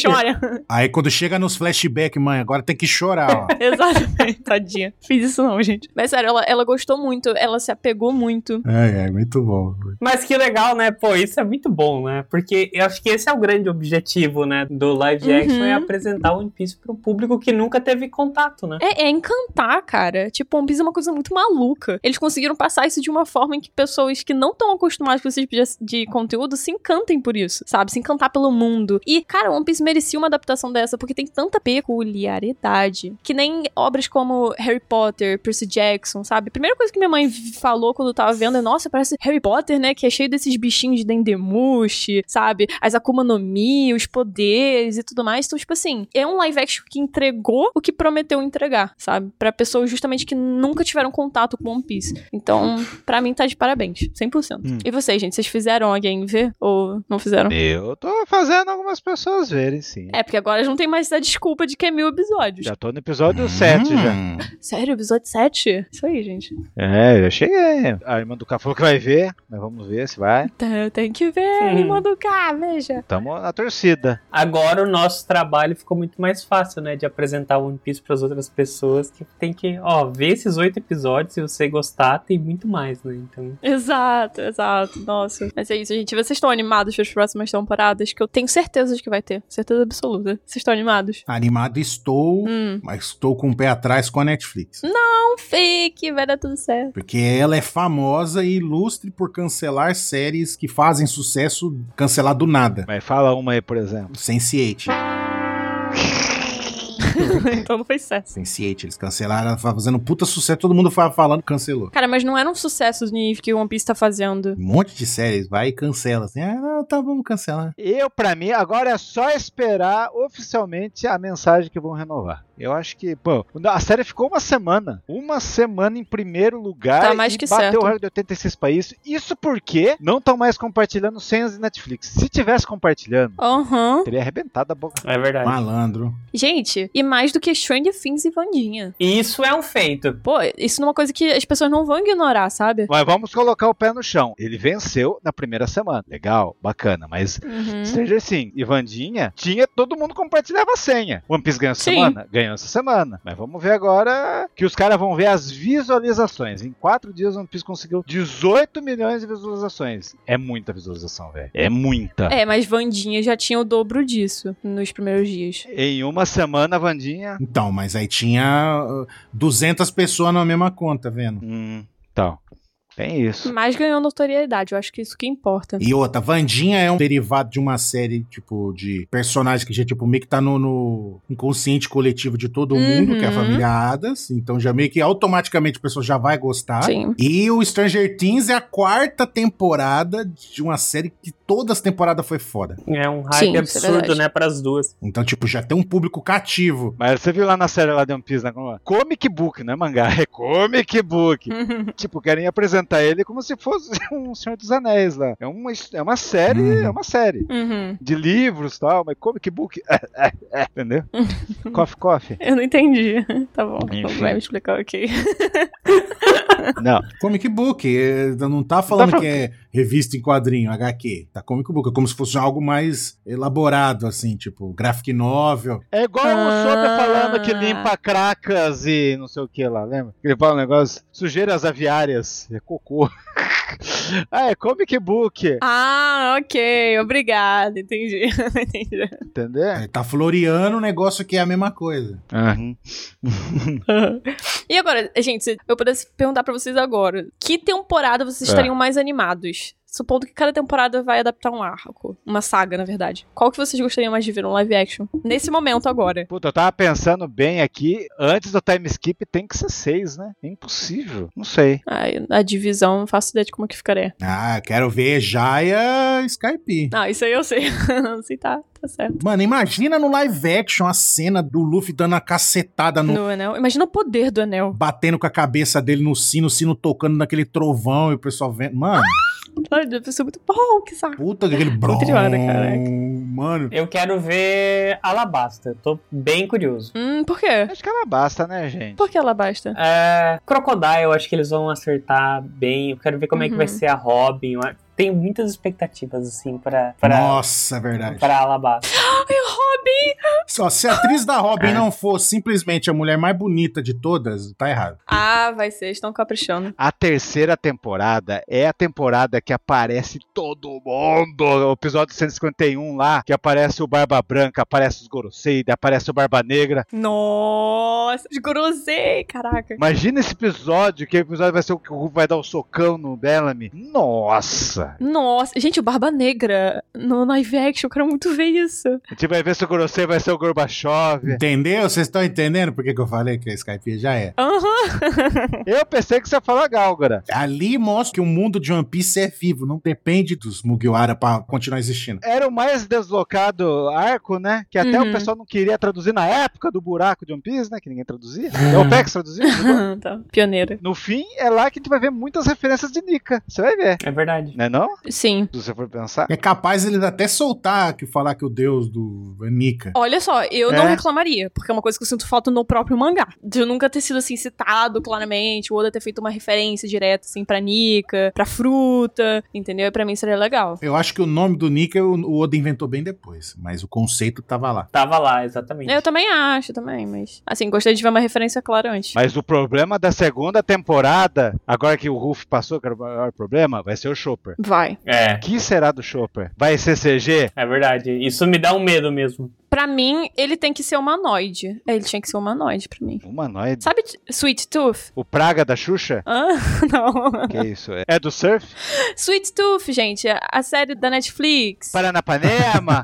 chora.
Aí quando chega nos flashback, mãe, agora tem que chorar, ó.
Exatamente, tadinha. Fiz isso não, gente. Mas sério, ela, ela gostou muito, ela se apegou muito.
É, é, muito bom.
Mas que legal, né? Pô, isso é muito bom, né? Porque eu acho que esse é o grande objetivo, né? Do live action
Uhum.
é apresentar One Piece pro público que nunca teve contato, né?
É, é encantar, cara. Tipo, One Piece é uma coisa muito maluca. Eles conseguiram passar isso de uma forma em que pessoas que não estão acostumadas com esse tipo de, de conteúdo se encantem por isso, sabe? Se encantar pelo mundo. E, cara, One Piece merecia uma adaptação dessa, porque tem tanta peculiaridade. Que nem obras como Harry Potter, Percy Jackson, sabe? Primeira coisa que minha mãe vi- falou quando eu tava vendo é, nossa, parece Harry Potter, né? Que é cheio desses bichinhos de Dendemushi, sabe? As Akuma no Mi, os poderes e tudo mais. Então, tipo assim, é um live action que entregou o que prometeu entregar, sabe? Pra pessoas justamente que nunca tiveram contato com One Piece. Então, pra mim tá de parabéns, 100%.
Hum.
E vocês, gente? Vocês fizeram alguém ver ou não fizeram?
Eu tô fazendo algumas pessoas verem, sim.
É, porque agora não tem mais a desculpa de que é mil episódios.
Já tô no episódio 7 Tá já.
Hum,
Sério, episódio 7? Isso aí, gente.
É, eu cheguei. A irmã do K falou que vai ver, mas vamos ver se vai.
Tá, Tem que ver,
Hum.
irmão do cá, veja.
Tamo na torcida.
Agora o nosso trabalho ficou muito mais fácil, né? De apresentar One Piece para as outras pessoas que tem que, ó, ver esses oito episódios. Se você gostar, tem muito mais, né? né? Então.
Exato, exato. Nossa. Mas é isso, gente. Vocês estão animados para as próximas temporadas? Que eu tenho certeza de que vai ter. Certeza absoluta. Vocês estão animados?
Animado estou, mas estou com o pé atrás com a Netflix.
Hum. Não fique, vai dar tudo certo.
Porque ela é famosa e ilustre por cancelar séries que fazem sucesso cancelar do nada.
Mas fala uma aí, por exemplo.
Sense8.
então não foi sucesso.
Sense8, eles cancelaram, ela tava fazendo puta sucesso, todo mundo fa- falando, cancelou.
Cara, mas não era um sucesso o nível que One Piece tá fazendo.
Um monte de séries vai e cancela. Assim, ah, não, tá, vamos cancelar.
Eu, pra mim, agora é só esperar oficialmente a mensagem que vão renovar. Eu acho que, pô, a série ficou uma semana. Uma semana em primeiro lugar.
Tá mais
e
que
bateu
certo.
o recorde de 86 países. Isso porque não estão mais compartilhando senhas de Netflix. Se tivesse compartilhando,
Aham.
teria arrebentado a boca.
É verdade.
Malandro.
Gente, e mais do que Stranger Things e Vandinha.
E Isso é um feito.
Pô, isso não é uma coisa que as pessoas não vão ignorar, sabe?
Mas vamos colocar o pé no chão. Ele venceu na primeira semana. Legal, bacana, mas
Uhum.
Stranger Things e Vandinha, assim, tinha todo mundo compartilhava a senha. One Piece ganhou essa
Sim.
semana? Ganhou essa semana. Mas vamos ver agora que os caras vão ver as visualizações. Em quatro dias, One Piece conseguiu 18 milhões de visualizações. É muita visualização, velho. É muita.
É, mas Vandinha já tinha o dobro disso nos primeiros dias.
Em uma semana, a Vandinha.
Então, mas aí tinha uh, 200 pessoas na mesma conta, vendo?
Hum, então, tem isso.
Mas ganhou notoriedade, eu acho que isso que importa.
E outra, Vandinha é um derivado de uma série, tipo, de personagens que já, tipo, meio que tá no, no inconsciente coletivo de todo mundo,
Uhum.
que é a família Adas. Então já meio que automaticamente a pessoa já vai gostar.
Sim.
E o Stranger Things é a quarta temporada de uma série que todas as temporadas foi foda.
É um hype
Sim, isso é
absurdo,
verdade.
né, para as duas.
Então, tipo, já tem um público cativo.
Mas você viu lá na série lá de One Piece, né? como- Comic Book, não é mangá, é Comic Book.
Uhum.
tipo, querem apresentar ele como se fosse um Senhor dos Anéis lá. É uma, his- é uma série,
Hum.
Uhum.
é uma série.
Uhum.
De livros e tal, mas comic book. É, Entendeu? coffee, coffee.
Eu não entendi. Tá bom,
Enfim.
vai me explicar ok.
Não.
Comic Book, é, não tá falando
falando-
que é revista em quadrinho, HQ. Tá Comic Book, é como se fosse algo mais elaborado, assim, tipo, graphic novel.
É igual o
Ah.
Soda falando que limpa cracas e não sei o que lá, lembra? Ele fala um negócio, sujeiras aviárias, é cocô. ah, é comic book,
Ah, ok, obrigada, entendi. entendi.
entendeu?
É, tá floreando um negócio que é a mesma coisa.
Aham.
E agora, gente, se eu pudesse perguntar pra vocês agora, que temporada vocês
É.
estariam mais animados? Supondo que cada temporada vai adaptar um arco, uma saga, na verdade. Qual que vocês gostariam mais de ver um live action? Nesse momento agora.
Puta, eu tava pensando bem aqui, antes do time skip tem que ser seis, né? É impossível. Não sei.
Ai, a divisão, não faço ideia de como que ficaria.
Ah, quero ver Jaya Skype.
Não, isso aí eu sei. Não sei, tá, tá certo.
Mano, imagina no live action a cena do Luffy dando a cacetada no.
No anel. Imagina o poder do anel.
Batendo com a cabeça dele no sino, o sino tocando naquele trovão e o pessoal vendo. Mano,
Ai, deve ser muito bom, que saco.
puta que aquele bron.
triada, caraca.
Mano,
Eu quero ver Alabasta. Tô bem curioso.
Hum, por quê?
Acho que ela basta, né, gente?
Por que ela basta?
É, Crocodile, eu acho que eles vão acertar bem. Eu quero ver como é que
Uhum.
vai ser a Robin. Eu Tenho muitas expectativas, assim, pra, pra,
nossa, é verdade.
pra Alabasta.
Ai, Robin!
Só se a atriz da Robin
É.
não for simplesmente a mulher mais bonita de todas, tá errado.
Ah, vai ser, estão caprichando.
A terceira temporada é a temporada que aparece todo mundo. O episódio 151 lá, que aparece o Barba Branca, aparece os Gorosei, aparece o Barba Negra.
Nossa, desgrosei, caraca.
Imagina esse episódio, que o episódio vai ser o que o Hulk vai dar o socão no Bellamy. Nossa!
Nossa, gente, o Barba Negra no live action, eu quero muito ver isso.
A gente vai ver se o Gorosei vai ser o Gorbachev.
Entendeu? Vocês estão entendendo por que, que eu falei que a Skype já é?
Aham.
Eu pensei que você ia falar Gálgara.
Ali mostra que o mundo de One Piece é vivo, não depende dos Mugiwara pra continuar existindo.
Era o mais deslocado arco, né? Que até
Uhum.
o pessoal não queria traduzir na época do buraco de One Piece, né? Que ninguém traduzia. É o PEX traduzia.
tá, pioneira.
No fim, é lá que a gente vai ver muitas referências de Nika. Você vai ver.
É verdade.
Não é não?
Sim.
Se você for pensar.
É capaz eles até soltar que falar que o deus do é Nika.
Olha só, eu não
É.
reclamaria, porque é uma coisa que eu sinto falta no próprio mangá. De eu nunca ter sido assim citado errado, claramente. O Oda ter feito uma referência direta, assim, pra Nika, pra fruta, entendeu? E pra mim seria legal.
Eu acho que o nome do Nika o- o Oda inventou bem depois, mas o conceito tava lá.
Tava lá, exatamente.
Eu também acho, também, mas. Assim, gostei de ver uma referência clara antes.
Mas o problema da segunda temporada, agora que o Ruff passou, que era o maior problema, vai ser o Chopper.
Vai.
É.
que será do Chopper? Vai ser CG?
É verdade. Isso me dá um medo mesmo.
Pra mim, ele tem que ser humanoide. É, Ele tinha que ser humanoide pra mim.
Humanoide?
Sabe t- Sweet Tooth?
O Praga da Xuxa?
Hã? Não.
Que isso? É, é do surf?
Sweet Tooth, gente, é a série da Netflix.
Paranapanema?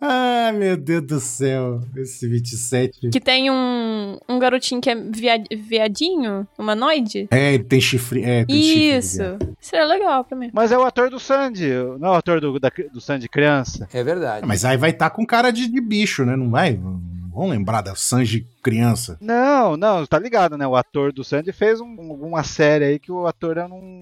Ah, meu Deus do céu, esse 27.
Que tem um, um garotinho que é via- viadinho, humanoide.
É, ele tem chifre. É, tem chifre,
Isso. Seria legal pra mim.
Mas é o ator do Sandy, não é o ator do, da- do Sandy criança.
É verdade. Mas aí vai estar com cara de, de bicho, né? Não vai? Não Vão lembrar da Sanji criança.
Não, não, tá ligado, né? O ator do Sandy fez um, uma série aí que o ator não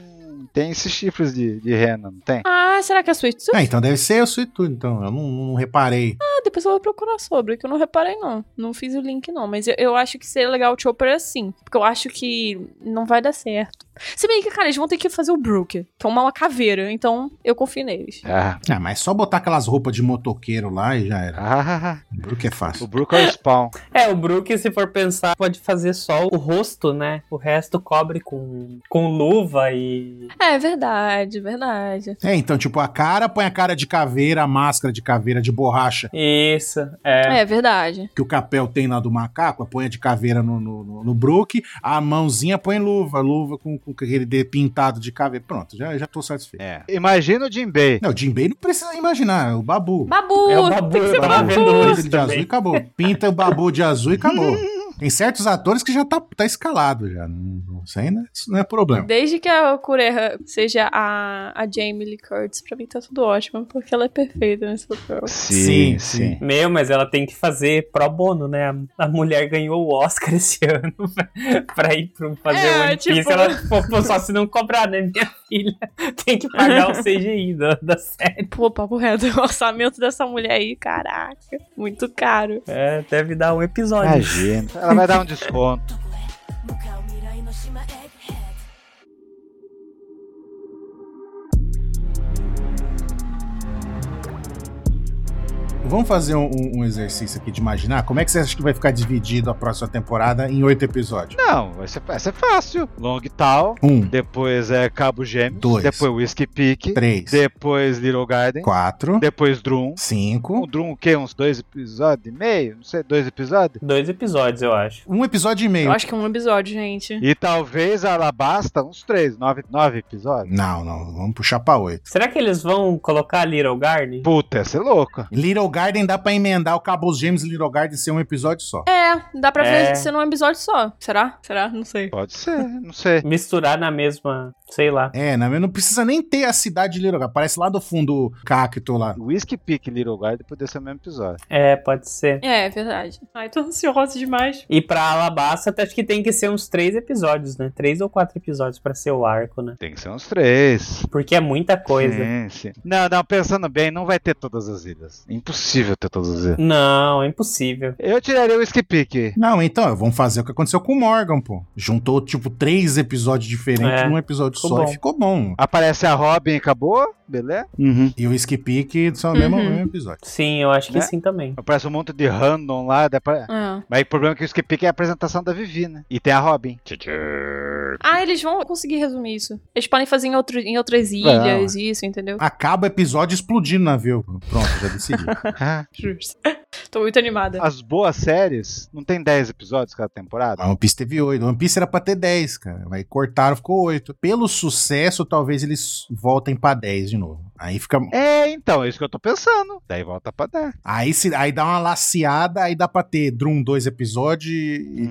tem esses chifres de, de rena, não tem?
Ah, será que é Sweet Tooth?
Ah, então deve ser o Suitu, então. Eu não, não reparei.
Ah, depois eu vou procurar sobre, que eu não reparei, não. Não fiz o link, não. Mas eu, eu acho que seria legal o Chopper assim. Porque eu acho que não vai dar certo. Se bem que, cara, eles vão ter que fazer o Brook, que é uma caveira. Então, eu confio neles.
Ah.
mas só botar aquelas roupas de motoqueiro lá e já era.
Ah.
O Brook é fácil.
O Brook é o Spawn.
É, o Brook, se for pensar, pode fazer só o rosto, né? O resto cobre com, com luva e.
É verdade, verdade.
É, então, tipo, a cara põe a cara de caveira, a máscara de caveira de borracha.
Isso, é.
É verdade.
Que o capel tem lá do macaco, põe a de caveira no, no, no- no Brook, a mãozinha põe luva, luva com, com aquele de pintado de caveira. Pronto, já, já tô satisfeito.
É. Imagina o Jinbei.
Não, o Jinbei não precisa imaginar, o Babu.
Babu!
É o Babu,
tem que ser
eu
Babu!
tava vendo
Pinta
isso
ele de
também.
azul e acabou. Pinta o babu de azul e acabou.
Hum.
Tem certos atores que já tá, tá escalado já. Não, não- isso aí não é, isso não é problema.
Desde que a Kureha seja a, a Jamie Lee Curtis, pra mim tá tudo ótimo, porque ela é perfeita nesse papel.
Sim, sim.
Meu, mas ela tem que fazer pro bono, né? A- A mulher ganhou o Oscar esse ano pra- pra ir pro fazer
É,
o One Piece.
tipo-
Ela, pô, pô, só se não cobrar, né, minha filha? Tem que pagar o CGI da, da série.
Pô, papo reto, o orçamento dessa mulher aí, caraca, muito caro.
É, deve dar um episódio.
Imagina. Ela vai dar um desconto.
Vamos fazer um, um- um exercício aqui de imaginar como é que você acha que vai ficar dividido a próxima temporada em oito episódios?
Não, vai ser, vai ser fácil. Long Tal,
Um,
depois é Cabo Gêmeos,
Dois.
depois Whiskey Peak,
três,
depois Little Garden,
quatro, Um.
depois Drum. O
cinco.
Drum o quê? Uns dois episódios e meio? Não sei, dois episódios?
Dois episódios, eu acho.
Um episódio e meio.
Eu acho que é um episódio, gente.
E talvez a Alabasta, uns três, nove, nove episódios.
Não, não, vamos puxar pra oito.
Será que eles vão colocar Little Garden?
Puta, essa é louca.
Little Garden dá pra emendar o Cabos Gêmeos e Little Garden ser um episódio só.
É, dá pra
É.
ver ser num episódio só. Será? Será? Não sei.
Pode ser, não sei.
Misturar na mesma, sei lá.
É, não, não precisa nem ter a cidade de Little Garden. Parece lá do fundo o cacto lá.
Whiskey Peak e Little Garden poderia ser o mesmo episódio.
É, pode ser.
É, é verdade. Ai, tô ansiosa demais.
E pra Alabasta, até acho que tem que ser uns três episódios, né? Três ou quatro episódios pra ser o arco, né?
Tem que ser uns três.
Porque é muita coisa.
Sim, sim. Não, não, pensando bem, não vai ter todas as ilhas. Impossível ter todas as ilhas.
Não, é impossível.
Eu tiraria o Whiskey Peak.
Não, então, vamos fazer o que aconteceu com o Morgan, pô. Juntou, tipo, três episódios diferentes
É,
num episódio
ficou
só
bom.
e ficou bom.
Aparece a Robin e acabou, beleza?
E o Skip Pick são o mesmo,
Uhum.
mesmo episódio.
Sim, eu acho que
Né?
sim também.
Aparece um monte de random lá. daí apare-
É.
Mas o problema é que o Whiskey Peak é a apresentação da Vivi, né? E tem a Robin.
Ah, eles vão conseguir resumir isso. Eles podem fazer em, outro, em outras ilhas, isso, entendeu?
Acaba o episódio explodindo o navio. Pronto, já decidi.
Ah.
Justo. Tô muito animada.
As boas séries não tem 10 episódios cada temporada?
A One Piece teve oito. One Piece era pra ter dez, cara. Aí cortaram, ficou oito. Pelo sucesso, talvez eles voltem pra dez de novo. Aí fica.
É, então, é isso que eu tô pensando. Daí volta pra dar.
Aí, se, aí dá uma laceada, aí dá pra ter Drum dois episódios e. e...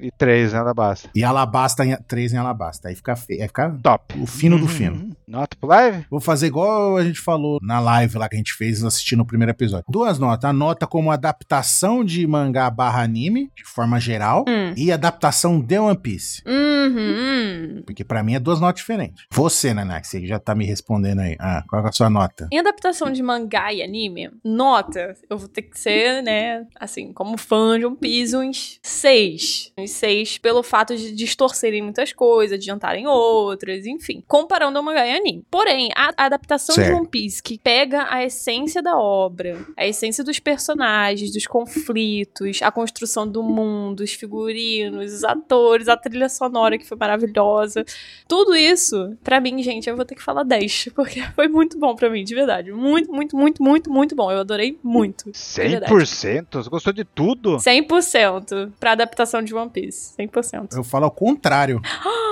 Uhum. E três, né, da basta.
E Alabasta, em, três em Alabasta. Aí fica, feio, aí fica
Top. Uhum.
o fino
Uhum.
do fino.
Nota pro live?
Vou fazer igual a gente falou na live lá que a gente fez assistindo o primeiro episódio. Duas notas. A nota como adaptação de mangá barra anime, de forma geral,
Hum.
e adaptação de One Piece.
Uhum.
Porque pra mim é duas notas diferentes. Você, Nanak, você que já tá me respondendo aí. Ah, qual é a sua nota.
Em adaptação de mangá e anime, nota, eu vou ter que ser, né, assim, como fã de One Piece, uns seis. Uns seis pelo fato de distorcerem muitas coisas, adiantarem outras, enfim. Comparando ao mangá e anime. Porém, a, a adaptação de
Certo.
One Piece, que pega a essência da obra, a essência dos personagens, dos conflitos, a construção do mundo, os figurinos, os atores, a trilha sonora que foi maravilhosa, tudo isso, pra mim, gente, eu vou ter que falar 10, porque foi muito bom pra mim, de verdade. Muito, muito, muito, muito, muito bom. Eu adorei muito. de É verdade.
100%? Você gostou de tudo?
100% pra adaptação de One Piece. 100%.
Eu falo ao contrário.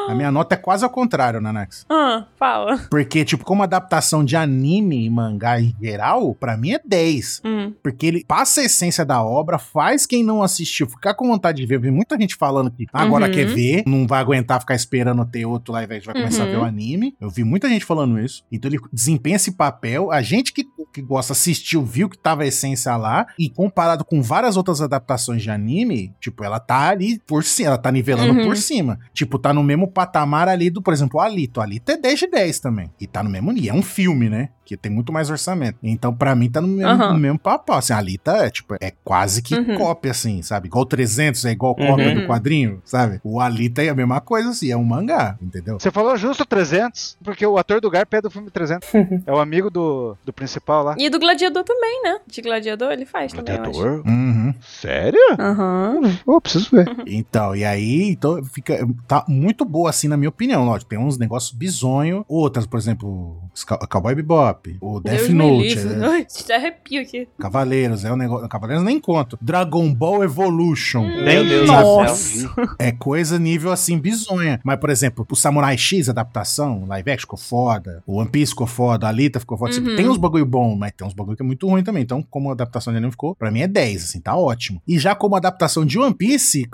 A minha nota é quase ao contrário, Nanax.
Ah, fala.
Porque, tipo, como adaptação de anime e mangá em geral, pra mim é 10.
Hum.
Porque ele passa a essência da obra, faz quem não assistiu ficar com vontade de ver. Eu vi muita gente falando que "Ah, agora
Uhum.
quer ver, não vai aguentar ficar esperando ter outro live action, vai começar a ver
Uhum.
o anime. Eu vi muita gente falando isso. Então ele desempenha esse papel. A gente que, que gosta assistiu, viu que tava a essência lá. E comparado com várias outras adaptações de anime, tipo, ela tá ali por cima, ela tá nivelando
Uhum.
por cima. Tipo, tá no mesmo patamar ali do, por exemplo, o Alito. O Alito é 10 de 10 também. E tá no mesmo nível. É um filme, né? Que tem muito mais orçamento. Então, pra mim, tá no mesmo,
Aham.
no mesmo papel. Assim, a Alita é, tipo, é quase que
Uhum.
cópia, assim, sabe? Igual 300 é igual cópia
Uhum.
do quadrinho, sabe? O Alita é a mesma coisa, assim. É um mangá, entendeu?
Você falou justo 300, porque o ator do Garp é do filme 300. é o amigo do, do principal lá.
E do Gladiador também, né? De Gladiador ele faz também, eu acho.
Uhum.
Sério?
Aham.
Pô, preciso ver.
Uhum.
Então, e aí, então fica tá muito boa assim na minha opinião, lógico, tem uns negócios bizonho, outras, por exemplo, Sca- Cowboy Bebop, o Death
Deus me
Note,
livre.
né?
Ai, te arrepio aqui.
Cavaleiros, é um negócio, Cavaleiros nem conto. Dragon Ball Evolution.
Hum.
Meu Deus do céu.
Nossa.
É coisa nível assim bizonha. Mas, por exemplo, o Samurai X adaptação, o live action ficou foda, o One Piece ficou foda, a Alita ficou foda. Tipo,
Uhum.
tem uns bagulho bom, mas tem uns bagulho que é muito ruim também. Então, como adaptação de anime ficou, pra mim é 10, assim, tá ótimo. E já como adaptação de One Piece,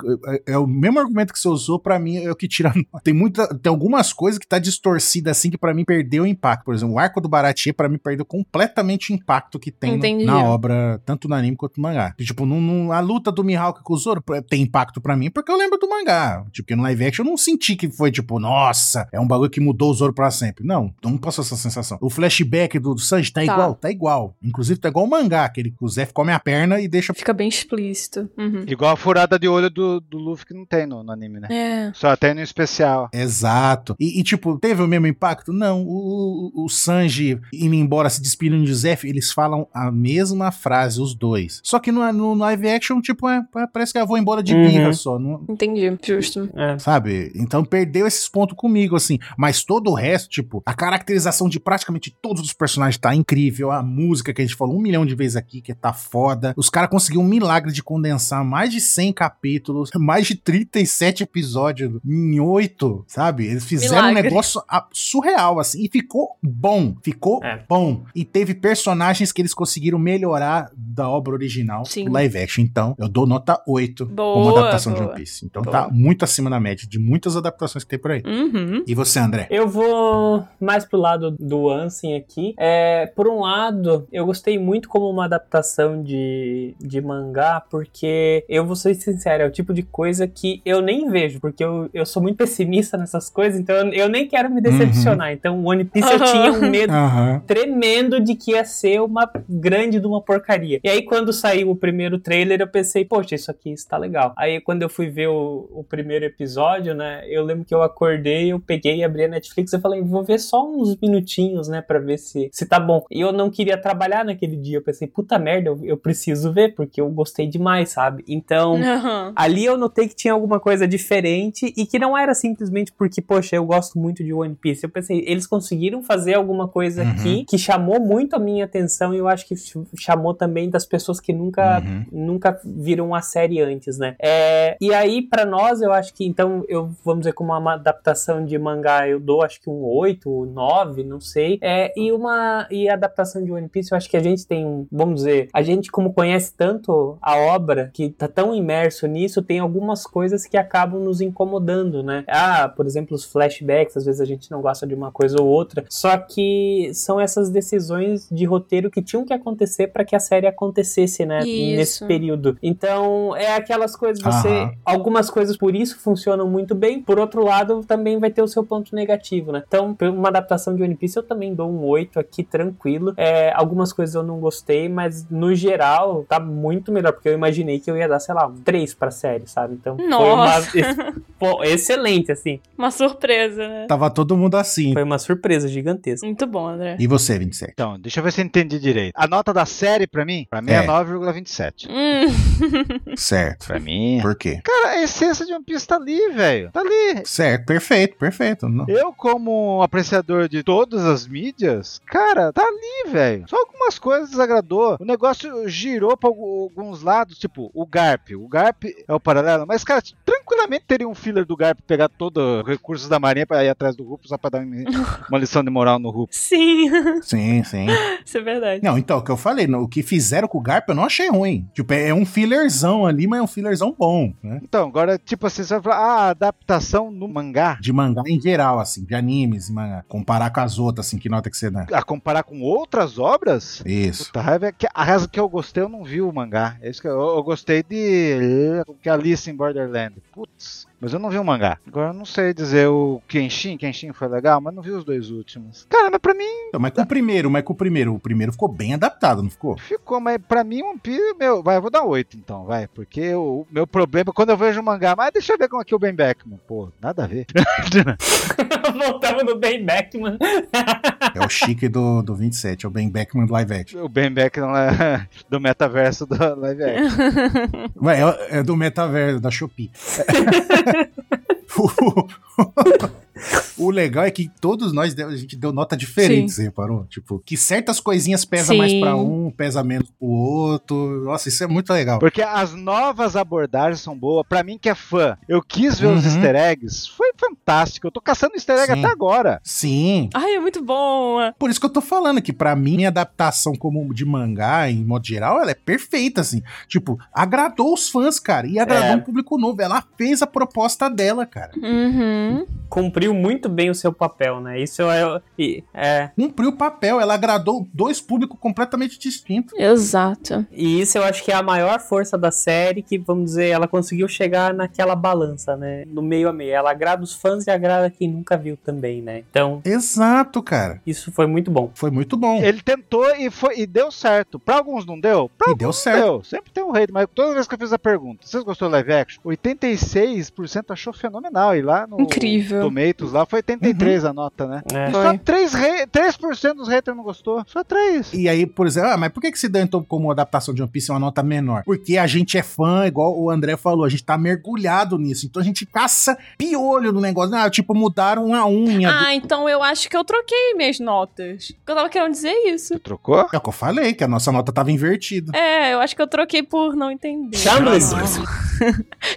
é, é o mesmo argumento que você usou, pra mim é o que tira. a nota. Tem muita, tem algumas coisas que tá distorcida assim que pra mim perdeu o impacto. Por exemplo, o arco do Baratie pra mim perdeu completamente o impacto que tem
Entendi.
na obra, tanto no anime quanto no mangá. E, tipo, não- não- a luta do Mihawk com o Zoro pra- tem impacto pra mim, porque eu lembro do mangá. Tipo, que no live action eu não senti que foi, tipo, nossa, é um bagulho que mudou o Zoro pra sempre. Não, não passou essa sensação. O flashback do, do Sanji tá,
Tá.
igual, tá igual. Inclusive, tá igual o mangá, aquele que o Zé come a perna e deixa.
Fica bem explícito. Uhum.
Igual a furada de olho do, do Luffy que não tem no, no anime, né?
É.
Só tem no especial.
Exato. E, e, tipo, teve o mesmo impacto? Não. O, o- o Sanji indo embora, se despedindo de Zef, eles falam a mesma frase, os dois. Só que no, no live action, tipo, é, parece que eu vou embora de
Uhum.
birra só. Não,
Entendi. Justo.
É.
Sabe? Então perdeu esses pontos comigo, assim. Mas todo o resto, tipo, a caracterização de praticamente todos os personagens tá incrível. A música que a gente falou um milhão de vezes aqui, que tá foda. Os caras conseguiram um milagre de condensar mais de 100 capítulos, mais de 37 episódios em 8, sabe? Eles fizeram um
Milagre.
negócio ah, surreal, assim. E ficou bom. Ficou
É.
bom. E teve personagens que eles conseguram melhorar da obra original
Sim.
pro live action. Então, eu dou nota 8 como
Boa,
adaptação de
boa.
One Piece. Então
Boa.
tá muito acima da média de muitas adaptações que tem por aí.
Uhum.
E você, André?
Eu vou mais pro lado do Ansem aqui. É, por um lado, eu gostei muito como uma adaptação de, de mangá, porque eu vou ser sincero, é o tipo de coisa que eu nem vejo, porque eu, eu sou muito pessimista nessas coisas, então eu, eu nem quero me decepcionar. Então, o One Piece eu
Aham.
tinha um medo
Aham.
tremendo de que ia ser uma grande de uma porcaria. E aí, quando saiu o primeiro trailer, eu pensei, poxa, isso aqui está legal. Aí, quando eu fui ver o, o primeiro episódio, né, eu lembro que eu acordei, eu peguei e abri a Netflix e falei, vou ver só uns minutinhos, né, pra ver se, se tá bom. E eu não queria trabalhar naquele dia, eu pensei, puta merda, eu, eu preciso ver, porque eu gostei demais, sabe? Então,
Aham.
Ali eu notei que tinha alguma coisa diferente e que não era simplesmente porque, poxa, eu gosto muito de One Piece. Eu pensei, eles conseguiram fazer alguma coisa
Uhum.
aqui que chamou muito a minha atenção e eu acho que ch- chamou também das pessoas que nunca
Uhum.
nunca viram a série antes, né? É, e aí, pra nós, eu acho que, então, eu vamos dizer, como uma adaptação de mangá, eu dou acho que um 8, 9, não sei. É, e uma e a adaptação de One Piece, eu acho que a gente tem um, vamos dizer, a gente, como conhece tanto o, a obra que tá tão imerso nisso, tem algumas coisas que acabam nos incomodando, né? Ah, por exemplo, os flashbacks, às vezes a gente não gosta de uma coisa ou outra, só que são essas decisões de roteiro que tinham que acontecer para que a série acontecesse, né?
Isso.
Nesse período. Então, é aquelas coisas, você.
Aham.
Algumas coisas por isso funcionam muito bem, por outro lado, também vai ter o seu ponto negativo, né? Então, pra uma adaptação de One Piece, eu também dou um 8 aqui, tranquilo. É, algumas coisas eu não gostei, mas no geral, tá muito melhor, porque eu imaginei que eu ia dar, sei lá, um 3 pra série, sabe? Então,
Nossa.
foi uma. pô, excelente, assim.
Uma surpresa, né?
Tava todo mundo assim.
Foi uma surpresa gigantesca.
Muito bom, André.
E você, 27?
Então, deixa eu ver se eu entendi direito. A nota da série, pra mim, pra mim é,
É.
9,27.
Hum.
Certo.
Pra mim.
Por quê?
Cara, a essência de One Piece tá ali, velho. Tá ali.
Certo, perfeito, perfeito. Não-
Eu, como um apreciador de todas as mídias, cara, tá ali, velho. Só algumas coisas desagradou. O negócio girou pra algu- alguns lados, tipo, o Garp. O Garp é o paralelo, mas, cara, tranquilamente teria um filler do Garp pegar todos os recursos da marinha pra ir atrás do Rupo só pra dar um- uma lição de moral no Rupo.
Sim,
Sim, sim.
isso é verdade.
Não, então, o que eu falei, no- o que fizeram com o Garp eu não achei ruim. Tipo, é é um fillerzão ali, mas é um fillerzão bom, né?
Então, agora, tipo assim, você vai falar, ah, adaptação no mangá.
De mangá em geral, assim, de animes e mangá. Comparar com as outras, assim, que nota que você dá?
A comparar com outras obras,
Isso.
Puta, a raiva é que a razão que eu gostei, eu não vi o mangá. É isso que eu, eu gostei de que Alice em Borderland. Putz, mas eu não vi o mangá. Agora eu não sei dizer o Kenshin, Kenshin foi legal, mas não vi os dois últimos. Cara, mas pra mim
Então, mas com o primeiro, mas com o primeiro. O primeiro ficou bem adaptado, não ficou?
ficou, mas pra mim One Piece, meu, vai, eu vou dar oito então, vai, porque o meu problema é quando eu vejo o mangá, mas deixa eu ver como é que é o Ben Beckman, pô, nada a ver.
Voltava no Ben Beckman.
É o chique do, do 27, é o Ben Beckman do live action.
o Ben Beckman lá do metaverso da live action.
Ué, é, é do metaverso, da Shopee. o legal é que todos nós, deu- a gente deu nota diferente, você reparou? Tipo, que certas coisinhas pesam
Sim.
mais pra um, pesa menos pro outro. Nossa, isso é muito legal.
Porque as novas abordagens são boas. Pra mim que é fã, eu quis ver os
Uhum.
easter eggs. Foi fantástico. Eu tô caçando easter egg
Sim.
até agora.
Sim,
Ai, é muito bom.
por isso que eu tô falando que pra mim a adaptação como de mangá em modo geral, ela é perfeita assim. Tipo, agradou os fãs, cara, e agradou
É.
um público novo. Ela fez a proposta dela, cara.
Uhum.
Cumpriu muito bem o seu papel, né? Isso é. e- é
Cumpriu o papel, ela agradou dois públicos completamente distintos.
Exato.
E isso eu acho que é a maior força da série, que vamos dizer, ela conseguiu chegar naquela balança, né? No meio a meio. Ela agrada os fãs e agrada quem nunca viu também, né? Então,
Exato, cara.
isso foi muito bom.
Foi muito bom.
Ele tentou e foi e deu certo. Pra alguns não deu. Pra
E
alguns
deu certo.
deu. Sempre tem um rei, mas toda vez que eu fiz a pergunta, vocês gostou do live action? 86% achou fenomenal. E lá no
Incrível. Uhum.
Tomatoes lá foi 83 a nota, né?
É.
E só
Foi.
3, re... 3% dos haters não gostou. Só 3.
E aí, por exemplo, ah, mas por que, que se deu então como adaptação de One Piece uma nota menor? Porque a gente é fã, igual o André falou, a gente tá mergulhado nisso. Então a gente caça piolho no negócio. Ah, tipo, mudaram a unha. do-
Ah, então eu acho que eu troquei minhas notas. Eu tava querendo dizer isso.
Trocou?
É o que eu falei, que a nossa nota tava invertida.
É, eu acho que eu troquei por não entender. Ah,
Shameless.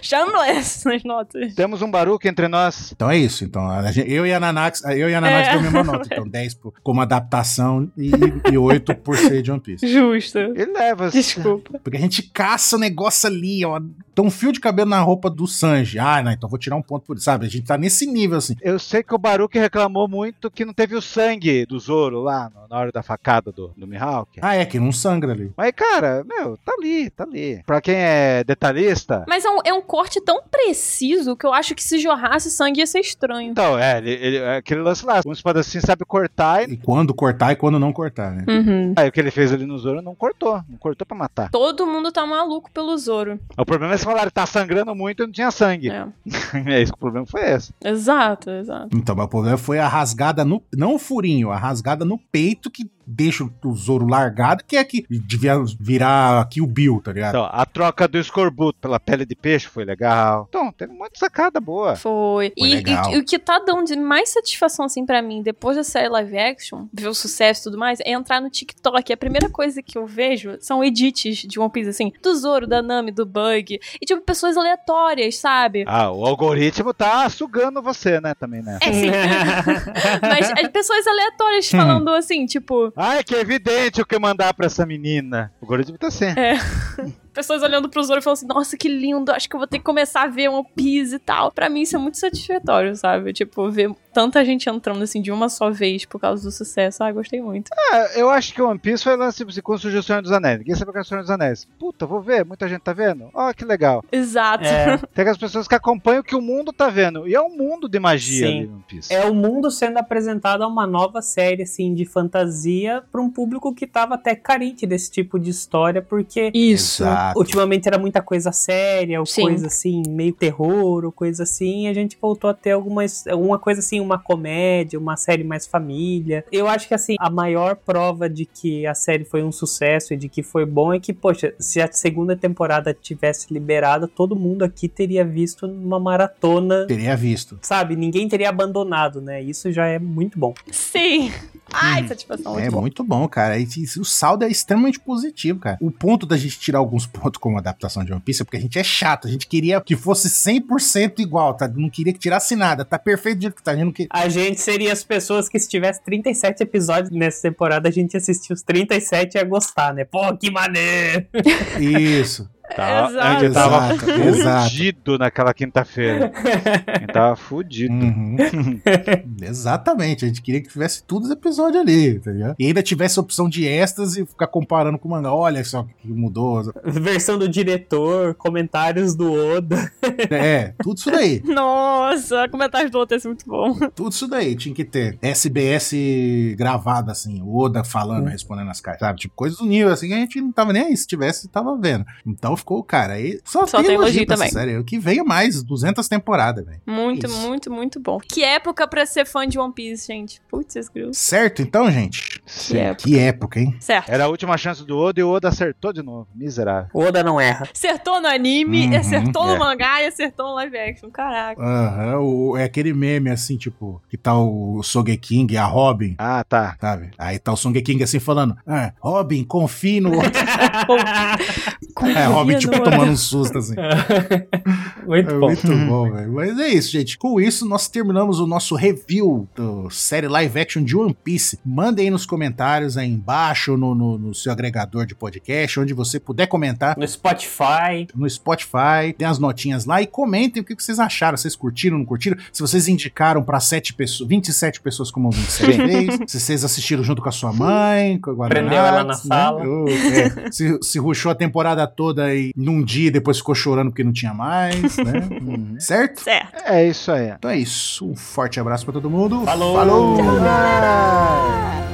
Shameless nas notas.
Temos um baruque entre nós.
Então é isso. Então, a gente- eu e a Nanax, eu e a Nanax
É.
deu a mesma nota. Então, 10 por- como adaptação e, e 8 por ser de One Piece.
Justo.
Ele leva.
Desculpa.
Porque a gente caça o negócio ali, ó. Tem um fio de cabelo na roupa do Sanji. Ah, não, então vou tirar um ponto por isso. Sabe, a gente tá nesse nível, assim.
Eu sei que o Baruque reclamou muito que não teve o sangue do Zoro lá no- na hora da facada do, do Mihawk.
Ah, é, que não sangra ali.
Mas, cara, meu, tá ali, tá ali. Pra quem é detalhista.
Mas é um, é um corte tão preciso que eu acho que se jorrasse sangue ia ser estranho.
Então, é, ele, ele- é aquele lance lá. Um espadachim sabe cortar e.
E quando cortar e quando não cortar, né?
Uhum.
Aí o que ele fez ali no Zoro não cortou. Não cortou pra matar.
Todo mundo tá maluco pelo Zoro.
O problema é que falaram, tá sangrando muito e não tinha sangue. É,
É.
isso que o problema foi esse.
Exato, exato.
Então, mas o problema foi a rasgada no. Não o furinho, a rasgada no peito que deixa o Zoro largado, que é que devia virar aqui o Bill, tá ligado?
Então, a troca do escorbuto pela pele de peixe foi legal. Então, teve um monte de sacada boa.
Foi.
Foi
E- e,
legal.
e o que tá dando de mais satisfação, assim, pra mim, depois da série live action, ver o sucesso e tudo mais, é entrar no TikTok. A primeira coisa que eu vejo são edits de One Piece, assim, do Zoro, da Nami, do Bug. E, tipo, pessoas aleatórias, sabe?
Ah, o algoritmo tá sugando você, né, também, né?
É, sim. Mas as pessoas aleatórias falando assim, tipo,
É.
Ai, que evidente o que mandar pra essa menina. O algoritmo tá assim.
pessoas olhando pro Zoro e falando assim, nossa, que lindo, acho que eu vou ter que começar a ver One Piece e tal. Pra mim isso é muito satisfatório, sabe? Tipo, ver tanta gente entrando assim de uma só vez por causa do sucesso. Ah, gostei muito.
É, eu acho que One Piece foi lance tipo, assim, quando surgiu o Senhor dos Anéis. Ninguém sabe o que é o Senhor dos Anéis. Puta, vou ver, muita gente tá vendo. Ó, que legal.
Exato.
É.
Tem aquelas pessoas que acompanham o que o mundo tá vendo. E é um mundo de magia
Sim.
ali no One Piece.
É o mundo sendo apresentado a uma nova série assim de fantasia para um público que tava até carente desse tipo de história, porque
Isso.
Exato.
ultimamente era muita coisa séria, ou
Sim.
coisa assim meio terror, ou coisa assim, e a gente voltou a ter algumas alguma coisa assim, uma comédia, uma série mais família. Eu acho que assim, a maior prova de que a série foi um sucesso e de que foi bom é que, poxa, se a segunda temporada tivesse liberada, todo mundo aqui teria visto numa maratona
Teria visto.
sabe, ninguém teria abandonado, né? Isso já é muito bom.
Sim. Ai, satisfação.
é
muito bom.
muito bom, cara. E isso- o saldo é extremamente positivo, cara. O ponto da gente tirar alguns pontos como adaptação de One Piece é porque a gente é chato. A gente queria que fosse 100% igual, tá? Não queria que tirasse nada. Tá perfeito do jeito que tá. A gente não queria...
A gente seria as pessoas que se tivesse 37 episódios nessa temporada, a gente ia assistir os 37 e ia gostar, né? Pô, que maneiro!
Isso.
Tá,
Exato.
Eu tava
Exato, exato.
fudido naquela quinta-feira. Eu tava fudido.
Uhum. Exatamente, a gente queria que tivesse todos os episódios ali, tá ligado? E ainda tivesse a opção de extras e ficar comparando com o mangá. Olha só o que mudou.
Versão do diretor, comentários do Oda.
É, tudo isso daí.
Nossa, comentários do outro é muito bom.
Tudo isso daí tinha que ter. SBS gravado, assim, o Oda falando, respondendo as cartas, sabe? Tipo, coisas do nível, assim, que a gente não tava nem aí. Se tivesse, tava vendo. Então ficou, cara, aí só,
Só
tem
tem
elogio,
elogio
pra essa
também.
série. é Que venha mais 200 temporadas, velho.
Muito,
Isso.
muito, muito bom. Que época pra ser fã de One Piece, gente. Putz, grilo.
Certo, então, gente?
Que
É.
época.
Que época, hein?
Certo.
Era a última chance do Oda e o Oda acertou de novo. Miserável.
O Oda não erra.
Acertou no anime,
Uhum,
acertou no
é.
mangá e acertou no live action. Caraca.
Aham, o- é aquele meme, assim, tipo, que tá o Sogeking e a Robin,
Ah, tá.
sabe? Aí tá o Sogeking, assim, falando, ah, Robin, confie no... outro." é, Robin, tipo, tomando um susto, assim.
muito
É
bom.
muito bom, velho. Mas é isso, gente. Com isso, nós terminamos o nosso review da série live action de One Piece. Mandem aí nos comentários aí embaixo, no, no- no seu agregador de podcast, onde você puder comentar.
No Spotify.
No Spotify, tem as notinhas lá e comentem o que que vocês acharam. Vocês curtiram, não curtiram? Se vocês indicaram pra 7 pessoas, 27 pessoas como 27 vezes, se vocês assistiram junto com a sua mãe, com a Guaraná,
Prendeu ela na sala.
é, se, se ruxou a temporada toda aí num dia e depois ficou chorando porque não tinha mais, né? Hum. certo?
Certo.
É isso aí.
Então é isso. Um forte abraço pra todo mundo.
Falou.
Falou.
Vai.